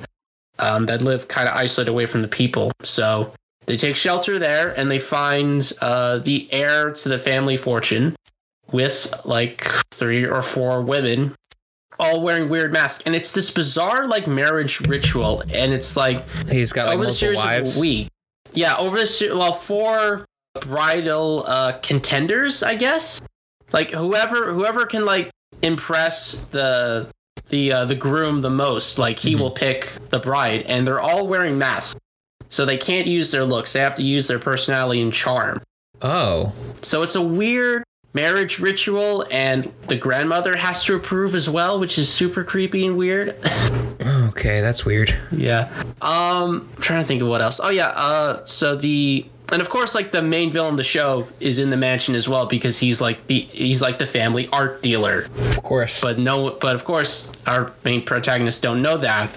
Speaker 2: um, that lived kind of isolated away from the people. So they take shelter there, and they find uh, the heir to the family fortune with like three or four women all wearing weird masks and it's this bizarre like marriage ritual and it's like
Speaker 1: he's got like
Speaker 2: over the
Speaker 1: multiple
Speaker 2: series
Speaker 1: wives.
Speaker 2: of a week. Yeah, over the se- well, four bridal uh, contenders, I guess. Like whoever whoever can like impress the the uh, the groom the most, like
Speaker 1: Mm-hmm.
Speaker 2: he will pick the bride, and they're all wearing masks, so they can't use their looks. They have to use their personality and charm.
Speaker 1: Oh,
Speaker 2: So it's a weird marriage ritual, and the grandmother has to approve as well, which is super creepy and weird. (laughs)
Speaker 1: okay, that's weird.
Speaker 2: Yeah. Um, I'm trying to think of what else. Oh yeah. Uh, so the and of course like the main villain of the show is in the mansion as well because he's like the he's like the family art dealer.
Speaker 1: Of course,
Speaker 2: But no, but of course our main protagonists don't know that.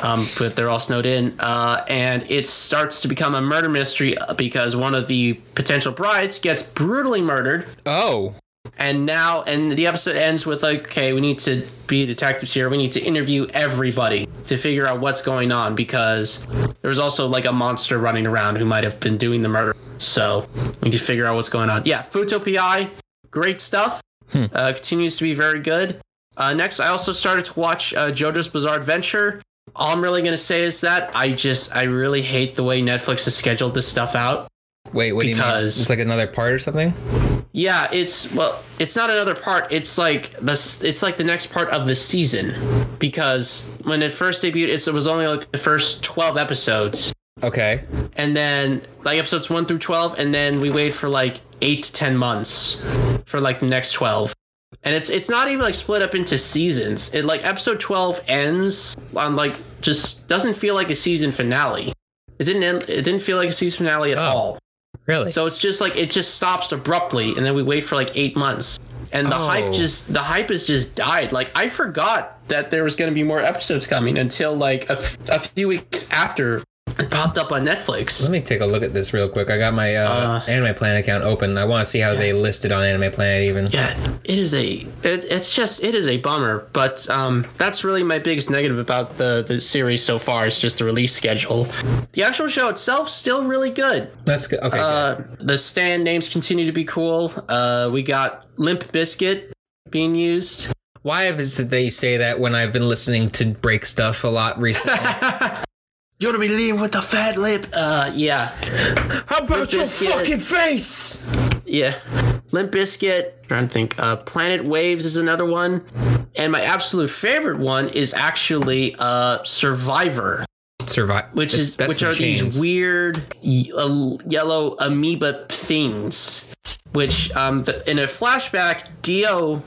Speaker 2: Um, but they're all snowed in, uh, and it starts to become a murder mystery because one of the potential brides gets brutally murdered
Speaker 1: oh,
Speaker 2: and now and the episode ends with like okay we need to be detectives here we need to interview everybody to figure out what's going on because there was also like a monster running around who might have been doing the murder so we need to figure out what's going on yeah futo pi great stuff uh, continues to be very good uh, next i also started to watch uh, jojo's bizarre adventure all i'm really going to say is that i just i really hate the way netflix has scheduled this stuff out
Speaker 1: Wait, what do you mean?
Speaker 2: Because-
Speaker 1: It's like another part or something?
Speaker 2: Yeah, it's well, it's not another part. It's like the s- it's like the next part of the season because when it first debuted, it's, it was only like the first twelve episodes,
Speaker 1: Okay.
Speaker 2: and then like episodes one through twelve, and then we wait for like eight to ten months for like the next twelve, and it's it's not even like split up into seasons. It like episode twelve ends on like just doesn't feel like a season finale. It didn't. End, it didn't feel like a season finale at
Speaker 1: Oh.
Speaker 2: all.
Speaker 1: Really?
Speaker 2: So it's just like it just stops abruptly, and then we wait for like eight months, and the
Speaker 1: Oh.
Speaker 2: hype just the hype has just died. Like I forgot that there was going to be more episodes coming until like a, f- a few weeks after it popped up on Netflix.
Speaker 1: Let me take a look at this real quick. I got my uh,
Speaker 2: Uh.
Speaker 1: Anime Planet account open. I want to see how they listed on Anime Planet even.
Speaker 2: Yeah, it is a it, it's just it is a bummer, but um, that's really my biggest negative about the the series so far is just the release schedule. The actual show itself still really good.
Speaker 1: That's good. Okay.
Speaker 2: Uh, the stand names continue to be cool. Uh, we got Limp Biscuit being used.
Speaker 1: good. Why is it that you say that when I've been listening to break stuff a
Speaker 2: (laughs)
Speaker 1: lot recently?
Speaker 2: You wanna be lean with the fat lip? Uh, yeah,
Speaker 1: how about
Speaker 2: your Biscuit. fucking
Speaker 1: face?
Speaker 2: yeah. Limp Biscuit. Trying to think. Uh, Planet Waves is another one, and my absolute favorite one is actually uh Survivor,
Speaker 1: Survive.
Speaker 2: which
Speaker 1: It's-
Speaker 2: is
Speaker 1: that's
Speaker 2: which
Speaker 1: in
Speaker 2: are
Speaker 1: chains.
Speaker 2: these weird ye- uh, yellow amoeba things. Which um, the, in a flashback, Dio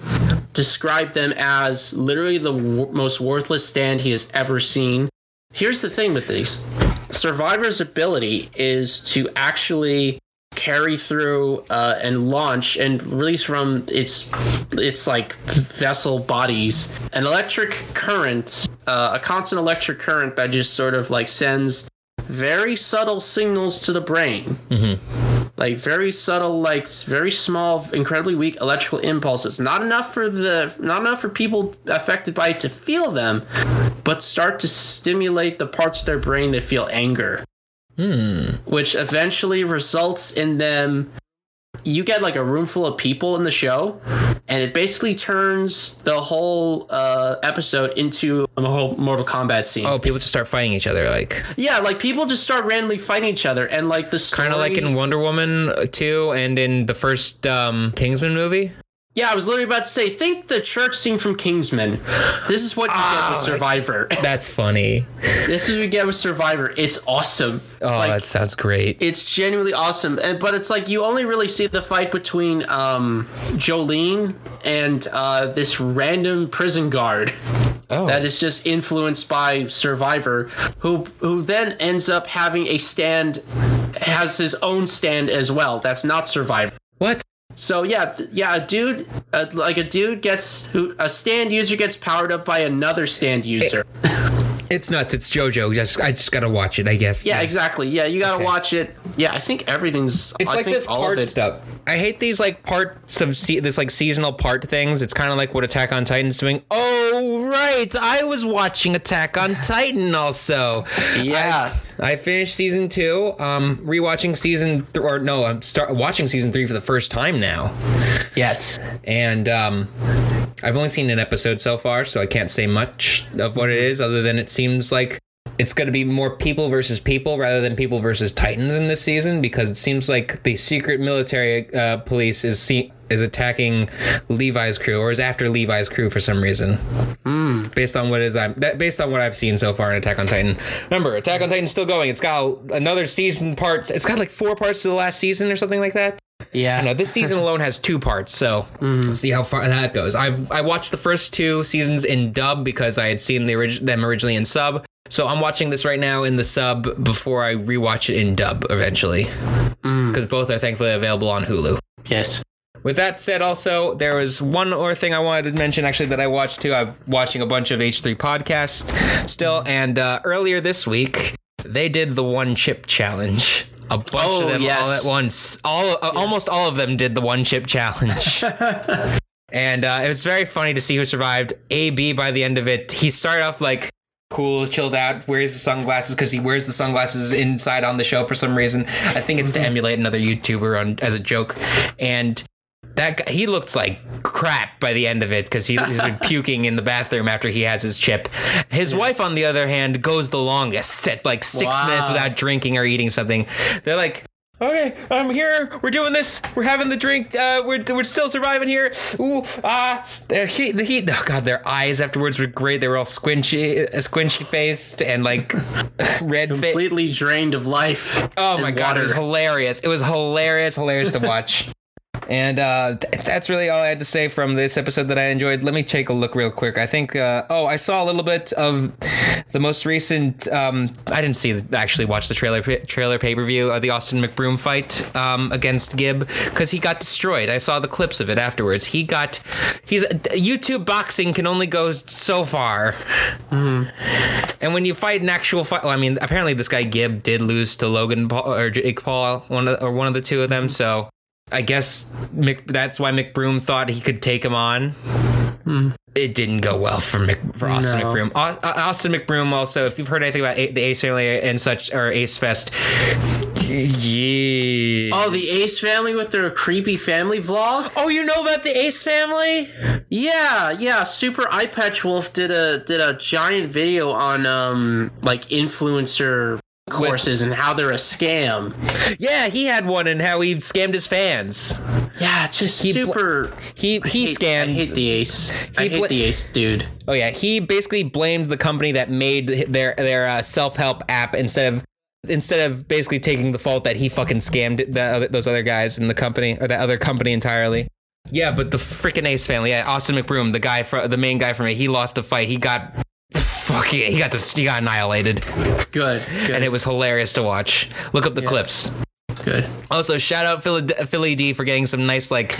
Speaker 2: described them as literally the wor- most worthless stand he has ever seen. Here's the thing with these Survivor's ability is to actually carry through uh, and launch and release from its its like vessel bodies an electric current, uh, a constant electric current that just sort of like sends very subtle signals to the brain like very subtle like s- very small incredibly weak electrical impulses not enough for the not enough for people affected by it to feel them but start to stimulate the parts of their brain that feel anger
Speaker 1: Hmm.
Speaker 2: which eventually results in them you get like a room full of people in the show and it basically turns the whole uh, episode into a whole mortal kombat scene
Speaker 1: Oh, people just start fighting each other, like
Speaker 2: yeah like people just start randomly fighting each other and like the
Speaker 1: kind of like
Speaker 2: story-
Speaker 1: in Wonder Woman uh, two and in the first um, Kingsman movie.
Speaker 2: Yeah, I was literally about to say, think the church scene from Kingsman. This is what you get
Speaker 1: Ah.
Speaker 2: with Survivor. (laughs)
Speaker 1: That's funny.
Speaker 2: this is what you get with Survivor. It's awesome.
Speaker 1: Oh,
Speaker 2: like,
Speaker 1: that sounds great.
Speaker 2: it's genuinely awesome. And, but it's like you only really see the fight between um, Jolene and uh, this random prison guard
Speaker 1: oh,
Speaker 2: that is just influenced by Survivor, who who then ends up having a stand, has his own stand as well. That's not Survivor.
Speaker 1: what?
Speaker 2: So yeah, th- yeah, a dude, uh, like a dude gets who a stand user gets powered up by another stand user.
Speaker 1: It's nuts. It's JoJo. Just I just gotta watch it. I guess.
Speaker 2: yeah, exactly. Yeah, you gotta watch it. Yeah, I think everything's.
Speaker 1: It's
Speaker 2: I
Speaker 1: like
Speaker 2: think
Speaker 1: this
Speaker 2: all
Speaker 1: part
Speaker 2: of it.
Speaker 1: stuff. I hate these like parts of se- this like seasonal part things. It's kind of like what Attack on Titan's doing. Oh right, I was watching Attack on Titan also.
Speaker 2: Yeah.
Speaker 1: I, I finished season two. Um, rewatching season th- or no, I'm start watching season three for the first time now,
Speaker 2: yes.
Speaker 1: and um, I've only seen an episode so far, so I can't say much of what it is other than it seems like. It's going to be more people versus people rather than people versus titans in this season because it seems like the secret military uh, police is se- is attacking Levi's crew or is after Levi's crew for some reason based on what is I'm that based on what I've seen so far in Attack on Titan. Remember, Attack on Titan's still going. It's got another season parts. It's got like four parts to the last season or something like that.
Speaker 2: Yeah.
Speaker 1: I know this season alone has two parts, so let's see how far that goes. I I watched the first two seasons in dub because I had seen the orig- them originally in sub. So I'm watching this right now in the sub before I rewatch it in dub eventually, because both are thankfully available on Hulu.
Speaker 2: Yes.
Speaker 1: With that said, also there was one more thing I wanted to mention actually that I watched too. I'm watching a bunch of H3 podcasts still, and uh, earlier this week they did the one chip challenge. A bunch
Speaker 2: Oh,
Speaker 1: of them all
Speaker 2: yes.
Speaker 1: at once. All uh, almost all of them did the one chip
Speaker 2: (laughs)
Speaker 1: challenge. And uh, it was very funny to see who survived. AB by the end of it, he started off like cool, chilled out, wears the sunglasses because he wears the sunglasses inside on the show for some reason. I think it's to emulate another YouTuber on, as a joke. And that guy, he looks like crap by the end of it because he, he's been puking in the bathroom after he has his chip. His wife, on the other hand, goes the longest at like six
Speaker 2: Wow.
Speaker 1: minutes without drinking or eating something. They're like, Okay, I'm here. We're doing this. We're having the drink. Uh, we're we're still surviving here. Ooh, ah, the heat, the heat. Oh god, their eyes afterwards were great. They were all squinchy, uh, squinchy faced, and like (laughs) red faced.
Speaker 2: Completely drained of life.
Speaker 1: Oh my
Speaker 2: and
Speaker 1: god,
Speaker 2: water. (laughs)
Speaker 1: it was hilarious. It was hilarious, hilarious to watch. And uh, th- that's really all I had to say from this episode that I enjoyed. Let me take a look real quick. I think, uh, oh, I saw a little bit of the most recent. Um, I didn't see actually watch the trailer trailer pay per view of the Austin McBroom fight um, against Gibb because he got destroyed. I saw the clips of it afterwards. He got he's YouTube boxing can only go so far. And when you fight an actual fight, well, I mean, apparently this guy Gibb did lose to Logan Paul or Jake Paul, one of, or one of the two of them. So I guess Mc, that's why McBroom thought he could take him on. It didn't go well for, Mc, for Austin
Speaker 2: No.
Speaker 1: McBroom. Au- uh, Austin McBroom also, if you've heard anything about A- the Ace Family and such, or Ace Fest, yeah.
Speaker 2: Oh, the Ace family with their creepy family vlog?
Speaker 1: oh, you know about the Ace Family?
Speaker 2: Yeah, yeah. Super iPatch Wolf did a did a giant video on um like influencer courses and how they're a scam.
Speaker 1: Yeah, he had one and how he scammed his fans.
Speaker 2: Yeah, it's just
Speaker 1: He bl-
Speaker 2: super.
Speaker 1: He he
Speaker 2: hate-
Speaker 1: scammed.
Speaker 2: I hate the Ace. I
Speaker 1: He
Speaker 2: hate
Speaker 1: bla-
Speaker 2: the Ace dude.
Speaker 1: Oh yeah, he basically blamed the company that made their their uh, self help app instead of instead of basically taking the fault that he fucking scammed the, other- those other guys in the company or that other company entirely. Yeah, but the freaking Ace family, yeah, Austin McBroom, the guy from the main guy from it, he lost a fight. He got fucking he got this he got annihilated,
Speaker 2: Good, good,
Speaker 1: and it was hilarious to watch. Look up the clips.
Speaker 2: good.
Speaker 1: Also, shout out Philly, Philly D for getting some nice like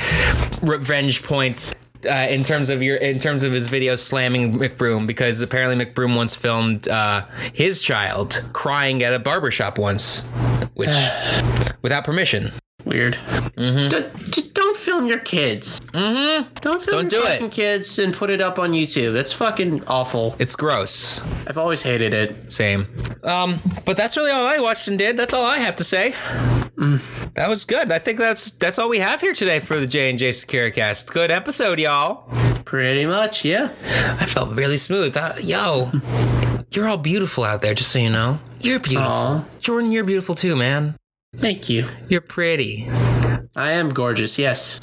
Speaker 1: revenge points. Uh, in terms of your, in terms of his video slamming McBroom, because apparently McBroom once filmed uh, his child crying at a barbershop once, which (sighs) without permission.
Speaker 2: Weird.
Speaker 1: Mm-hmm.
Speaker 2: D- just don't film your kids. Mm-hmm. Don't film
Speaker 1: Don't
Speaker 2: your
Speaker 1: do it.
Speaker 2: fucking kids and put it up on YouTube. That's fucking awful.
Speaker 1: It's gross.
Speaker 2: I've always hated it.
Speaker 1: Same. Um, but that's really all I watched and did. That's all I have to say. That was good. I think that's that's all we have here today for the J and J Securicast. Good episode, y'all.
Speaker 2: Pretty much, yeah.
Speaker 1: I felt really smooth. Uh, yo, you're all beautiful out there, just so you know. You're beautiful.
Speaker 2: Aw.
Speaker 1: Jordan, you're beautiful too, man.
Speaker 2: Thank you.
Speaker 1: You're pretty.
Speaker 2: I am gorgeous. Yes.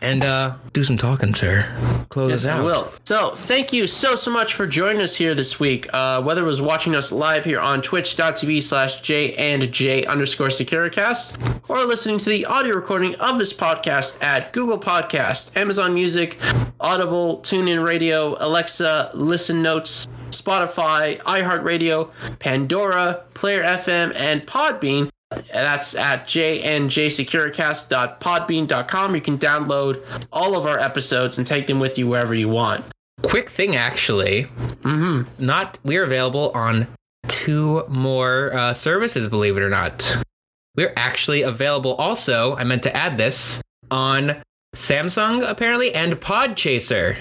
Speaker 1: And uh do some talking, sir. Close
Speaker 2: Yes,
Speaker 1: us out.
Speaker 2: I will. So, thank you so, so much for joining us here this week. Uh, whether it was watching us live here on twitch.tv slash J and J underscore Securicast, or listening to the audio recording of this podcast at Google Podcast, Amazon Music, Audible, TuneIn Radio, Alexa, Listen Notes, Spotify, iHeartRadio, Pandora, Player FM, and Podbean. That's at jnjsecurecast.podbean.com. You can download all of our episodes and take them with you wherever you want.
Speaker 1: Quick thing, actually. Mm-hmm. Not we're available on two more uh, services. Believe it or not, we're actually available. Also, I meant to add this on Samsung apparently and PodChaser.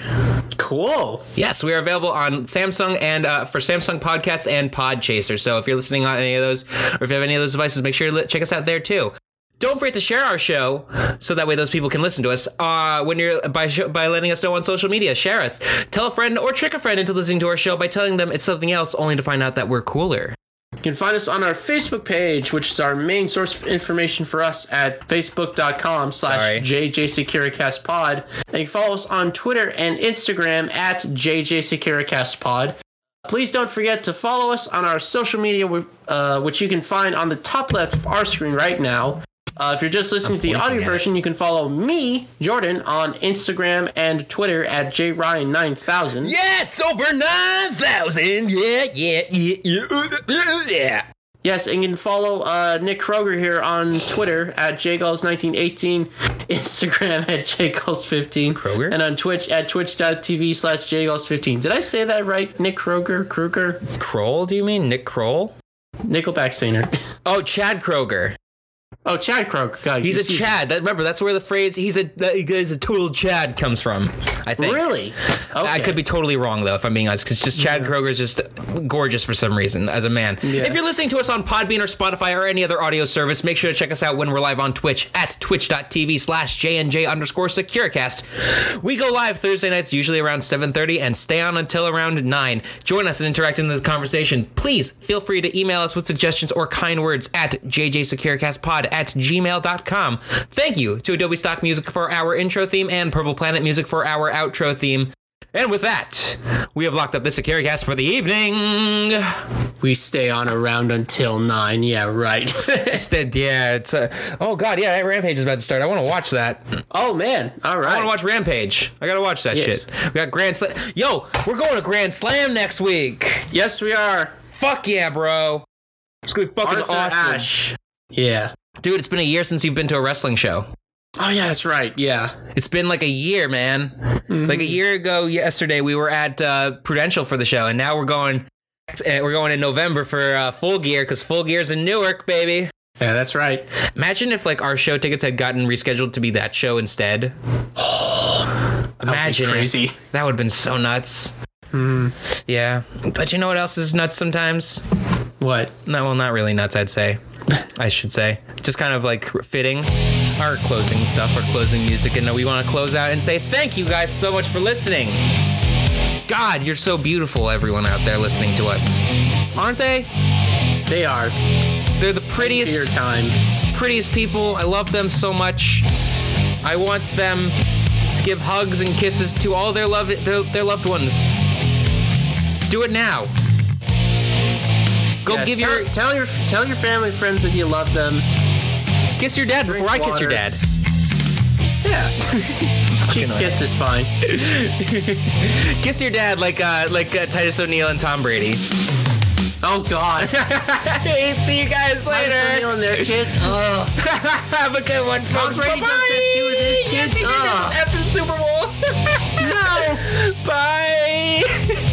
Speaker 2: Cool.
Speaker 1: Yes, we are available on Samsung and uh, for Samsung podcasts and Podchaser. So if you're listening on any of those, or if you have any of those devices, make sure to li- check us out there too. Don't forget to share our show so that way those people can listen to us. Uh, when you're by sh- by letting us know on social media, share us, tell a friend or trick a friend into listening to our show by telling them it's something else, only to find out that we're cooler.
Speaker 2: You can find us on our Facebook page, which is our main source of information for us at facebook.com
Speaker 1: Sorry.
Speaker 2: slash jjsecuricastpod. And you can follow us on Twitter and Instagram at jjsecuricastpod. Please don't forget to follow us on our social media, uh, which you can find on the top left of our screen right now. Uh, if you're just listening to the
Speaker 1: pointing
Speaker 2: audio
Speaker 1: at it.
Speaker 2: version, you can follow me, Jordan, on Instagram and Twitter at jryan9000.
Speaker 1: Yeah, it's over nine thousand. Yeah, yeah, yeah, yeah, yeah.
Speaker 2: Yes, and you can follow uh, Nick Kroger here on Twitter at jgalls1918, (laughs) Instagram at jgalls15,
Speaker 1: Kroger?
Speaker 2: and on Twitch at twitch.tv slash jgalls15. Did I say that right? Nick Kroger, Kruger,
Speaker 1: Kroll? Do you mean Nick Kroll?
Speaker 2: Nickelback singer. (laughs)
Speaker 1: Oh, Chad Kroger.
Speaker 2: Oh, Chad Kroger. God,
Speaker 1: He's a
Speaker 2: excuse me.
Speaker 1: Chad. That, remember, that's where the phrase "he's a that he's a total Chad" comes from. I think.
Speaker 2: Really? Okay.
Speaker 1: I could be totally wrong though, if I'm being honest, because just Chad Kroger is just gorgeous for some reason as a man. If you're listening to us on Podbean or Spotify or any other audio service, make sure to check us out when we're live on Twitch at twitch.tv slash jnj underscore securecast. We go live Thursday nights, usually around 7.30, and stay on until around 9. Join us and interact in this conversation. Please feel free to email us with suggestions or kind words at jjsecurecastpod at gmail.com. Thank you to Adobe Stock Music for our intro theme and Purple Planet Music for our outro theme. And with that, we have locked up this Acaricast for the evening. (laughs)
Speaker 2: We stay on around until nine. Yeah, right. (laughs)
Speaker 1: Instead, yeah, it's uh, oh god, yeah, that Rampage is about to start. I want to watch that.
Speaker 2: oh man. All
Speaker 1: I want
Speaker 2: right.
Speaker 1: to watch Rampage. I gotta watch that
Speaker 2: Yes.
Speaker 1: shit. We got Grand Slam. Yo, we're going to Grand Slam next week.
Speaker 2: yes, we are.
Speaker 1: Fuck yeah, bro. It's gonna be fucking
Speaker 2: Arthur
Speaker 1: awesome,
Speaker 2: Ashe. Yeah.
Speaker 1: dude. It's been a year since you've been to a wrestling show.
Speaker 2: Oh yeah, that's right. Yeah.
Speaker 1: It's been like a year, man. Like a year ago yesterday, we were at uh, Prudential for the show, and now we're going. eh, We're going in November for uh, Full Gear because Full Gear's in Newark, baby.
Speaker 2: Yeah, that's right.
Speaker 1: Imagine if like our show tickets had gotten rescheduled to be that show instead. (gasps) Imagine it.
Speaker 2: crazy.
Speaker 1: That would have been so nuts. Yeah, but you know what else is nuts sometimes?
Speaker 2: What?
Speaker 1: No, well, not really nuts. I'd say, I should say, just kind of like fitting our closing stuff, our closing music, and we want to close out and say thank you guys so much for listening. God, you're so beautiful, everyone out there listening to us, aren't they?
Speaker 2: They are
Speaker 1: They're the
Speaker 2: your
Speaker 1: prettiest
Speaker 2: time.
Speaker 1: prettiest people. I love them so much. I want them to give hugs and kisses to all their love their, their loved ones. Do it now. Go
Speaker 2: Yeah,
Speaker 1: give
Speaker 2: tell,
Speaker 1: your
Speaker 2: tell your tell your family friends that you love them.
Speaker 1: kiss your dad before I kiss your
Speaker 2: water.
Speaker 1: dad.
Speaker 2: (laughs) Yeah. Cheap
Speaker 1: Fucking
Speaker 2: kiss is fine.
Speaker 1: Kiss your dad like uh, like uh, Titus O'Neil and
Speaker 2: (laughs)
Speaker 1: Tom Brady.
Speaker 2: Oh (laughs) God.
Speaker 1: See you guys
Speaker 2: Titus
Speaker 1: later.
Speaker 2: O'Neil and their (laughs) kids. Ugh.
Speaker 1: Have a good one, folks.
Speaker 2: Brady
Speaker 1: Bye-bye.
Speaker 2: does that too with his Ah.
Speaker 1: Yes,
Speaker 2: kids.
Speaker 1: he did
Speaker 2: Ugh.
Speaker 1: after the Super Bowl. no. (laughs) Bye.